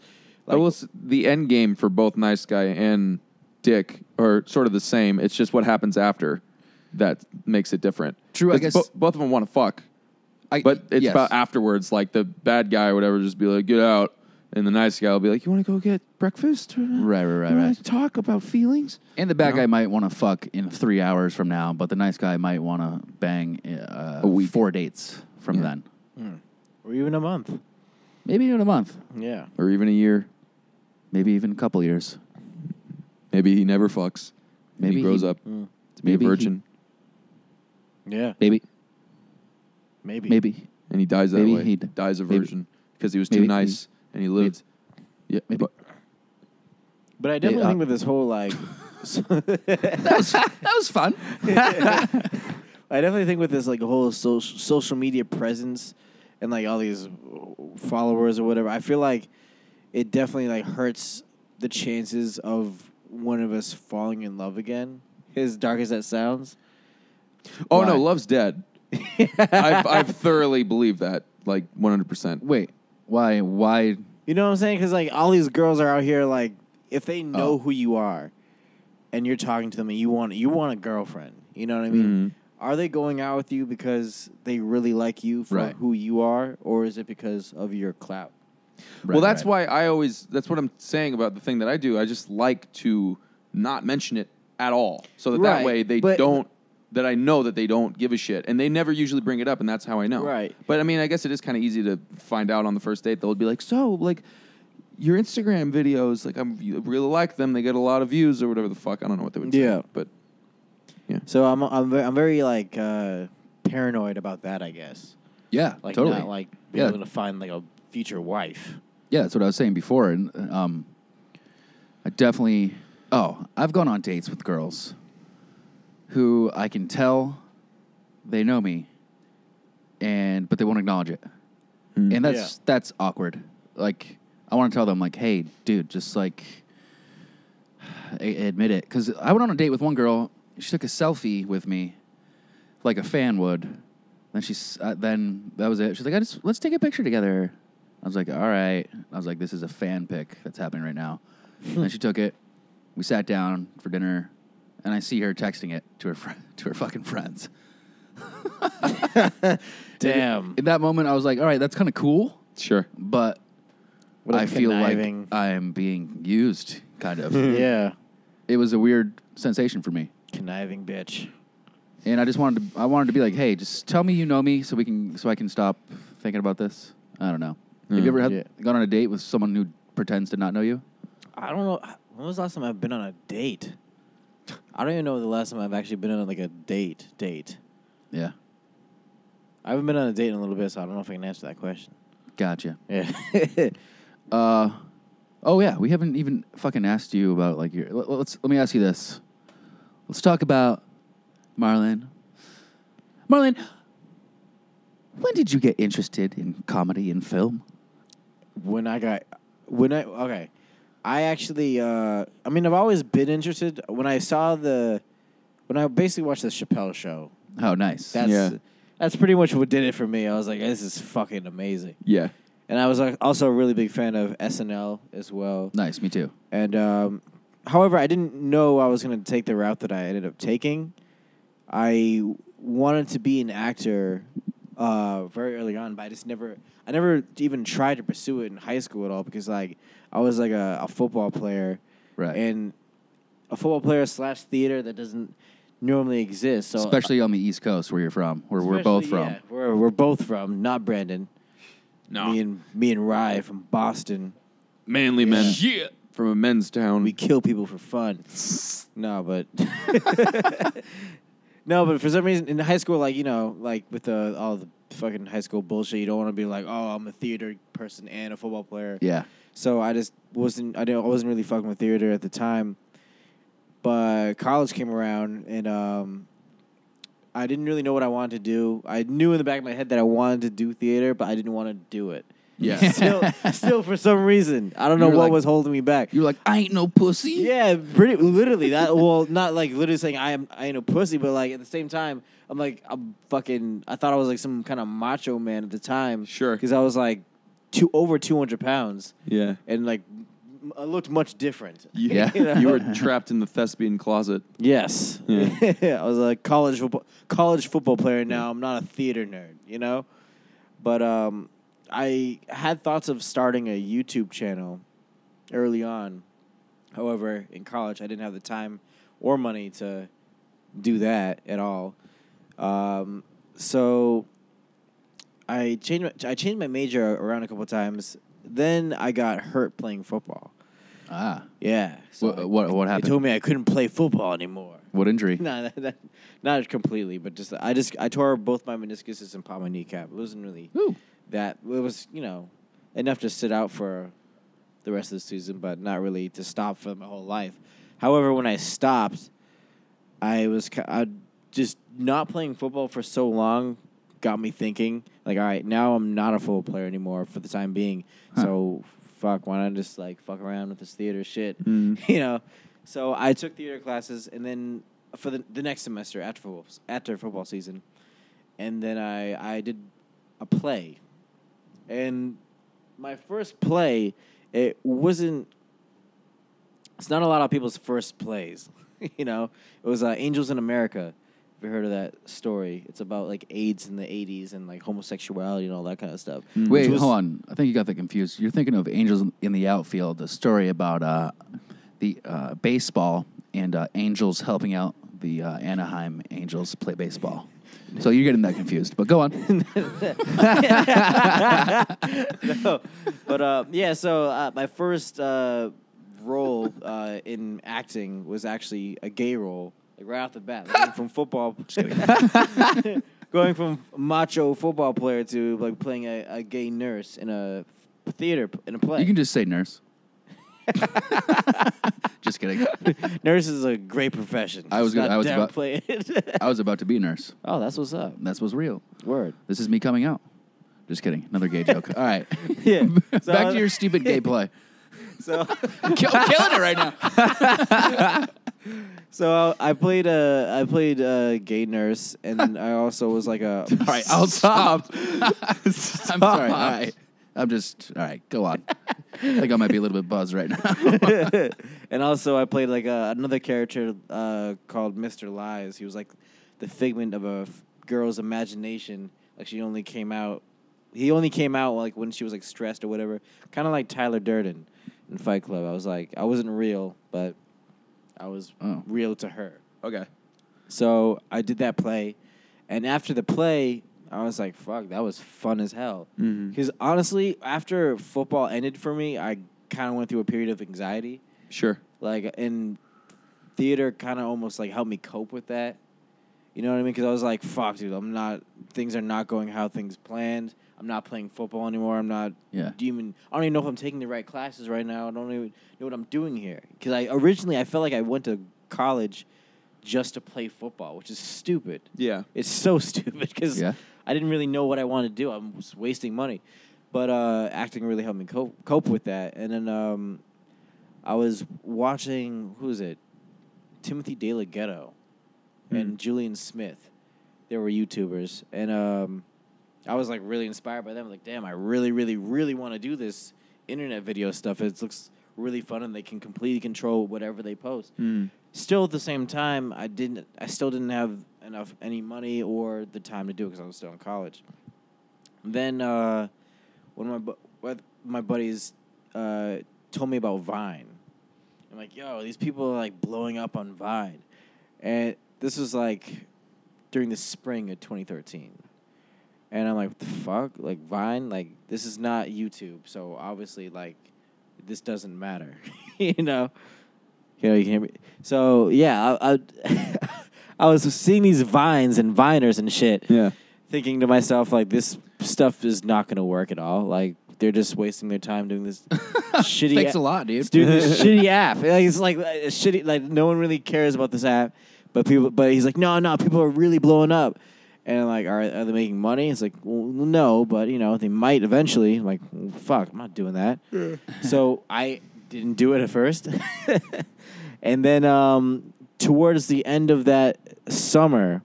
Speaker 4: I will s- the end game for both nice guy and dick are sort of the same. It's just what happens after that makes it different.
Speaker 1: True, I
Speaker 4: 'Cause
Speaker 1: guess-
Speaker 4: bo- both of them want to fuck,
Speaker 1: I,
Speaker 4: but it's
Speaker 1: yes.
Speaker 4: about afterwards. Like the bad guy or whatever, just be like, "Get out," and the nice guy will be like, "You want to go get breakfast?" Or,
Speaker 1: Right, right, right,
Speaker 4: "You wanna
Speaker 1: right.
Speaker 4: Talk about feelings.
Speaker 1: and the bad
Speaker 4: you know?
Speaker 1: guy might want to fuck in three hours from now, but the nice guy might want to bang uh,
Speaker 4: A week.
Speaker 1: four dates from
Speaker 4: Yeah.
Speaker 1: then,
Speaker 3: or even a month.
Speaker 1: maybe even a month,
Speaker 3: Yeah.
Speaker 4: or even a year.
Speaker 1: maybe even a couple years.
Speaker 4: Maybe he never fucks.
Speaker 1: Maybe
Speaker 4: Maybe he grows
Speaker 1: he- Mm.
Speaker 4: up to be a
Speaker 1: Maybe he-
Speaker 4: virgin,
Speaker 3: Yeah.
Speaker 1: Maybe,
Speaker 3: Maybe.
Speaker 1: maybe,
Speaker 4: and he dies that
Speaker 1: Maybe
Speaker 4: way.
Speaker 1: he d-
Speaker 4: dies a
Speaker 1: maybe-
Speaker 4: virgin because he was too
Speaker 1: maybe he-
Speaker 4: nice and he lived. yeah,
Speaker 1: maybe.
Speaker 4: but-
Speaker 3: But I definitely
Speaker 1: Yeah. uh,
Speaker 3: think with this whole like,
Speaker 1: that was that was fun.
Speaker 3: I definitely think with this like whole social social media presence and like all these followers or whatever. I feel like it definitely like hurts the chances of one of us falling in love again. As dark as that sounds.
Speaker 4: Oh
Speaker 1: Why?
Speaker 4: no, love's dead. I've, I've thoroughly believed that, like one hundred percent.
Speaker 1: Wait, why? Why?
Speaker 3: You know what I'm saying? Because like all these girls are out here like, if they know
Speaker 1: Oh.
Speaker 3: who you are, and you're talking to them, and you want you want a girlfriend. You know what I
Speaker 1: Mm-hmm.
Speaker 3: mean? Are they going out with you because they really like you for
Speaker 1: Right.
Speaker 3: who you are, or is it because of your clout?
Speaker 4: well, that's why I always. That's what I'm saying about the thing that I do. I just like to not mention it at all, so that
Speaker 3: Right,
Speaker 4: that way they
Speaker 3: but-
Speaker 4: don't. That I know that they don't give a shit, and they never usually bring it up, and that's how I know.
Speaker 3: Right.
Speaker 4: But I mean, I guess it is kind of easy to find out on the first date. They'll be like, "So, like." Your Instagram videos, like I'm, you really like them. They get a lot of views or whatever the fuck. I don't know what they would
Speaker 3: Yeah.
Speaker 4: say, but
Speaker 3: So I'm I'm very, I'm very like uh, paranoid about that. I guess
Speaker 1: Yeah,
Speaker 3: like
Speaker 1: totally.
Speaker 3: not like being
Speaker 1: Yeah.
Speaker 3: able to find like a future wife.
Speaker 1: Yeah, that's what I was saying before. And um, I definitely, oh, I've gone on dates with girls who I can tell they know me, and but they won't acknowledge it, and that's
Speaker 3: Yeah.
Speaker 1: that's awkward. Like I want to tell them, like, hey, dude, just like a- admit it, because I went on a date with one girl. She took a selfie with me, like a fan would. Then she, s- uh, then that was it. She's like, I just let's take a picture together. I was like, all right. I was like, this is a fan pic that's happening right now. and she took it. We sat down for dinner, and I see her texting it to her friend, to her fucking friends.
Speaker 3: Damn.
Speaker 1: In that moment, I was like, all right, that's kind of cool,
Speaker 4: sure.
Speaker 1: but
Speaker 3: What a
Speaker 1: I feel
Speaker 3: conniving-
Speaker 1: like I'm being used. Kind of.
Speaker 3: yeah,
Speaker 1: it was a weird sensation for me.
Speaker 3: conniving bitch.
Speaker 1: and I just wanted to I wanted to be like, hey, just tell me you know me so we can so I can stop thinking about this. I don't know. Have you ever had,
Speaker 3: Hmm. Yeah.
Speaker 1: gone on a date with someone who pretends to not know you?
Speaker 3: I don't know. When was the last time I've been on a date? I don't even know the last time I've actually been on like a date. Date.
Speaker 1: Yeah,
Speaker 3: I haven't been on a date in a little bit, so I don't know if I can answer that question.
Speaker 1: gotcha.
Speaker 3: Yeah.
Speaker 1: Uh, oh yeah, we haven't even fucking asked you about like your. Let, us let me ask you this: Let's talk about Marlon. Marlon, when did you get interested in comedy and film?
Speaker 3: when I got when I okay, I actually uh I mean I've always been interested when I saw the when I basically watched the Chappelle show.
Speaker 1: Oh, nice.
Speaker 3: That's
Speaker 4: Yeah.
Speaker 3: that's pretty much what did it for me. I was like this is fucking amazing.
Speaker 4: Yeah.
Speaker 3: And I was like, also a really big fan of SNL as well.
Speaker 1: nice. Me too.
Speaker 3: And um however, I didn't know I was going to take the route that I ended up taking. I wanted to be an actor uh, very early on, but I just never, I never even tried to pursue it in high school at all because like I was like a, a football player,
Speaker 1: Right.
Speaker 3: And a football player slash theater that doesn't normally exist. So uh,
Speaker 1: Especially on the East Coast where you're from, where we're both
Speaker 3: Especially,
Speaker 1: from.
Speaker 3: yeah, we're we're both from, not Brandon.
Speaker 4: No.
Speaker 3: Me and me and Rye from Boston.
Speaker 4: Manly men. Yeah. From a men's town.
Speaker 3: we kill people for fun. no, but no, but for some reason in high school, like you know, like with the, all the fucking high school bullshit, you don't want to be like, oh, I'm a theater person and a football player.
Speaker 1: Yeah.
Speaker 3: So I just wasn't. I didn't. I wasn't really fucking with theater at the time. But college came around, and um, I didn't really know what I wanted to do. I knew in the back of my head that I wanted to do theater, but I didn't want to do it.
Speaker 4: Yeah.
Speaker 3: Still, still for some reason, I don't know
Speaker 1: You were
Speaker 3: what
Speaker 1: like-
Speaker 3: was holding me back.
Speaker 1: You're like, I ain't no pussy.
Speaker 3: Yeah, pretty literally that. Well, not like literally saying I am I ain't a pussy, but like at the same time, I'm like I'm fucking. I thought I was like some kind of macho man at the time.
Speaker 4: Sure.
Speaker 3: because I was like two over two hundred pounds
Speaker 4: yeah.
Speaker 3: and like m- I looked much different.
Speaker 4: You,
Speaker 1: Yeah.
Speaker 4: you were trapped in the thespian closet.
Speaker 3: Yes,
Speaker 4: Yeah.
Speaker 3: I was a college football college football player. Now I'm not a theater nerd, you know. But um, I had thoughts of starting a YouTube channel early on. However, in college, I didn't have the time or money to do that at all. Um, so I changed my, I changed my major around a couple times. Then I got hurt playing football.
Speaker 1: Ah.
Speaker 3: Yeah. So
Speaker 1: What, what, what
Speaker 3: they
Speaker 1: happened?
Speaker 3: told me I couldn't play football anymore.
Speaker 1: what injury?
Speaker 3: No, that, that, not completely, but just I just I tore both my meniscuses and popped my kneecap. It wasn't really
Speaker 1: Ooh.
Speaker 3: that. It was you know enough to sit out for the rest of the season, but not really to stop for my whole life. However, when I stopped, I was ki- I just not playing football for so long got me thinking like, all right, now I'm not a football player anymore for the time being. So fuck, why not just like fuck around with this theater shit? you know. So I took theater classes, and then for the the next semester after football after football season, and then I I did a play, and my first play it wasn't. It's not a lot of people's first plays, you know. It was uh, Angels in America. If you heard of that story, it's about like AIDS in the '80s and like homosexuality and all that kind of stuff.
Speaker 1: Hmm. Wait,
Speaker 3: Which was-
Speaker 1: hold on. I think you got that confused. You're thinking of Angels in the Outfield, the story about uh, the uh, baseball and uh, Angels helping out the uh, Anaheim Angels play baseball. So you're getting that confused, but go on.
Speaker 3: no. But uh, yeah, so uh, my first uh, role uh, in acting was actually a gay role, like right off the bat, like, going from football, going from macho football player to like playing a, a gay nurse in a theater in a play.
Speaker 1: You can just say nurse. just kidding.
Speaker 3: nurse is a great profession.
Speaker 1: I was gonna-
Speaker 3: Let's not
Speaker 1: I was about-
Speaker 3: downplay it.
Speaker 1: I was about to be a nurse.
Speaker 3: oh, that's what's up.
Speaker 1: That's what's real.
Speaker 3: Word.
Speaker 1: This is me coming out. Just kidding. Another gay joke. All right.
Speaker 3: Yeah. So I
Speaker 1: Back
Speaker 3: was-
Speaker 1: to your stupid gay play.
Speaker 3: So.
Speaker 1: Kill, killing it right now.
Speaker 3: So I played a I played a gay nurse, and I also was like a.
Speaker 1: All right, I'll stop. I'm sorry. All right. I'm just, all right, go on. I think I might be a little bit buzzed right now.
Speaker 3: and also I played like a, another character uh, called Mr. Lies. He was like the figment of a f- girl's imagination. Like she only came out, he only came out like when she was like stressed or whatever. Kind of like Tyler Durden in Fight Club. I was like I wasn't real, but I was
Speaker 1: Oh.
Speaker 3: real to her.
Speaker 4: Okay.
Speaker 3: So I did that play, and after the play, I was like, "Fuck, that was fun as hell." Because honestly, after football ended for me, I kind of went through a period of anxiety.
Speaker 4: Sure.
Speaker 3: Like, and theater kind of almost like helped me cope with that. You know what I mean? Because I was like, "Fuck, dude, I'm not. Things are not going how things planned. I'm not playing football anymore. I'm not.
Speaker 1: Yeah.
Speaker 3: Do you even? I don't even know if I'm taking the right classes right now. I don't even know what I'm doing here. Because I originally I felt like I went to college just to play football, which is stupid.
Speaker 4: Yeah.
Speaker 3: It's so stupid because
Speaker 1: Yeah.
Speaker 3: I didn't really know what I wanted to do. I was wasting money. But uh, acting really helped me cope, cope with that. And then um, I was watching, who is it? Timothy De La Ghetto and Julian Smith. They were YouTubers. And um, I was like really inspired by them. Like, damn, I really, really, really want to do this internet video stuff. It looks really fun and they can completely control whatever they post
Speaker 4: Mm.
Speaker 3: still at the same time i didn't i still didn't have enough any money or the time to do it because i was still in college then uh, one of my bu- one of my buddies uh, told me about vine i'm like yo these people are like blowing up on vine and this was like during the spring of 2013 and i'm like what the fuck like vine like this is not youtube so obviously like this doesn't matter you know you know, you can hear me. So yeah, I, I, I was seeing these vines and viners and shit,
Speaker 4: Yeah.
Speaker 3: thinking to myself like, this stuff is not going to work at all. Like they're just wasting their time doing this shitty.
Speaker 1: Thanks
Speaker 3: a-
Speaker 1: a lot, dude.
Speaker 3: dude, uh, this shitty app. Like, it's like a shitty. Like no one really cares about this app, but people. But he's like, no, no, people are really blowing up. And I'm like, all right, are they making money? It's like, well, no, but you know, they might eventually. I'm like, well, fuck, I'm not doing that. so I didn't do it at first, and then um, towards the end of that summer,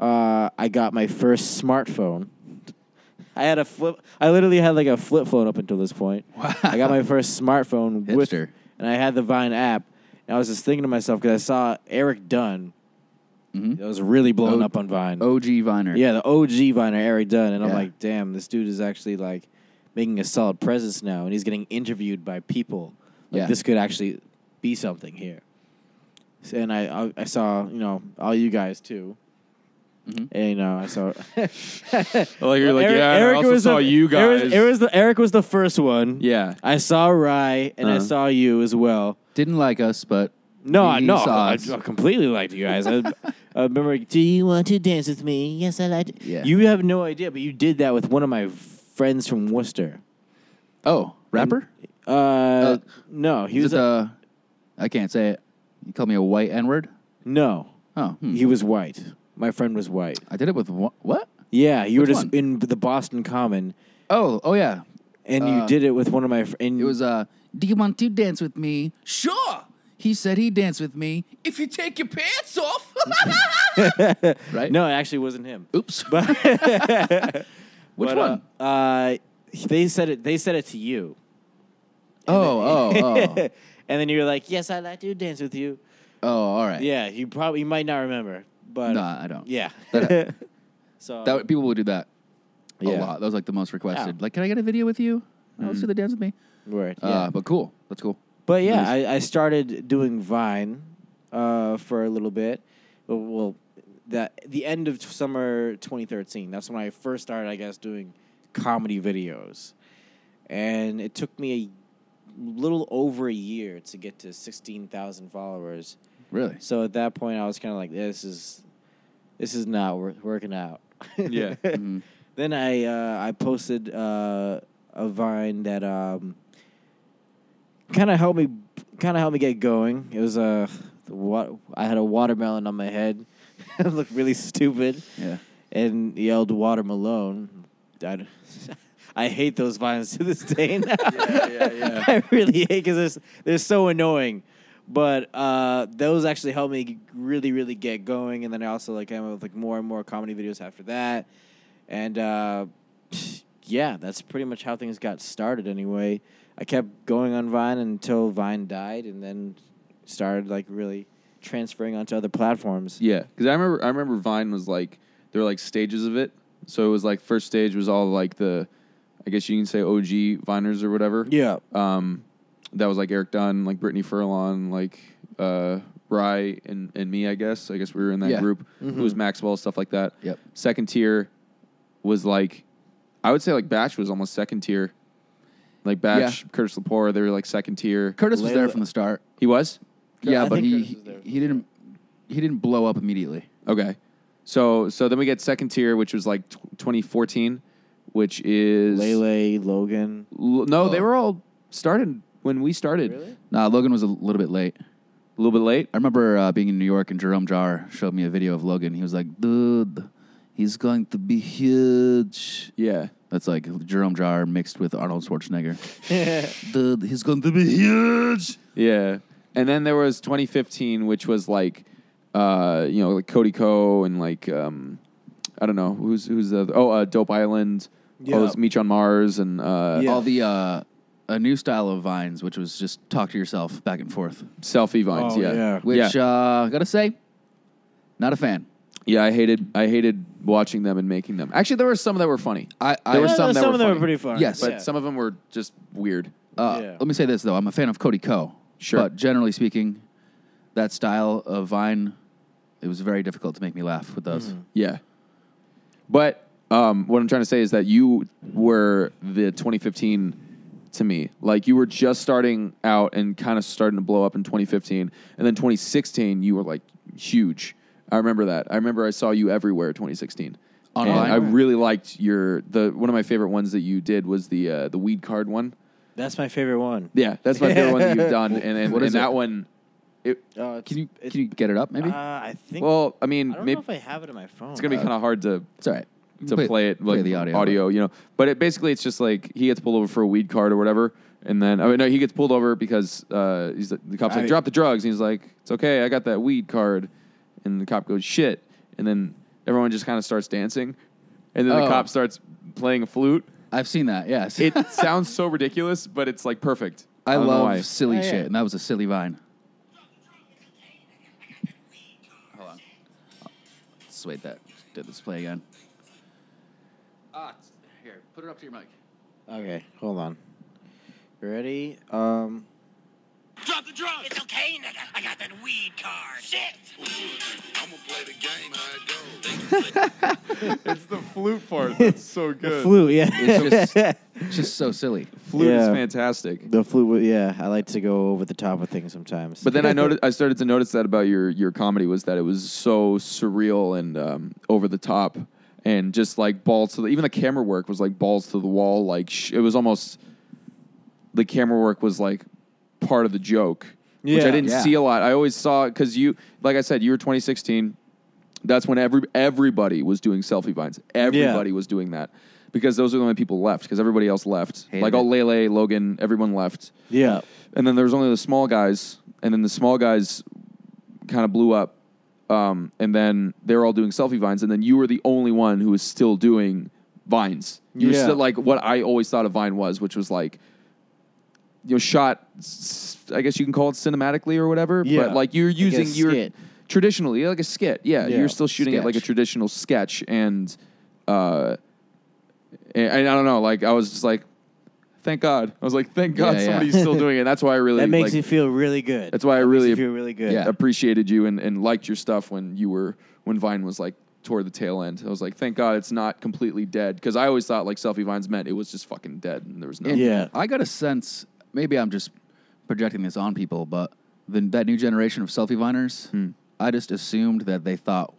Speaker 3: uh, I got my first smartphone. I had a flip. I literally had like a flip phone up until this point.
Speaker 1: Wow.
Speaker 3: I got my first smartphone with,
Speaker 1: Hipster.
Speaker 3: and I had the Vine app. And I was just thinking to myself because I saw Eric Dunn.
Speaker 4: Mm-hmm.
Speaker 1: Mhm.
Speaker 3: That was really blowing
Speaker 1: O-
Speaker 3: up on Vine.
Speaker 1: OG Viner.
Speaker 3: Yeah, the OG Viner, Eric Dunn, and I'm
Speaker 1: Yeah.
Speaker 3: like, damn, this dude is actually like making a solid presence now, and he's getting interviewed by people. Like,
Speaker 1: Yeah.
Speaker 3: this could actually be something here. So- And I, I, I saw, you know, all you guys too.
Speaker 1: Mhm.
Speaker 3: And you know, I saw.
Speaker 4: Oh, Like you're like Mm-hmm. yeah. and I also saw
Speaker 3: the,
Speaker 4: you
Speaker 3: Eric,
Speaker 4: guys.
Speaker 3: Eric was the Eric was the first one.
Speaker 4: yeah.
Speaker 3: I saw Rye and I
Speaker 4: Uh-huh.
Speaker 3: saw you as well.
Speaker 1: Didn't like us, but
Speaker 3: No, I
Speaker 1: He
Speaker 3: no,
Speaker 1: saw
Speaker 3: I,
Speaker 1: us.
Speaker 3: I completely liked you guys. I, I remember. Do you want to dance with me? Yes, I like.
Speaker 1: Yeah.
Speaker 3: You have no idea, but you did that with one of my friends from Worcester.
Speaker 1: oh, rapper?
Speaker 3: Uh, no, he
Speaker 1: Is
Speaker 3: was
Speaker 1: it
Speaker 3: a,
Speaker 1: the- I can't say it. You called me a white N word?
Speaker 3: no,
Speaker 1: Oh, hmm.
Speaker 3: he was white. My friend was white.
Speaker 1: I did it with wha- what?
Speaker 3: Yeah, you were
Speaker 1: Which
Speaker 3: just
Speaker 1: one?
Speaker 3: in the Boston Common,
Speaker 1: Oh, oh yeah.
Speaker 3: and
Speaker 1: Uh,
Speaker 3: you did it with one of my. Fr- and
Speaker 1: It was uh, do you want to dance with me? Sure. He said he'd dance with me if you take your pants off. right?
Speaker 3: no, it actually wasn't him.
Speaker 1: Oops.
Speaker 3: But
Speaker 1: Which
Speaker 3: but,
Speaker 1: one?
Speaker 3: Uh, uh, they said it. They said it to you.
Speaker 1: oh, oh, oh,
Speaker 3: and then you were like, "Yes, I like to dance with you."
Speaker 1: oh. All right.
Speaker 3: Yeah, you probably you might not remember, but
Speaker 1: No, I don't.
Speaker 3: yeah.
Speaker 1: That-
Speaker 3: so
Speaker 1: That would- people would do that a
Speaker 3: Yeah.
Speaker 1: lot. That was like the most requested.
Speaker 3: Yeah.
Speaker 1: Like, can I get a video with you? Oh, Let's do the dance with me.
Speaker 3: word, yeah.
Speaker 1: Uh, but cool. That's cool.
Speaker 3: but yeah, I, I started doing Vine uh, for a little bit. Well, well, that the end of summer 2013. That's when I first started, I guess, doing comedy videos, and it took me a little over a year to get to 16,000 followers.
Speaker 1: Really.
Speaker 3: So at that point, I was kind of like, "This is, this is not wor- working out."
Speaker 4: Yeah.
Speaker 1: Mhm.
Speaker 3: Then I uh, I posted uh, a vine that um, kind of helped me kind of helped me get going. It was uh, the wa- I had a watermelon on my head. I looked really stupid
Speaker 1: Yeah.
Speaker 3: and yelled "Water Malone." I, I hate those vines to this day. Now.
Speaker 4: yeah, yeah.
Speaker 3: I really hate because they're so annoying. But uh, those actually helped me really, really get going, and then I also like came up with like more and more comedy videos after that, and uh, yeah, that's pretty much how things got started. Anyway, I kept going on Vine until Vine died, and then started like really transferring onto other platforms.
Speaker 4: Yeah, because I remember I remember Vine was like there were like stages of it. So it was like first stage was all like the, I guess you can say OG Viners or whatever.
Speaker 3: Yeah,
Speaker 4: Um, that was like Eric Dunn, like Brittany Furlon, like uh, Rye and and me. I guess I guess we were in that
Speaker 1: Yeah. Mm-hmm.
Speaker 4: group. It was Maxwell stuff like that.
Speaker 1: Yep.
Speaker 4: Second tier was like, I would say like Batch was almost second tier. Like Batch, Curtis Lepore, they were like second tier.
Speaker 1: Curtis was there
Speaker 3: Layla-
Speaker 1: from the start.
Speaker 4: He was.
Speaker 1: Yeah,
Speaker 3: I
Speaker 1: but
Speaker 3: think
Speaker 1: he
Speaker 3: Curtis was there.
Speaker 1: he, he didn't he didn't blow up immediately.
Speaker 4: Okay. So so then we get second tier, which was like tw 2014, which is
Speaker 3: Lele, Logan.
Speaker 4: L- no,
Speaker 1: Oh.
Speaker 4: they were all started when we started.
Speaker 3: Really?
Speaker 1: Nah, Logan was a little bit late.
Speaker 4: A little bit late.
Speaker 1: I remember uh, being in New York and Jerome Jar showed me a video of Logan. He was like, dude, he's going to be huge.
Speaker 4: Yeah.
Speaker 1: That's like Jerome Jar mixed with Arnold Schwarzenegger. dude, he's going to be huge.
Speaker 4: Yeah. And then there was 2015, which was like, uh, you know, like Cody Co and like, um, I don't know who's who's the oh uh, Dope Island,
Speaker 3: Yeah.
Speaker 4: oh, it's Meet You on Mars, and uh,
Speaker 3: Yeah.
Speaker 1: All the, uh, a new style of vines, which was just talk to yourself back and forth,
Speaker 4: selfie vines.
Speaker 3: Oh,
Speaker 4: yeah,
Speaker 3: yeah.
Speaker 1: which,
Speaker 4: yeah.
Speaker 1: uh, gotta say, not a fan.
Speaker 4: Yeah, I hated I hated watching them and making them. Actually, there were some that were funny.
Speaker 1: I, I
Speaker 4: There were
Speaker 3: Yeah,
Speaker 4: some that
Speaker 3: some
Speaker 4: were
Speaker 3: of them
Speaker 4: funny.
Speaker 3: were pretty fun.
Speaker 1: Yes.
Speaker 4: but
Speaker 3: Yeah.
Speaker 4: some of them were just weird.
Speaker 1: Uh,
Speaker 3: Yeah.
Speaker 1: Let me say this though: I'm a fan of Cody Co.
Speaker 4: Sure.
Speaker 1: but generally speaking, that style of Vine, it was very difficult to make me laugh with those.
Speaker 3: Mm-hmm.
Speaker 4: Yeah. But um, what I'm trying to say is that you were the 2015 to me. Like you were just starting out and kind of starting to blow up in 2015, and then 2016 you were like huge. I remember that. I remember I saw you everywhere 2016. And
Speaker 1: Online?
Speaker 4: I really liked your the one of my favorite ones that you did was the uh, the weed card one.
Speaker 3: That's my favorite one.
Speaker 4: Yeah, that's my favorite one that you've done, and and,
Speaker 1: What is
Speaker 4: and that
Speaker 1: it?
Speaker 4: one. It,
Speaker 3: Uh, it's-
Speaker 1: Can you
Speaker 3: it's-
Speaker 1: can you get it up maybe?
Speaker 3: Uh, I think.
Speaker 4: well, I
Speaker 3: I
Speaker 4: mean,
Speaker 3: don't
Speaker 4: maybe
Speaker 3: know if I have it on my phone.
Speaker 4: it's gonna be kind of hard to
Speaker 1: it's all right. You
Speaker 4: to
Speaker 1: can
Speaker 4: play, it like
Speaker 1: play the audio.
Speaker 4: you know. But it basically it's just like he gets pulled over for a weed card or whatever, and then I mean no, he gets pulled over because uh, he's like, the cop's like
Speaker 3: I-
Speaker 4: drop the drugs, and he's like it's okay, I got that weed card, and the cop goes shit, and then everyone just kind of starts dancing, and then
Speaker 1: Oh.
Speaker 4: the cop starts playing a flute.
Speaker 1: I've seen that. Yes,
Speaker 4: It sounds so ridiculous, but it's like perfect.
Speaker 1: I
Speaker 4: don't know why.
Speaker 1: love silly
Speaker 3: Yeah, yeah.
Speaker 1: shit, and that was a silly Vine. Hold on. Let's wait that. Did this play again? Ah, here. Put it up to your mic.
Speaker 3: Okay, hold on. You ready? Um.
Speaker 5: Drop the drugs. It's okay, nigga. I got that weed card. Shit. I'm gonna play the game how it goes.
Speaker 4: it's the flute part. That's so
Speaker 3: The
Speaker 4: good.
Speaker 3: flute, yeah.
Speaker 1: It's just, it's just so silly.
Speaker 4: flute is
Speaker 3: Yeah.
Speaker 4: fantastic.
Speaker 3: the flute, wa- yeah. I like to go over the top of things sometimes.
Speaker 4: But then I noticed I started to notice that about your your comedy was that it was so surreal and um, over the top and just like balls to the even the camera work was like balls to the wall like sh- it was almost the camera work was like part of the joke which I
Speaker 3: Yeah.
Speaker 4: didn't
Speaker 1: Yeah.
Speaker 4: see a lot I always saw because you like I said you were 2016 that's when every everybody was doing selfie vines everybody was doing that because those are the only people left because everybody else left
Speaker 1: Hated
Speaker 4: like
Speaker 1: it.
Speaker 4: all Lele Logan everyone left
Speaker 3: yeah,
Speaker 4: and then there was only the small guys, and then the small guys kind of blew up, um, and then they were all doing selfie vines, and then you were the only one who was still doing vines. You were
Speaker 3: Yeah.
Speaker 4: still like what I always thought a vine was, which was like you know shot. s- I guess you can call it cinematically or whatever,
Speaker 3: Yeah.
Speaker 4: but like you're
Speaker 3: a
Speaker 4: using your
Speaker 3: skit.
Speaker 4: traditionally like a skit. Yeah,
Speaker 3: Yeah.
Speaker 4: you're still shooting it like a
Speaker 1: Sketch.
Speaker 4: traditional sketch, and uh, and, and I don't know, like I was just like. Thank God. I was like, thank God
Speaker 1: Yeah, yeah.
Speaker 4: somebody's still doing it. That's why I really
Speaker 3: that makes
Speaker 4: like,
Speaker 3: you feel really good.
Speaker 4: That's why I
Speaker 3: That makes
Speaker 4: really-
Speaker 3: you feel really good.
Speaker 1: Yeah.
Speaker 4: appreciated you and, and liked your stuff when you were when Vine was like toward the tail end. I was like, thank God it's not completely dead because I always thought like selfie vines meant it was just fucking dead and there was no.
Speaker 1: And
Speaker 3: Yeah.
Speaker 1: I got a sense. Maybe I'm just projecting this on people, but the, that new generation of selfie viners, I just assumed that they thought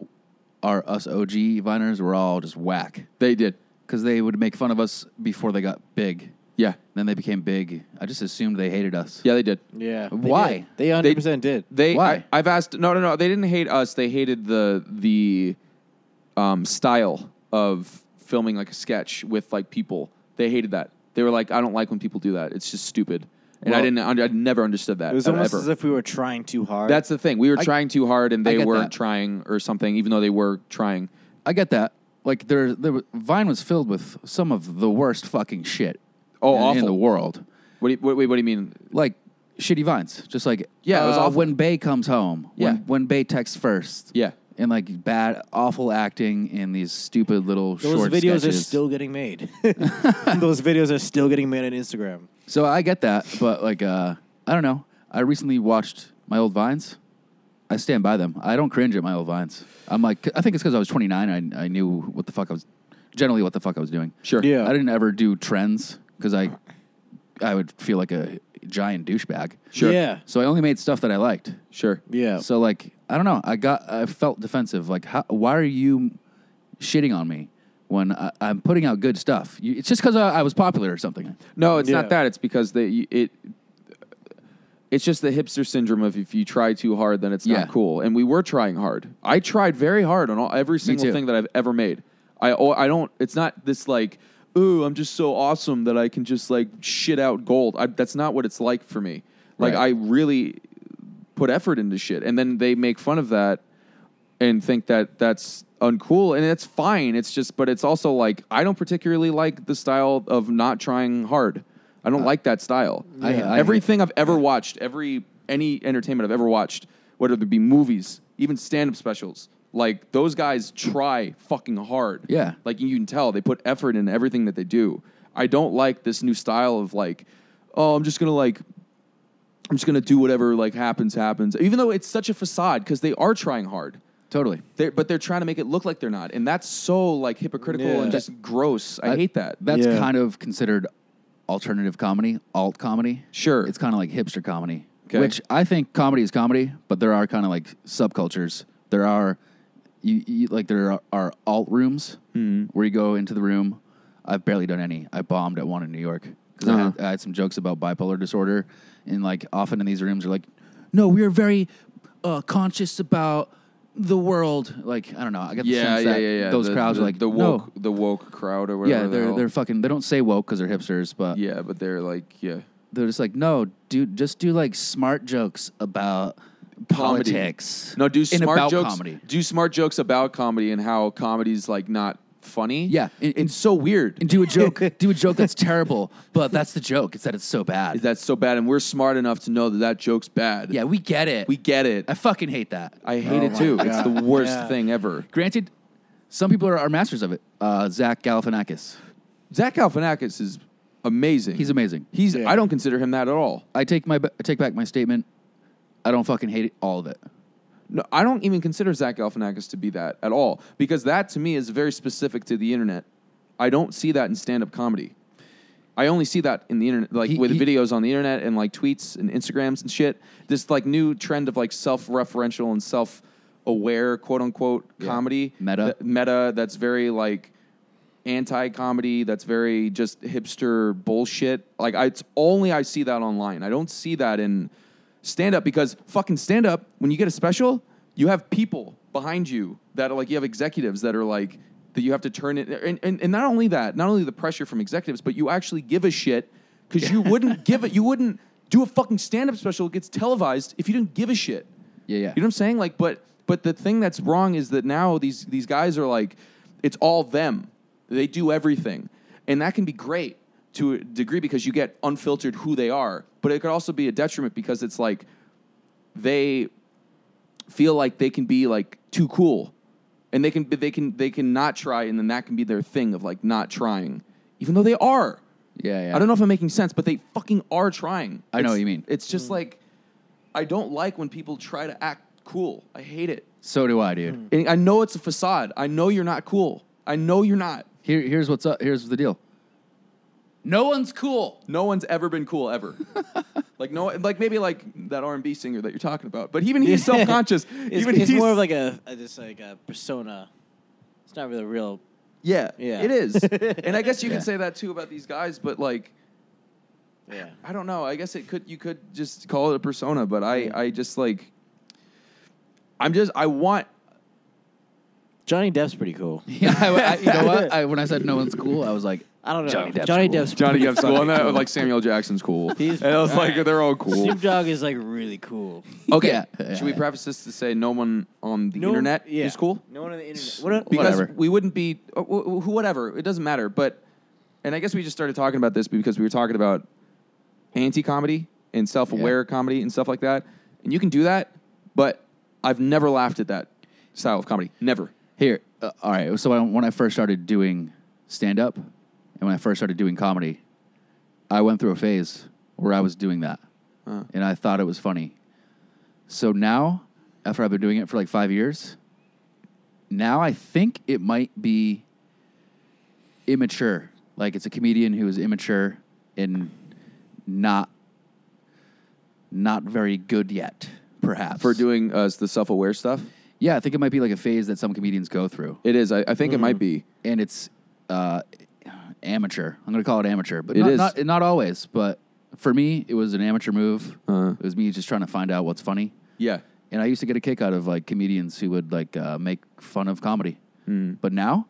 Speaker 1: our us OG viners were all just whack
Speaker 4: They did.
Speaker 1: because they would make fun of us before they got big.
Speaker 4: Yeah,
Speaker 1: Then they became big. I just assumed they hated us.
Speaker 4: yeah, they did.
Speaker 3: Yeah. They
Speaker 1: Why?
Speaker 3: did. They 100 percent did.
Speaker 4: They.
Speaker 1: Why?
Speaker 4: I, I've asked. No, no, no. They didn't hate us. They hated the the um, style of filming like a sketch with like people. They hated that. They were like, I don't like when people do that. It's just stupid. And I
Speaker 1: Well-
Speaker 4: didn't. Under, I never understood that.
Speaker 3: It was almost
Speaker 4: ever.
Speaker 3: as if we were trying too hard.
Speaker 4: That's the thing. We were trying too hard, and they
Speaker 1: get
Speaker 4: weren't
Speaker 1: that.
Speaker 4: trying, or something. Even though they were trying.
Speaker 1: I get that. Like there, there, were- Vine was filled with some of the worst fucking shit.
Speaker 4: Oh,
Speaker 1: in, in
Speaker 4: awful.
Speaker 1: the world.
Speaker 4: What do you, wait, wait, what do you mean?
Speaker 1: Like shitty vines, just like
Speaker 4: Yeah, it was
Speaker 1: uh,
Speaker 4: awful.
Speaker 1: when Bay comes home.
Speaker 4: Yeah.
Speaker 1: when, when Bay texts first.
Speaker 4: Yeah,
Speaker 1: and like bad, awful acting in these stupid little
Speaker 3: those
Speaker 1: short
Speaker 3: videos are
Speaker 1: sketches.
Speaker 3: still getting made. those videos are still getting made on Instagram.
Speaker 1: so I get that, but like uh, I don't know. I recently watched my old vines. I stand by them. I don't cringe at my old vines. I'm like, I think it's because I was 29. I I knew what the fuck I was, generally what the fuck I was doing.
Speaker 4: sure.
Speaker 3: Yeah.
Speaker 1: I didn't ever do trends because I, I would feel like a giant douchebag.
Speaker 4: Sure.
Speaker 3: Yeah.
Speaker 1: So I only made stuff that I liked.
Speaker 4: sure.
Speaker 3: Yeah.
Speaker 1: So like I don't know. I got I felt defensive. Like how, why are you shitting on me when I, I'm putting out good stuff? You, it's just because I, I was popular or something.
Speaker 4: No, it's
Speaker 3: Yeah.
Speaker 4: not that. It's because they it. it's just the hipster syndrome of if you try too hard, then it's
Speaker 1: Yeah.
Speaker 4: not cool. And we were trying hard. I tried very hard on all, every single
Speaker 1: too.
Speaker 4: thing that I've ever made. I oh, I don't. It's not this like, ooh, I'm just so awesome that I can just like shit out gold. I, that's not what it's like for me. Like
Speaker 1: Right.
Speaker 4: I really put effort into shit, and then they make fun of that and think that that's uncool and it's fine it's just but it's also like i don't particularly like the style of not trying hard i don't like that style
Speaker 1: Uh, I- Yeah. I-
Speaker 4: everything i've ever watched every any entertainment i've ever watched whether it be movies even stand-up specials like those guys try fucking hard
Speaker 1: Yeah.
Speaker 4: like you can tell they put effort in everything that they do i don't like this new style of like oh i'm just gonna like i'm just gonna do whatever like happens happens even though it's such a facade because they are trying hard
Speaker 1: Totally.
Speaker 4: they're, but they're trying to make it look like they're not, and that's so like hypocritical
Speaker 3: Yeah.
Speaker 4: and just gross. I,
Speaker 1: I-
Speaker 4: hate that.
Speaker 1: That's
Speaker 3: Yeah.
Speaker 1: kind of considered alternative comedy, alt comedy.
Speaker 4: Sure.
Speaker 1: It's kind of like hipster comedy,
Speaker 4: 'Kay.
Speaker 1: which I think comedy is comedy, but there are kind of like subcultures. There are, you, you like there are, are alt rooms
Speaker 4: Hmm.
Speaker 1: where you go into the room. I've barely done any. I bombed at one in New York because I,
Speaker 4: Uh-huh.
Speaker 1: had, I had some jokes about bipolar disorder, and like often in these rooms are like, no, we are very uh, conscious about the world. Like I don't know. I got the
Speaker 4: yeah,
Speaker 1: sense
Speaker 4: yeah,
Speaker 1: that
Speaker 4: yeah, yeah.
Speaker 1: those
Speaker 4: The-
Speaker 1: crowds
Speaker 4: the,
Speaker 1: are like
Speaker 4: the
Speaker 1: "No."
Speaker 4: woke, the woke crowd or whatever.
Speaker 1: Yeah, they're
Speaker 4: all-
Speaker 1: they're fucking. They don't say woke because they're hipsters, but
Speaker 4: yeah, but they're like yeah,
Speaker 1: they're just like, no, dude, just do like smart jokes about
Speaker 4: Comedy.
Speaker 1: politics.
Speaker 4: No, do
Speaker 1: and
Speaker 4: smart
Speaker 1: about
Speaker 4: jokes.
Speaker 1: comedy.
Speaker 4: Do smart jokes about comedy and how comedy's like not funny.
Speaker 1: Yeah, and- and-
Speaker 4: it's so weird.
Speaker 1: And do a joke. do a joke that's terrible, but that's the joke. It's that it's so bad.
Speaker 4: that's so bad, and we're smart enough to know that that joke's bad.
Speaker 1: yeah, we get it.
Speaker 4: we get it.
Speaker 1: I fucking hate that.
Speaker 4: I hate
Speaker 3: Oh
Speaker 4: it
Speaker 3: my
Speaker 4: too. It's
Speaker 3: God.
Speaker 4: the worst
Speaker 3: Yeah.
Speaker 4: thing ever.
Speaker 1: Granted, some people are, are masters of it. Uh, Zach Galifianakis.
Speaker 4: Zach Galifianakis is amazing.
Speaker 1: He's amazing.
Speaker 4: He's.
Speaker 3: Yeah.
Speaker 4: I don't consider him that at all.
Speaker 1: I take my ba- I take back my statement. I don't fucking hate it, all of it.
Speaker 4: No, I don't even consider Zach Galifianakis to be that at all because that to me is very specific to the internet. I don't see that in stand-up comedy. I only see that in the internet, like
Speaker 1: He-
Speaker 4: with
Speaker 1: he-
Speaker 4: videos on the internet and like tweets and Instagrams and shit. This like new trend of like self-referential and self-aware, quote unquote, comedy
Speaker 1: Meta.
Speaker 4: that- meta that's very like anti-comedy that's very just hipster bullshit like I, it's only i see that online i don't see that in stand-up because fucking stand-up when you get a special you have people behind you that are like you have executives that are like that you have to turn it and, and, and not only that not only the pressure from executives but you actually give a shit because you wouldn't give it you wouldn't do a fucking stand-up special that gets televised if you didn't give a shit
Speaker 1: Yeah, yeah.
Speaker 4: you know what I'm saying? Like, but but the thing that's wrong is that now these these guys are like, it's all them. They do everything, and that can be great to a degree because you get unfiltered who they are. But it could also be a detriment because it's like they feel like they can be like too cool, and they can they can they can not try, and then that can be their thing of like not trying, even though they are.
Speaker 1: yeah, yeah.
Speaker 4: I don't know if I'm making sense, but they fucking are trying.
Speaker 1: I know
Speaker 4: It's-
Speaker 1: what you mean.
Speaker 4: It's
Speaker 3: Mm.
Speaker 4: just like I don't like when people try to act cool. I hate it.
Speaker 1: So do I, dude.
Speaker 4: And I know it's a facade. I know you're not cool. I know you're not.
Speaker 1: Here, here's what's up. Here's the deal. No one's cool.
Speaker 4: No one's ever been cool ever. like no, like maybe like that R&B singer that you're talking about. But even he's
Speaker 3: Yeah.
Speaker 4: self-conscious.
Speaker 3: It's,
Speaker 4: even
Speaker 3: it's
Speaker 4: he's,
Speaker 3: more of like a, a just like a persona. It's not really real.
Speaker 4: yeah,
Speaker 3: Yeah.
Speaker 4: it is. and I guess you
Speaker 1: Yeah.
Speaker 4: can say that too about these guys. But like,
Speaker 3: Yeah.
Speaker 4: I don't know. I guess it could you could just call it a persona, but I
Speaker 3: Yeah.
Speaker 4: I just like I'm just I want
Speaker 3: Johnny Depp's pretty cool.
Speaker 1: Yeah, I, I- you know what? I, when I said no one's cool, I was like,
Speaker 3: I don't know.
Speaker 1: Johnny
Speaker 3: Johnny
Speaker 1: Depp's
Speaker 3: Depp's,
Speaker 1: cool.
Speaker 4: Johnny
Speaker 3: pretty
Speaker 4: Depp's cool,
Speaker 3: fucking
Speaker 4: and that, like Samuel Jackson's cool.
Speaker 3: He's-
Speaker 4: and I was like,
Speaker 3: alright.
Speaker 4: they're all cool.
Speaker 3: Snoop Dogg is like really cool.
Speaker 4: Okay,
Speaker 1: Yeah.
Speaker 4: should we preface this to say no one on the
Speaker 3: No one-
Speaker 4: internet
Speaker 3: yeah.
Speaker 4: is cool?
Speaker 3: No one on the internet. What a,
Speaker 4: Because
Speaker 1: Whatever.
Speaker 4: we wouldn't be uh, wh- wh- whatever. It doesn't matter. But and I guess we just started talking about this because we were talking about anti-comedy and self-aware comedy and stuff like that. And you can do that, but I've never laughed at that style of comedy. Never.
Speaker 1: here, uh, all right. So when when I first started doing stand up and when I first started doing comedy, I went through a phase where I was doing that
Speaker 4: Uh.
Speaker 1: and I thought it was funny. So now, after I've been doing it for like five years, now I think it might be immature. Like it's a comedian who is immature and not not very good yet, perhaps.
Speaker 4: For doing uh, the self-aware stuff,
Speaker 1: Yeah, I think it might be like a phase that some comedians go through,
Speaker 4: it is. I, I think it might
Speaker 3: Mm-hmm.
Speaker 4: be.
Speaker 1: and it's uh, amateur. I'm going to call it amateur, but
Speaker 4: It
Speaker 1: not,
Speaker 4: is.
Speaker 1: not not always, but for me, it was an amateur move.
Speaker 4: Uh-huh.
Speaker 1: It was me just trying to find out what's funny.
Speaker 4: Yeah.
Speaker 1: And I used to get a kick out of like comedians who would like uh, make fun of comedy.
Speaker 4: Hmm.
Speaker 1: But now,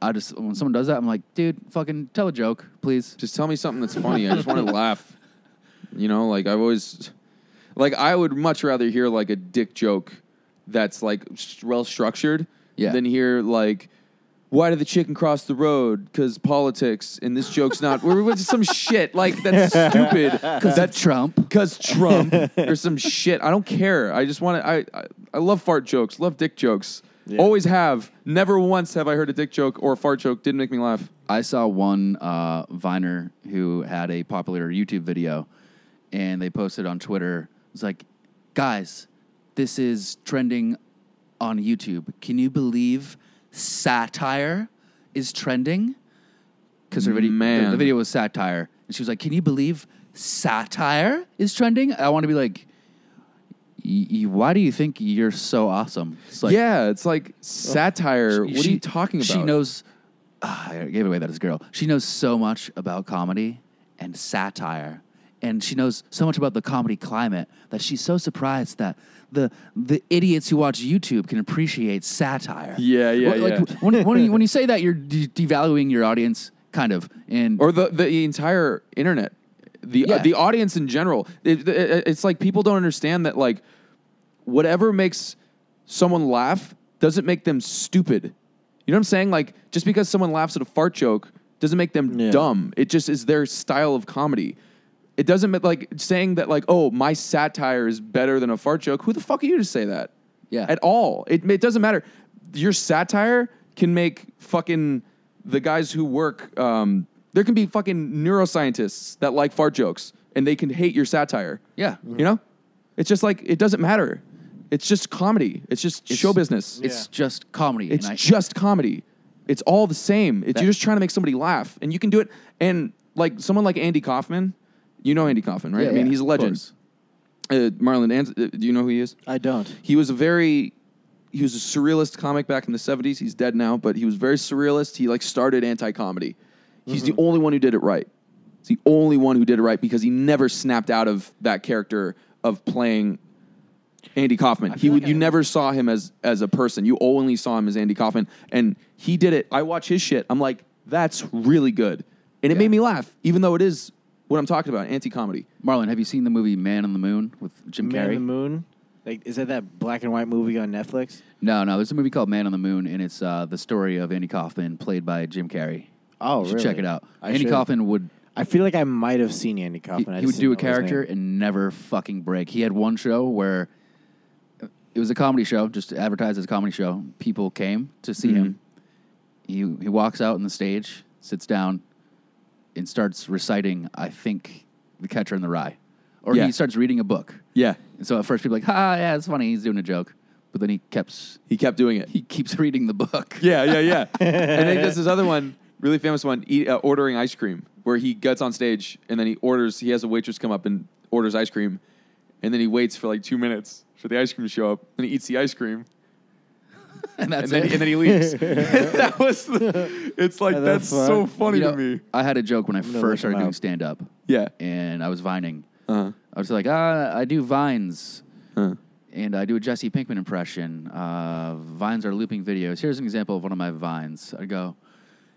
Speaker 1: I just when someone does that, I'm like, dude, fucking tell a joke, please.
Speaker 4: Just tell me something that's funny. I just want to laugh. You know, like I've always, like I would much rather hear like a dick joke that's like well structured
Speaker 1: Yeah.
Speaker 4: than hear like, why did the chicken cross the road? Because politics, and this joke's not. We're with some shit like that's stupid.
Speaker 1: Because that's Trump.
Speaker 4: because Trump or some shit. I don't care. I just want to. I, I I love fart jokes. Love dick jokes. Always have. Never once have I heard a dick joke or a fart joke. Didn't make me laugh.
Speaker 1: I saw one uh, Viner who had a popular YouTube video, and they posted on Twitter. It was like, guys, this is trending on YouTube. Can you believe satire is trending? Because her video, the-
Speaker 4: Man.
Speaker 1: the video was satire, and she was like, "Can you believe satire is trending?" I want to be like, y- y- "Why do you think you're so awesome?" It's like, oh,
Speaker 4: yeah, it's like satire. what are
Speaker 1: she-
Speaker 4: you talking about?
Speaker 1: She knows. Ah, I gave away that as a girl. She knows so much about comedy and satire, and she knows so much about the comedy climate that she's so surprised that the the idiots who watch YouTube can appreciate satire.
Speaker 4: Yeah, yeah,
Speaker 1: Well, like,
Speaker 4: yeah.
Speaker 1: When, when, you, when you say that, you're de- devaluing your audience, kind of. And
Speaker 4: or the the entire internet, the uh,
Speaker 1: Yeah.
Speaker 4: the audience in general. It- it- uh, it's like people don't understand that like whatever makes someone laugh doesn't make them stupid. You know what I'm saying? Like just because someone laughs at a fart joke doesn't make them
Speaker 3: Yeah.
Speaker 4: dumb. It just is their style of comedy. It doesn't make like saying that like oh my satire is better than a fart joke. Who the fuck are you to say that?
Speaker 1: Yeah.
Speaker 4: At all. It it doesn't matter. Your satire can make fucking the guys who work um there can be fucking neuroscientists that like fart jokes and they can hate your satire.
Speaker 1: yeah,
Speaker 4: You know? It's just like it doesn't matter. It's just comedy. It's just show business.
Speaker 1: it's just comedy.
Speaker 4: It's
Speaker 1: and I,
Speaker 4: just comedy. It's all the same. It's, you're just trying to make somebody laugh, and you can do it. And like someone like Andy Kaufman, you know Andy Kaufman, right?
Speaker 1: Yeah,
Speaker 4: I mean,
Speaker 1: yeah,
Speaker 4: he's a
Speaker 1: of
Speaker 4: legend.
Speaker 1: course.
Speaker 4: Uh, Marlon, Ans- uh, do you know who he is?
Speaker 3: I don't.
Speaker 4: He was a very he was a surrealist comic back in the 70s. He's dead now, but he was very surrealist. He like started anti-comedy. He's the only one who did it right. He's the only one who did it right because he never snapped out of that character of playing Andy Kaufman. He would you never saw him as as a person. You only saw him as Andy Kaufman and he did it. I watch his shit. I'm like, that's really good. And it made me laugh even though it is what I'm talking about, anti-comedy.
Speaker 1: Marlon, have you seen the movie Man on the Moon with Jim
Speaker 3: Man
Speaker 1: Carrey?
Speaker 3: on the Moon. Like, is that that black and white movie on Netflix?
Speaker 1: No, no. There's a movie called Man on the Moon, and it's uh, the story of Andy Kaufman, played by Jim Carrey.
Speaker 3: Oh,
Speaker 1: you should
Speaker 3: really?
Speaker 1: check it out.
Speaker 3: I
Speaker 1: Andy
Speaker 3: should.
Speaker 1: Kaufman would
Speaker 3: I feel like I might have seen Andy
Speaker 1: he,
Speaker 3: Kaufman. I
Speaker 1: he
Speaker 3: just
Speaker 1: would do a
Speaker 3: didn't know his
Speaker 1: character
Speaker 3: name.
Speaker 1: and never fucking break. He had one show where it was a comedy show, just advertised as a comedy show. People came to see him. He
Speaker 3: Mm-hmm.
Speaker 1: he walks out on the stage, sits down, and starts reciting. I think the Catcher in the Rye, or
Speaker 4: Yeah.
Speaker 1: he starts reading a book.
Speaker 4: Yeah.
Speaker 1: And so at first people are like, ha, yeah, it's funny. He's doing a joke, but then he kept
Speaker 4: He kept doing it.
Speaker 1: he keeps reading the book.
Speaker 4: Yeah, yeah, yeah. and then he does this other one, really famous one, eat, uh, ordering ice cream, where he gets on stage and then he orders. He has a waitress come up and orders ice cream, and then he waits for like two minutes for the ice cream to show up, and he eats the ice cream,
Speaker 1: and that's
Speaker 4: and then
Speaker 1: it.
Speaker 4: and then he leaves. that was. The, it's like
Speaker 3: the
Speaker 4: that's so
Speaker 3: fuck?
Speaker 4: funny
Speaker 1: You
Speaker 4: to
Speaker 1: know,
Speaker 4: me.
Speaker 1: I had a joke when I
Speaker 3: gonna look
Speaker 1: first started
Speaker 3: him
Speaker 1: doing
Speaker 3: up.
Speaker 1: stand up,
Speaker 4: Yeah.
Speaker 1: and I was vining.
Speaker 4: Uh-huh.
Speaker 1: I was like, ah, I do vines,
Speaker 4: Huh.
Speaker 1: and I do a Jesse Pinkman impression. Uh, vines are looping videos. Here's an example of one of my vines. I go,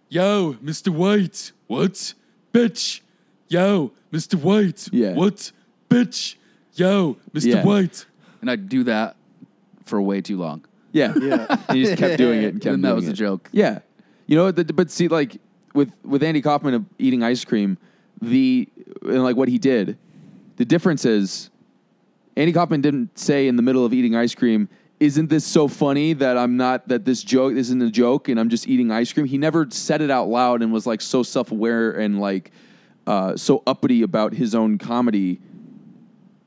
Speaker 6: Yo, Mr. White, what? Bitch. Yo, Mr. White,
Speaker 4: Yeah.
Speaker 6: what? Bitch. Yo, Mr.
Speaker 4: Yeah.
Speaker 6: White.
Speaker 1: and I do that for way too long.
Speaker 4: Yeah.
Speaker 3: Yeah.
Speaker 4: And he just kept doing it and kept
Speaker 1: Then that
Speaker 4: doing
Speaker 1: was
Speaker 4: it.
Speaker 1: a joke.
Speaker 4: Yeah. You know, th- but see, like with with Andy Kaufman of eating ice cream, the and like what he did, the difference is Andy Kaufman didn't say in the middle of eating ice cream, "Isn't this so funny that I'm not that this joke isn't a joke and I'm just eating ice cream?" He never said it out loud and was like so self aware and like uh, so uppity about his own comedy.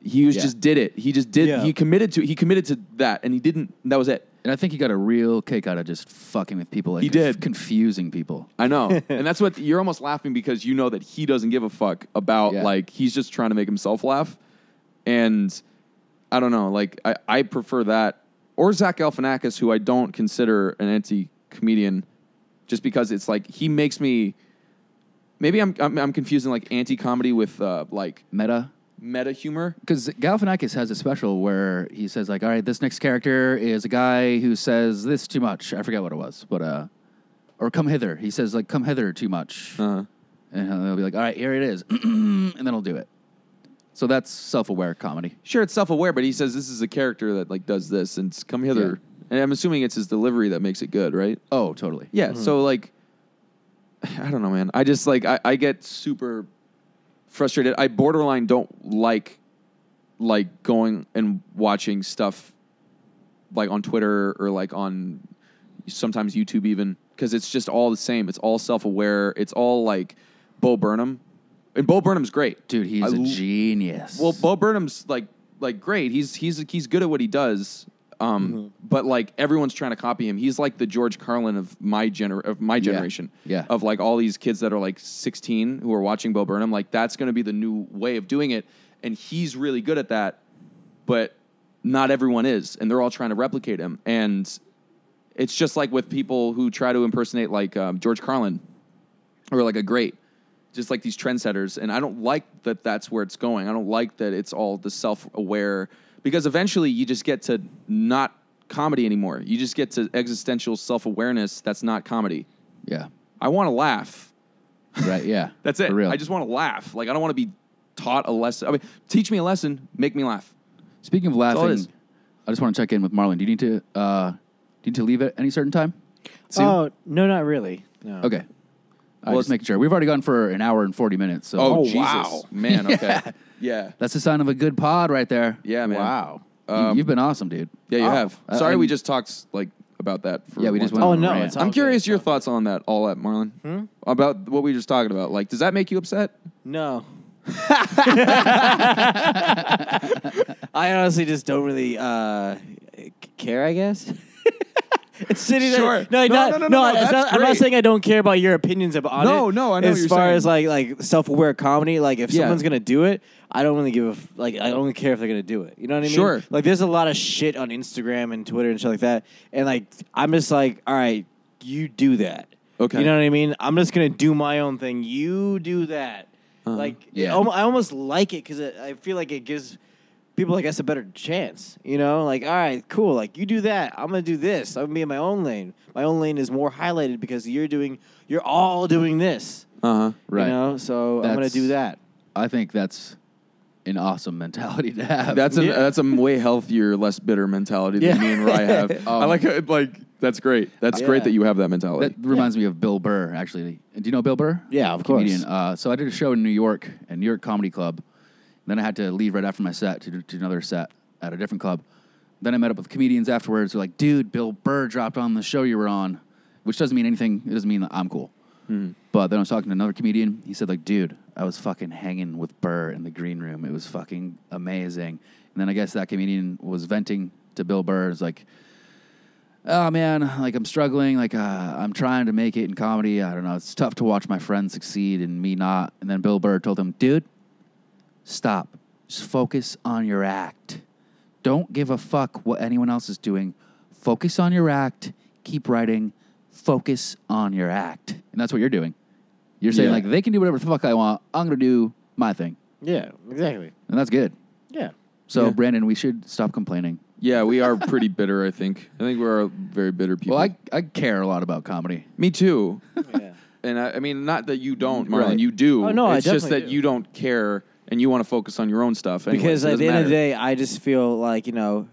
Speaker 4: He was
Speaker 1: Yeah.
Speaker 4: just did it. He just did.
Speaker 3: Yeah.
Speaker 4: He committed to. He committed to that, and he didn't. That was it.
Speaker 1: And I think he got a real kick out of just fucking with people. And
Speaker 4: He did.
Speaker 1: confusing people.
Speaker 4: I know. and that's what you're almost laughing because you know that he doesn't give a fuck about
Speaker 1: Yeah.
Speaker 4: like he's just trying to make himself laugh. And I don't know, like I, I prefer that. Or Zach Galifianakis, who I don't consider an anti comedian, just because it's like he makes me Maybe I'm I'm, I'm confusing like anti comedy with uh, like
Speaker 1: Meta.
Speaker 4: meta humor.
Speaker 1: Because Galifianakis has a special where he says like, "All right, this next character is a guy who says this too much." I forget what it was, but uh, or "Come hither." He says like, "Come hither" too much,
Speaker 4: Uh-huh.
Speaker 1: and they'll be like, "All right, here it is," and then he'll do it. So that's self-aware comedy.
Speaker 4: Sure, it's self aware, but he says this is a character that like does this and it's come hither. And I'm assuming it's his delivery that makes it good, right?
Speaker 1: Oh, totally.
Speaker 4: Yeah. So like, I don't know, man. I just like I, I get super frustrated. I borderline don't like like going and watching stuff like on Twitter or like on sometimes YouTube even because it's just all the same. It's all self aware. It's all like Bo Burnham, and Bo Burnham's great,
Speaker 1: dude, he's
Speaker 4: I
Speaker 1: a
Speaker 4: l-
Speaker 1: genius.
Speaker 4: well, Bo Burnham's like like great. He's he's he's good at what he does. Um, but like everyone's trying to copy him. He's like the George Carlin of my gener of my generation.
Speaker 1: Yeah.
Speaker 4: Of like all these kids that are like 16 who are watching Bo Burnham. Like that's going to be the new way of doing it, and he's really good at that. But not everyone is, and they're all trying to replicate him. And it's just like with people who try to impersonate like um, George Carlin or like a great, just like these trendsetters. And I don't like that that's where it's going. I don't like that it's all the self aware because eventually you just get to not comedy anymore. You just get to existential self awareness that's not comedy.
Speaker 1: yeah,
Speaker 4: I want to laugh.
Speaker 1: right, yeah.
Speaker 4: That's it.
Speaker 1: For real.
Speaker 4: I just want to laugh. Like I don't want to be taught a lesson. I mean, teach me a lesson, make me laugh.
Speaker 1: Speaking of
Speaker 4: all it
Speaker 1: laughing,
Speaker 4: is.
Speaker 1: I just want to check in with Marlon. Do you need to uh, do you need to leave at any certain time? Soon?
Speaker 3: Oh no, not really. No.
Speaker 1: Okay. I
Speaker 4: Well,
Speaker 1: just making sure. We've already gone for an hour and 40 minutes. So
Speaker 4: Oh,
Speaker 3: Oh,
Speaker 4: Jesus.
Speaker 3: wow.
Speaker 4: Man, okay. yeah.
Speaker 1: that's the sign of a good pod right there.
Speaker 4: Yeah, man.
Speaker 3: Wow.
Speaker 1: You-
Speaker 4: Um,
Speaker 1: You've been awesome, dude.
Speaker 4: Yeah, you
Speaker 3: Oh.
Speaker 4: have.
Speaker 1: Uh,
Speaker 4: Sorry,
Speaker 1: and-
Speaker 4: we just talked like about that. For
Speaker 1: Yeah, we
Speaker 4: one
Speaker 1: just
Speaker 4: time.
Speaker 1: went on
Speaker 3: Oh
Speaker 1: a
Speaker 3: no,
Speaker 1: rant.
Speaker 3: it's all
Speaker 4: I'm
Speaker 3: good.
Speaker 4: curious your thoughts on that. All that, Marlon,
Speaker 3: Hmm?
Speaker 4: about what we were just talking about. Like, does that make you upset?
Speaker 3: No. I honestly just don't really uh, c- care. I guess. it's sitting
Speaker 4: Sure.
Speaker 3: there. No,
Speaker 4: No,
Speaker 3: not,
Speaker 4: no, no, no, no,
Speaker 3: it's
Speaker 4: that's
Speaker 3: not- I'm
Speaker 4: great.
Speaker 3: not saying I don't care about your opinions ab- on
Speaker 4: No,
Speaker 3: it.
Speaker 4: no, I know what
Speaker 3: As
Speaker 4: you're
Speaker 3: far
Speaker 4: saying.
Speaker 3: as like like self aware comedy, like if
Speaker 4: Yeah.
Speaker 3: someone's gonna do it, I don't really give a f- like. I only care if they're gonna do it. You know what I mean?
Speaker 4: Sure.
Speaker 3: Like there's a lot of shit on Instagram and Twitter and shit like that, and like I'm just like, all right, you do that.
Speaker 4: Okay.
Speaker 3: You know what I mean? I'm just gonna do my own thing. You do that. Like
Speaker 1: Yeah.
Speaker 3: yeah. I almost like it because I feel like it gives people, I guess, a better chance. You know, like all right, cool. Like you do that, I'm gonna do this. I'm gonna be in my own lane. My own lane is more highlighted because you're doing, you're all doing this.
Speaker 4: Uh huh.
Speaker 1: Right.
Speaker 3: You know, so I'm gonna
Speaker 1: That's-
Speaker 3: do that.
Speaker 1: I think that's an awesome mentality to have.
Speaker 4: That's a
Speaker 3: Yeah.
Speaker 4: that's a way healthier, less bitter mentality
Speaker 3: Yeah. Um,
Speaker 4: than me and Rye have. I like how it, like that's great. That's
Speaker 3: Yeah.
Speaker 4: great that you have that mentality.
Speaker 1: that reminds me of Bill Burr, actually. Do you know Bill Burr?
Speaker 3: Yeah, of
Speaker 1: Comedian.
Speaker 3: course.
Speaker 1: Uh, so I did a show in New York, at New York Comedy Club. Then I had to leave right after my set to, to another set at a different club. Then I met up with comedians afterwards. They're like, dude, Bill Burr dropped on the show you were on, which doesn't mean anything. It doesn't mean that I'm cool.
Speaker 3: Mm-hmm.
Speaker 1: But then I was talking to another comedian. He said, like, dude, I was fucking hanging with Burr in the green room. It was fucking amazing. And then I guess that comedian was venting to Bill Burr. It's like, oh man, like I'm struggling, like uh, I'm trying to make it in comedy. I don't know. It's tough to watch my friends succeed and me not. And then Bill Burr told him, dude, stop. Just focus on your act. Don't give a fuck what anyone else is doing. Focus on your act. Keep writing. Focus on your act. And that's what you're doing. You're saying,
Speaker 4: Yeah.
Speaker 1: like, they can do whatever the fuck I want. I'm going to do my thing.
Speaker 3: Yeah, exactly.
Speaker 1: And that's good.
Speaker 3: Yeah.
Speaker 1: So,
Speaker 4: Yeah.
Speaker 1: Brandon, we should stop complaining.
Speaker 4: yeah, we are pretty bitter. I think. I think we're very bitter people.
Speaker 1: Well, I, I care a lot about comedy.
Speaker 4: me too.
Speaker 3: yeah.
Speaker 4: and I, I mean, not that you don't, Marlon.
Speaker 1: Right.
Speaker 4: You do.
Speaker 3: Oh, no, I
Speaker 4: it's just
Speaker 3: definitely
Speaker 4: that
Speaker 3: do.
Speaker 4: you don't care and you want to focus on your own stuff. Anyway,
Speaker 3: Because
Speaker 4: so it
Speaker 3: at the
Speaker 4: doesn't
Speaker 3: end of the
Speaker 4: matter.
Speaker 3: day, I just feel like you know,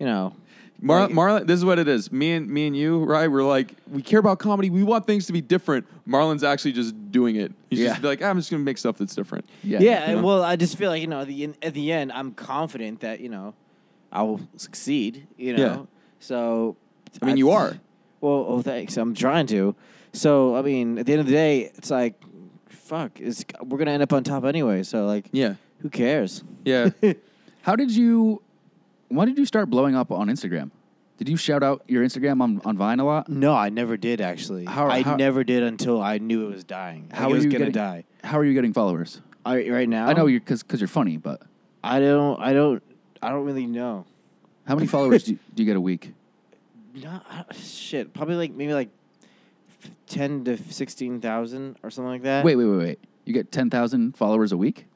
Speaker 3: you know,
Speaker 4: Marlon, Marlon, this is what it is. Me and me and you, right? We're like, we care about comedy. We want things to be different. Marlon's actually just doing it. He's
Speaker 1: Yeah.
Speaker 4: just like, "Ah, I'm just gonna make stuff that's different.
Speaker 1: Yeah.
Speaker 3: Yeah,
Speaker 4: you know?
Speaker 3: well, I just feel like you know, at the en- at the end, I'm confident that you know, I will succeed. You know,
Speaker 4: Yeah.
Speaker 3: so
Speaker 4: I mean, you are.
Speaker 3: Well, oh, thanks. I'm trying to. So, I mean, at the end of the day, it's like, fuck, it's we're gonna end up on top anyway. So, like,
Speaker 4: Yeah,
Speaker 3: who cares?
Speaker 4: yeah.
Speaker 1: How did you? Why did you start blowing up on Instagram? Did you shout out your Instagram on, on Vine a lot?
Speaker 3: No, I never did actually.
Speaker 1: How-
Speaker 3: I
Speaker 1: how-
Speaker 3: never did until I knew it was dying. Like,
Speaker 1: How
Speaker 3: it
Speaker 1: are
Speaker 3: was
Speaker 1: you
Speaker 3: gonna
Speaker 1: getting,
Speaker 3: die?
Speaker 1: How are you getting followers?
Speaker 3: I, right now,
Speaker 1: I know you're because you're funny, but
Speaker 3: I don't. I don't. I don't really know.
Speaker 1: how many followers do, you, do you get a week?
Speaker 3: Not shit. Probably like maybe like ten to sixteen thousand or something like that.
Speaker 1: Wait, wait, wait, wait. You get 10,000 followers a week?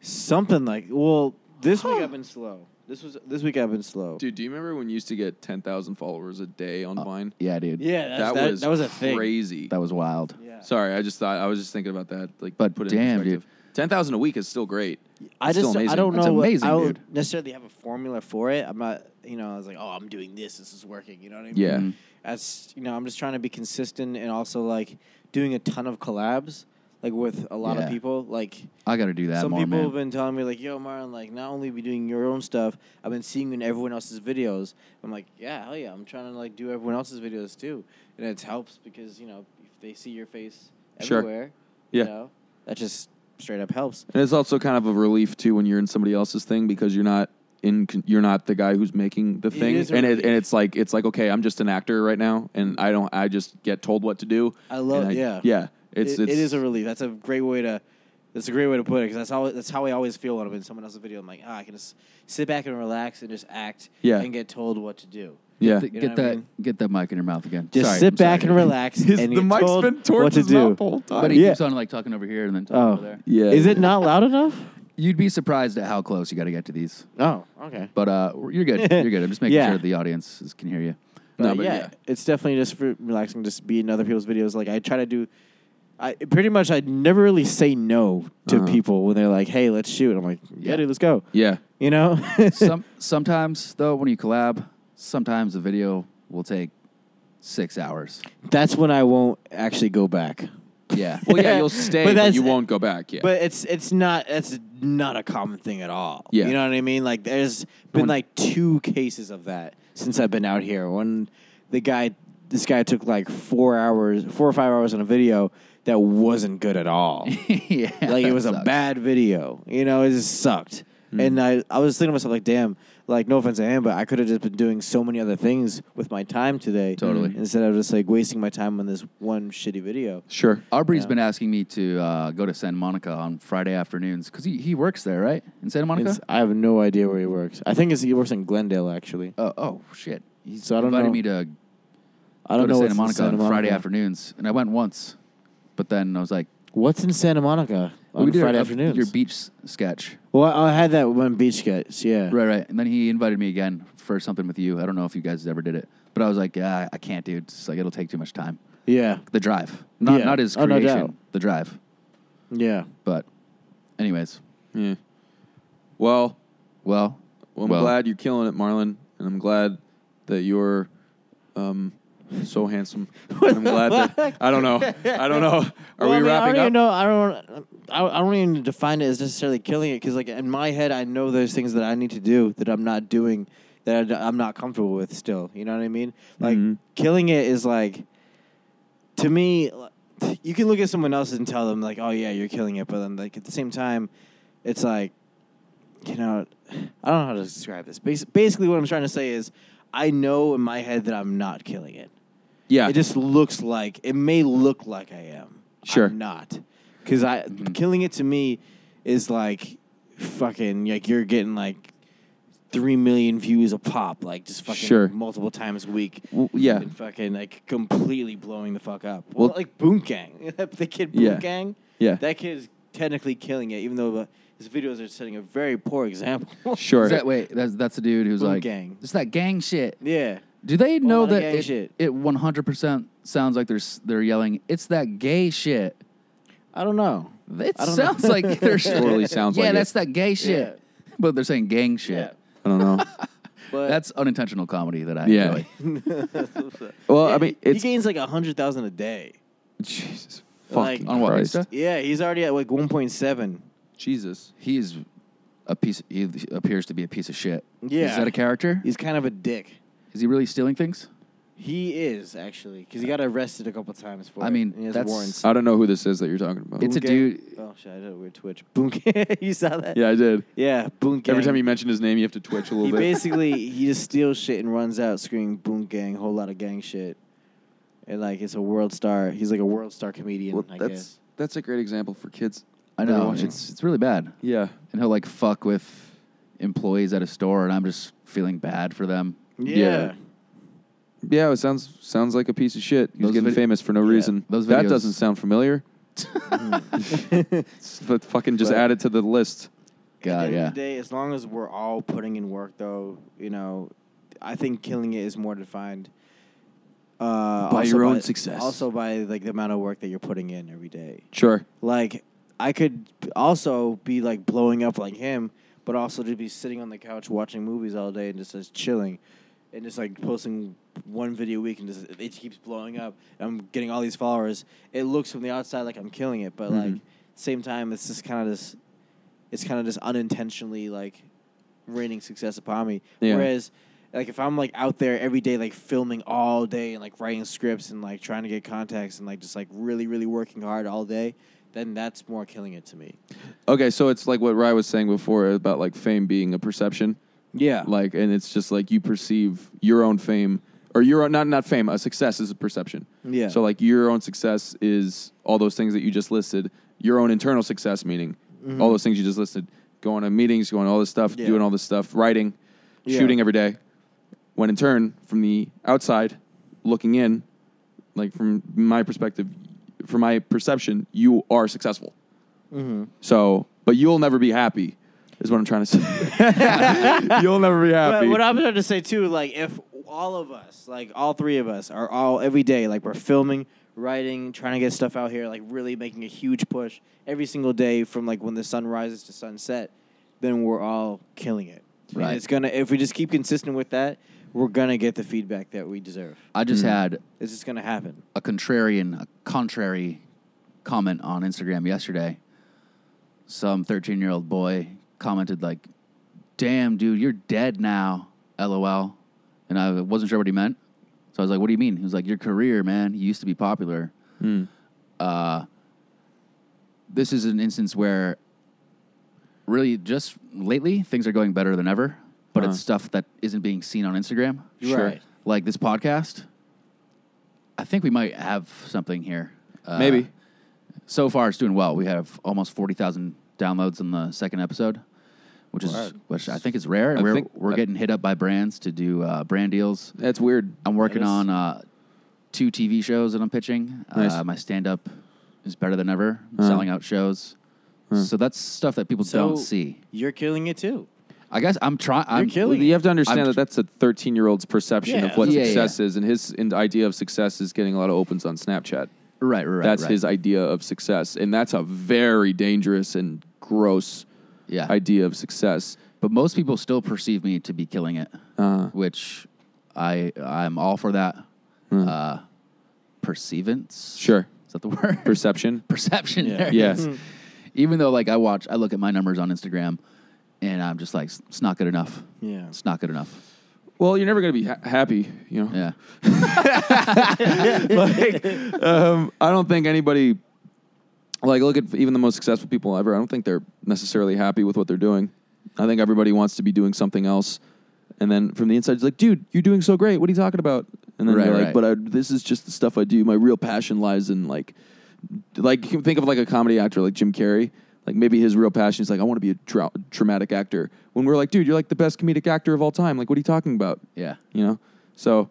Speaker 3: something like well, this week I've been slow. This was this week I've been slow.
Speaker 4: Dude, do you remember when you used to get 10,000 followers a day on Vine?
Speaker 1: Yeah, dude.
Speaker 3: Yeah, Uh, that's, that, that, was a thing.
Speaker 4: crazy.
Speaker 1: That was wild.
Speaker 3: Yeah.
Speaker 4: Sorry, I just thought I was just thinking about that. Like,
Speaker 1: But
Speaker 4: put it
Speaker 1: damn,
Speaker 4: in perspective. ten thousand a week is still great.
Speaker 3: I
Speaker 4: It's
Speaker 3: just
Speaker 4: still amazing.
Speaker 3: I don't know
Speaker 1: That's
Speaker 3: what-
Speaker 1: amazing,
Speaker 3: I don't
Speaker 1: dude.
Speaker 3: necessarily have a formula for it. I'm not you know I was like oh I'm doing this this is working you know what I mean
Speaker 4: Yeah,
Speaker 3: That's you know I'm just trying to be consistent and also like doing a ton of collabs like with a lot
Speaker 1: Yeah.
Speaker 3: of people like
Speaker 1: I got to do that
Speaker 3: Some
Speaker 1: more,
Speaker 3: people
Speaker 1: man.
Speaker 3: have been telling me like, "Yo, Martin, like not only be doing your own stuff, I've been seeing you in everyone else's videos." I'm like, "Yeah, hell yeah, I'm trying to like do everyone else's videos too," and it helps because you know if they see your face
Speaker 4: Sure.
Speaker 3: everywhere,
Speaker 4: Yeah.
Speaker 3: you know, that just straight up helps.
Speaker 4: and it's also kind of a relief too when you're in somebody else's thing because you're not in con- you're not the guy who's making the thing,
Speaker 3: is a
Speaker 4: and
Speaker 3: relief.
Speaker 4: it, and it's like it's like okay, I'm just an actor right now, and I don't I just get told what to do.
Speaker 3: I love-
Speaker 4: and
Speaker 3: yeah.
Speaker 4: yeah. It's,
Speaker 3: It-
Speaker 4: it's
Speaker 3: it is a relief. That's a great way to. That's a great way to put it because that's how that's how I always feel when I'm in someone else's video. I'm like, ah, I can just sit back and relax and just act
Speaker 4: Yeah.
Speaker 3: and get told what to do.
Speaker 4: yeah.
Speaker 1: Th-
Speaker 3: You know
Speaker 1: get
Speaker 3: what I
Speaker 1: that
Speaker 3: mean?
Speaker 1: get that mic in your mouth again.
Speaker 3: Just
Speaker 1: Sorry,
Speaker 3: sit
Speaker 1: I'm sorry,
Speaker 3: back and
Speaker 1: dude.
Speaker 3: relax. and get told what to do.
Speaker 1: But he
Speaker 3: Yeah.
Speaker 1: keeps on like talking over here and then talking over
Speaker 3: Oh,
Speaker 1: there.
Speaker 4: Yeah.
Speaker 3: Is it not loud enough?
Speaker 1: You'd be surprised at how close you got to get to these.
Speaker 3: Oh, okay.
Speaker 1: But uh, you're good. You're good. I'm just making
Speaker 3: Yeah.
Speaker 1: sure the audience is- can hear you.
Speaker 4: No,
Speaker 3: Uh,
Speaker 4: but
Speaker 3: yeah,
Speaker 4: yeah.
Speaker 3: it's definitely just for relaxing, just be in other people's videos. Like I try to do, I pretty much I never really say no to
Speaker 4: Uh-huh.
Speaker 3: people when they're like, "Hey, let's shoot." I'm like, "Yeah,
Speaker 1: Yeah.
Speaker 3: dude, let's go."
Speaker 4: Yeah.
Speaker 3: You know,
Speaker 1: Some sometimes though, when you collab, sometimes the video will take six hours.
Speaker 3: that's when I won't actually go back.
Speaker 1: Yeah.
Speaker 4: Well, yeah, you'll stay,
Speaker 3: But
Speaker 4: but,
Speaker 3: that's-
Speaker 4: you won't go back. Yeah.
Speaker 3: But it's it's not it's not a common thing at all.
Speaker 4: Yeah.
Speaker 3: you know what I mean. Like there's been like two cases of that since I've been out here. One, the guy, this guy took like four hours, four or five hours on a video that wasn't good at all.
Speaker 1: yeah.
Speaker 3: like it
Speaker 1: that
Speaker 3: was a
Speaker 1: sucks. Hmm.
Speaker 3: bad video. You know, it just sucked. And I, I was thinking to myself, like, damn, like no offense to him, but I could have just been doing so many other things with my time today.
Speaker 1: Totally.
Speaker 3: Instead of just like wasting my time on this one shitty video.
Speaker 4: sure.
Speaker 1: Aubrey's
Speaker 3: Yeah.
Speaker 1: been asking me to uh, go to Santa Monica on Friday afternoons because he, he works there, right? In Santa Monica.
Speaker 3: It's- I have no idea where he works. I think it's, he works in Glendale, actually.
Speaker 1: oh, oh shit! He's
Speaker 3: So I don't
Speaker 1: invited
Speaker 3: know.
Speaker 1: me to
Speaker 3: I don't
Speaker 1: go to
Speaker 3: know what's
Speaker 1: Santa Monica
Speaker 3: in Santa
Speaker 1: on
Speaker 3: Monica.
Speaker 1: Friday afternoons, and I went once, but then I was like,
Speaker 3: What's in Santa Monica on
Speaker 1: we did
Speaker 3: Friday
Speaker 1: a-
Speaker 3: afternoons?
Speaker 1: your beach s- sketch,
Speaker 3: well, I I had that one beach sketch, yeah.
Speaker 1: right? Right, and then he invited me again for something with you. I don't know if you guys ever did it, but I was like, yeah, I can't, dude. It's like it'll take too much time.
Speaker 3: Yeah,
Speaker 1: The drive, not
Speaker 3: Yeah.
Speaker 1: not his
Speaker 3: Oh, no
Speaker 1: creation,
Speaker 3: doubt.
Speaker 1: the drive.
Speaker 3: yeah.
Speaker 1: But, anyways,
Speaker 4: Yeah. Well,
Speaker 1: well,
Speaker 4: well I'm
Speaker 1: Well.
Speaker 4: glad you're killing it, Marlon, and I'm glad that you're um, so handsome. And I'm glad that I don't know. I don't know. Are
Speaker 3: Well, I
Speaker 4: we
Speaker 3: mean,
Speaker 4: wrapping
Speaker 3: I
Speaker 4: up?
Speaker 3: don't Even know, I don't. I, I don't even define it as necessarily killing it because, like, in my head, I know there's things that I need to do that I'm not doing that I, am not comfortable with. Still, you know what I mean? Like,
Speaker 4: Mhm.
Speaker 3: killing it is like, to me, you can look at someone else and tell them like, "Oh yeah, you're killing it," but then like at the same time, it's like, you know, I don't know how to describe this. Bas- Basically, what I'm trying to say is, I know in my head that I'm not killing it.
Speaker 4: Yeah.
Speaker 3: It just looks like it may look like I am.
Speaker 4: Sure. Mm-hmm.
Speaker 3: I'm not because I killing it to me is like fucking like you're getting like three million views a pop, like just fucking
Speaker 4: Sure.
Speaker 3: multiple times a week.
Speaker 4: W- yeah.
Speaker 3: and fucking like completely blowing the fuck up. Well,
Speaker 4: Well-
Speaker 3: like Boom Gang, the kid Boom
Speaker 4: Yeah.
Speaker 3: Gang.
Speaker 4: Yeah.
Speaker 3: that kid is technically killing it, even though uh, his videos are setting a very poor example.
Speaker 4: sure.
Speaker 1: is that wait? That's that's the dude who's
Speaker 3: Boom
Speaker 1: like,
Speaker 3: gang.
Speaker 1: it's that gang shit.
Speaker 3: yeah,
Speaker 1: Do they know
Speaker 3: lot of
Speaker 1: that
Speaker 3: gang
Speaker 1: it,
Speaker 3: shit.
Speaker 1: it 100% sounds like they're s- they're yelling, "It's that gay shit."
Speaker 3: I don't know.
Speaker 1: It
Speaker 3: I don't
Speaker 1: sounds
Speaker 3: know.
Speaker 1: like they're
Speaker 4: Totally sounds
Speaker 1: yeah,
Speaker 4: like it.
Speaker 1: that's that gay shit. But they're saying gang shit.
Speaker 4: I don't know.
Speaker 3: But
Speaker 1: That's unintentional comedy that I
Speaker 4: Yeah.
Speaker 1: enjoy.
Speaker 4: Well,
Speaker 3: Yeah,
Speaker 4: I mean,
Speaker 3: he
Speaker 4: it's
Speaker 3: gains like a hundred thousand a day.
Speaker 4: Jesus
Speaker 3: Like-
Speaker 4: fucking
Speaker 1: On what,
Speaker 4: Christ.
Speaker 1: Insta?
Speaker 3: Yeah, he's already at like one point seven.
Speaker 4: Jesus.
Speaker 1: He is a piece. He appears to be a piece of shit.
Speaker 3: Yeah.
Speaker 1: is that a character?
Speaker 3: He's kind of a dick.
Speaker 1: is he really stealing things?
Speaker 3: He is actually because he got arrested a couple times for.
Speaker 1: I
Speaker 3: it,
Speaker 1: mean,
Speaker 3: and he has
Speaker 1: that's-
Speaker 3: warrants.
Speaker 4: I don't know who this is that you're talking about.
Speaker 1: It's a
Speaker 3: Boongang-
Speaker 1: dude-
Speaker 3: Oh shit! I did a weird twitch. Boongang. you saw that?
Speaker 4: yeah, I did.
Speaker 3: Yeah. Boongang.
Speaker 4: Every time you mention his name, you have to twitch a little
Speaker 3: He
Speaker 4: bit.
Speaker 3: basically he just steals shit and runs out screaming "Boom Gang," whole lot of gang shit, and like it's a world star. He's like a world star comedian.
Speaker 4: Well,
Speaker 3: I
Speaker 4: that's
Speaker 3: guess.
Speaker 4: that's a great example for kids.
Speaker 1: I
Speaker 4: that are
Speaker 1: know
Speaker 4: watching.
Speaker 1: it's it's really bad.
Speaker 4: yeah.
Speaker 1: And he'll like fuck with employees at a store, and I'm just feeling bad for them.
Speaker 4: yeah. Yeah, it sounds sounds like a piece of shit. He's
Speaker 1: Those
Speaker 4: getting
Speaker 1: vid-
Speaker 4: famous for no reason.
Speaker 1: those
Speaker 4: that
Speaker 1: videos-
Speaker 4: doesn't sound familiar. It's- but fucking just
Speaker 3: But-
Speaker 4: add it to the list.
Speaker 1: God,
Speaker 3: At the end
Speaker 1: yeah.
Speaker 3: of the day, as long as we're all putting in work, though, you know, I think killing it is more defined uh,
Speaker 4: By
Speaker 3: also
Speaker 4: your own success.
Speaker 3: also by like the amount of work that you're putting in every day.
Speaker 4: Sure.
Speaker 3: Like, I could also be like blowing up like him, but also to be sitting on the couch watching movies all day and just, just chilling, and just like posting one video a week and just it keeps blowing up. And I'm getting all these followers. It looks from the outside like I'm killing it, but
Speaker 4: Mm-hmm.
Speaker 3: like same time, it's just kind of this. It's kind of just unintentionally like raining success upon me.
Speaker 4: Yeah.
Speaker 3: Whereas. Like if I'm like out there every day, like filming all day and like writing scripts and like trying to get contacts and like just like really, really working hard all day, then that's more killing it to me.
Speaker 4: Okay, so it's like what Rye was saying before about like fame being a perception.
Speaker 3: Yeah.
Speaker 4: Like, and it's just like you perceive your own fame or your own, not not fame. A success is a perception.
Speaker 3: Yeah.
Speaker 4: So like your own success is all those things that you just listed. Your own internal success, meaning all those things you just listed. Going to meetings, going to all this stuff,
Speaker 3: Mm-hmm. Yeah.
Speaker 4: doing all this stuff, writing,
Speaker 3: Yeah.
Speaker 4: shooting every day. When in turn, from the outside, looking in, like from my perspective, from my perception, you are successful. So, but you'll never be happy, is what I'm trying to say. you'll never be happy.
Speaker 3: But what I'm trying to say too, like if all of us, like all three of us, are all every day, like we're filming, writing, trying to get stuff out here, like really making a huge push every single day from like when the sun rises to sunset, then we're all killing it. And
Speaker 1: Right.
Speaker 3: it's gonna if we just keep consistent with that, we're gonna get the feedback that we deserve.
Speaker 1: I just had
Speaker 3: It's just gonna happen.
Speaker 1: a contrarian, a contrary comment on Instagram yesterday. Some 13 year old boy commented, like, damn, dude, you're dead now, lol. And I wasn't sure what he meant. So I was like, what do you mean? He was like, your career, man. You used to be popular. Uh, this is an instance where really just lately things are going better than ever, but
Speaker 4: Uh-huh.
Speaker 1: it's stuff that isn't being seen on Instagram.
Speaker 3: Sure. Right.
Speaker 1: Like this podcast. I think we might have something here. Uh,
Speaker 4: Maybe.
Speaker 1: So far, it's doing well. We have almost 40,000 downloads on the second episode, which is which I think is rare.
Speaker 4: I
Speaker 1: we're
Speaker 4: think-
Speaker 1: we're
Speaker 4: I-
Speaker 1: getting hit up by brands to do uh, brand deals.
Speaker 4: That's weird.
Speaker 1: I'm working
Speaker 3: That is-
Speaker 1: on uh, two TV shows that I'm pitching. Uh,
Speaker 4: Nice. Uh-huh.
Speaker 1: my stand up is better than ever, selling out shows. So that's stuff that people don't see.
Speaker 3: You're killing it too.
Speaker 1: I guess I'm trying. I'm
Speaker 3: killing
Speaker 4: Well, you have to understand
Speaker 1: I'm-
Speaker 4: that that's a 13 year old's perception
Speaker 3: Yeah.
Speaker 4: of what
Speaker 1: Yeah, yeah,
Speaker 4: success is, and his in- idea of success is getting a lot of opens on Snapchat.
Speaker 1: Right, right,
Speaker 4: that's
Speaker 1: right.
Speaker 4: his idea of success, and that's a very dangerous and gross
Speaker 1: yeah.
Speaker 4: idea of success.
Speaker 1: but most people still perceive me to be killing it,
Speaker 4: Uh-huh.
Speaker 1: which I I'm all for that. Uh, perceivance,
Speaker 4: Hmm. Sure,
Speaker 1: Is that the word?
Speaker 4: perception.
Speaker 1: Perception.
Speaker 3: Yeah.
Speaker 1: there it
Speaker 4: Yes,
Speaker 1: is. Hmm. Even though, like, I watch, I look at my numbers on Instagram, and I'm just like, it's not good enough.
Speaker 3: Yeah.
Speaker 1: It's not good enough.
Speaker 4: Well, you're never going to be ha- happy, you know.
Speaker 1: Yeah.
Speaker 4: like, um, I don't think anybody, like, look at even the most successful people ever. I don't think they're necessarily happy with what they're doing. I think everybody wants to be doing something else. And then from the inside, it's like, dude, you're doing so great. What are you talking about? And then
Speaker 1: Right,
Speaker 4: you're like,
Speaker 1: right.
Speaker 4: but I, this is just the stuff I do. My real passion lies in like, like you can think of like a comedy actor like Jim Carrey. Like maybe his real passion is like, I want to be a tra- dramatic actor. When we're like, dude, you're like the best comedic actor of all time. Like, what are you talking about?
Speaker 1: Yeah.
Speaker 4: you know. So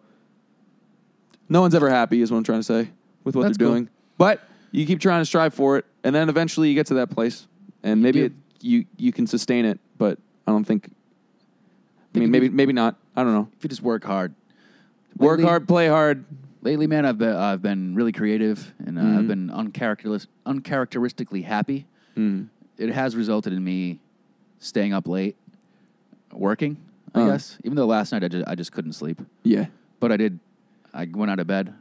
Speaker 4: no one's ever happy, is what I'm trying to say with what
Speaker 1: That's
Speaker 4: they're
Speaker 1: cool.
Speaker 4: doing. But you keep trying to strive for it, and then eventually you get to that place, and maybe
Speaker 1: do.
Speaker 4: it, you you can sustain it. But I don't think. I
Speaker 1: you
Speaker 4: mean, maybe
Speaker 1: can-
Speaker 4: maybe not. I don't know.
Speaker 1: If you just work hard.
Speaker 4: Work
Speaker 1: Lately-
Speaker 4: hard, play hard.
Speaker 1: Lately, man, I've been I've been really creative, and uh, I've been uncharacterist, uncharacteristically happy. It has resulted in me staying up late, working. I
Speaker 4: Uh.
Speaker 1: guess even though last night I just, I just couldn't sleep,
Speaker 4: Yeah,
Speaker 1: but I did. I went out of bed,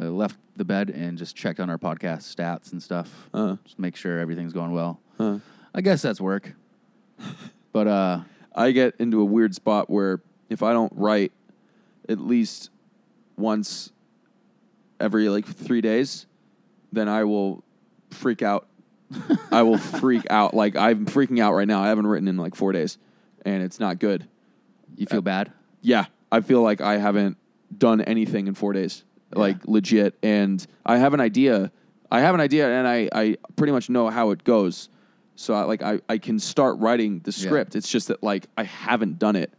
Speaker 1: uh, left the bed, and just checked on our podcast stats and stuff.
Speaker 4: Uh.
Speaker 1: Just make sure everything's going well.
Speaker 4: Uh.
Speaker 1: I guess that's work. but uh,
Speaker 4: I get into a weird spot where if I don't write at least once every like three days, then I will freak out. I will freak out. Like I'm freaking out right now. I haven't written in like four days, and it's not good.
Speaker 1: you feel bad.
Speaker 4: Yeah, I feel like I haven't done anything in four days, like legit. And I have an idea. I have an idea, and I, I pretty much know how it goes. So I, like I, I can start writing the script. It's just that like I haven't done it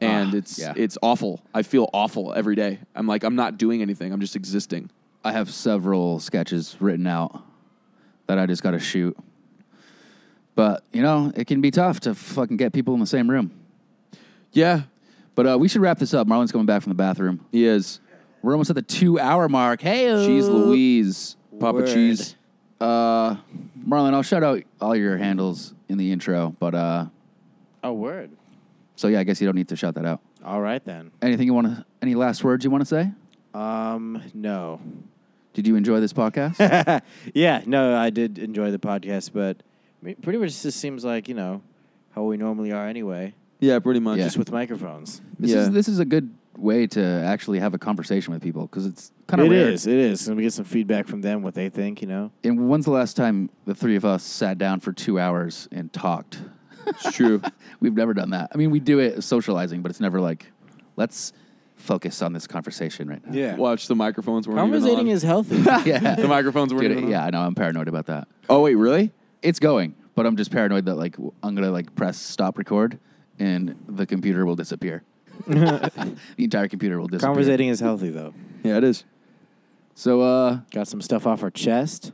Speaker 4: and
Speaker 1: Ah,
Speaker 4: it's
Speaker 1: yeah.
Speaker 4: it's awful. I feel awful every day. I'm like I'm not doing anything. I'm just existing.
Speaker 1: I have several sketches written out that I just got to shoot. But, you know, it can be tough to fucking get people in the same room.
Speaker 4: Yeah,
Speaker 1: But uh, we should wrap this up. Marlon's coming back from the bathroom.
Speaker 4: he is.
Speaker 1: We're almost at the two hour mark. Hey,
Speaker 4: Cheese Louise, Papa
Speaker 3: Word.
Speaker 4: Cheese.
Speaker 1: Uh, Marlon, I'll shout out all your handles in the intro. But uh,
Speaker 3: Oh, word.
Speaker 1: so, yeah, I guess you don't need to shout that out.
Speaker 3: All right then.
Speaker 1: Anything you want to, any last words you want to say?
Speaker 3: Um, no.
Speaker 1: Did you enjoy this podcast?
Speaker 3: yeah, no, I did enjoy the podcast, but I mean, pretty much this seems like you know how we normally are anyway,
Speaker 4: Yeah, pretty much.
Speaker 1: Yeah.
Speaker 3: just with microphones.
Speaker 1: this,
Speaker 4: Yeah.
Speaker 1: is, this is a good way to actually have a conversation with people because it's kind of
Speaker 3: It
Speaker 1: rare.
Speaker 3: is, it is, and we get some feedback from them what they think, you know.
Speaker 1: And when's the last time the three of us sat down for two hours and talked?
Speaker 4: It's true.
Speaker 1: We've never done that. I mean, we do it as socializing, but it's never like, let's focus on this conversation right now.
Speaker 4: Watch the microphones weren't even
Speaker 3: conversating
Speaker 4: on.
Speaker 3: is healthy.
Speaker 1: yeah.
Speaker 4: the microphones weren't
Speaker 1: Dude,
Speaker 4: even on.
Speaker 1: yeah, I know. I'm paranoid about that.
Speaker 4: Oh wait, really?
Speaker 1: It's going, but I'm just paranoid that like w- I'm gonna like press stop record and the computer will disappear. the entire computer will disappear.
Speaker 3: conversating is healthy though.
Speaker 4: Yeah, it is.
Speaker 1: So uh,
Speaker 3: Got some stuff off our chest.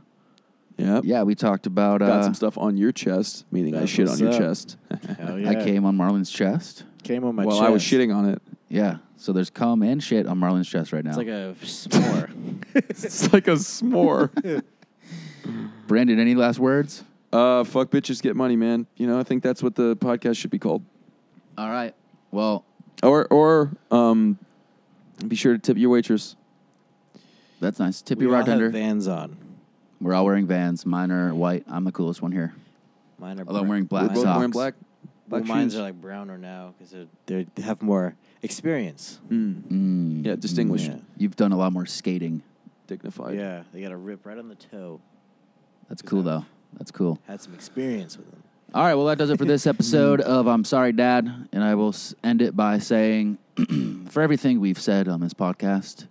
Speaker 4: Yeah.
Speaker 1: yeah, we talked about. Uh,
Speaker 4: Got some stuff on your chest, meaning I
Speaker 3: That's
Speaker 4: shit on
Speaker 3: what's
Speaker 4: your
Speaker 3: up.
Speaker 4: chest.
Speaker 3: Hell
Speaker 1: I came on Marlin's chest.
Speaker 3: Came on my
Speaker 4: well,
Speaker 3: chest.
Speaker 4: I was shitting on it.
Speaker 1: Yeah. So there's cum and shit on Marlin's chest right now.
Speaker 3: It's like a s'more.
Speaker 4: It's like a s'more.
Speaker 1: Brandon, any last words?
Speaker 4: uh, fuck bitches, get money, man. You know, I think that's what the podcast should be called.
Speaker 1: All right. Well,
Speaker 4: Or, or, um, be sure to tip your waitress.
Speaker 1: that's nice. Tip
Speaker 3: we
Speaker 1: your
Speaker 3: all
Speaker 1: rock
Speaker 3: have
Speaker 1: under.
Speaker 3: Vans on.
Speaker 1: We're all wearing Vans. Mine are white. I'm the coolest one here.
Speaker 3: Mine are.
Speaker 1: Although I'm wearing black
Speaker 4: We're
Speaker 3: mine-
Speaker 4: both
Speaker 1: socks.
Speaker 4: wearing black.
Speaker 3: Well,
Speaker 4: black
Speaker 3: mine's
Speaker 4: shoes.
Speaker 3: are like browner now because they have more experience.
Speaker 1: Mm.
Speaker 4: Yeah, distinguished,
Speaker 3: Yeah.
Speaker 1: You've done a lot more skating.
Speaker 4: dignified.
Speaker 3: Yeah, they got a rip right on the toe.
Speaker 1: That's cool, though. That's cool.
Speaker 3: Had some experience with them.
Speaker 1: All right. Well, that does it for this episode of I'm Sorry, Dad. And I will s- end it by saying for everything we've said on this podcast,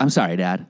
Speaker 1: I'm sorry, Dad.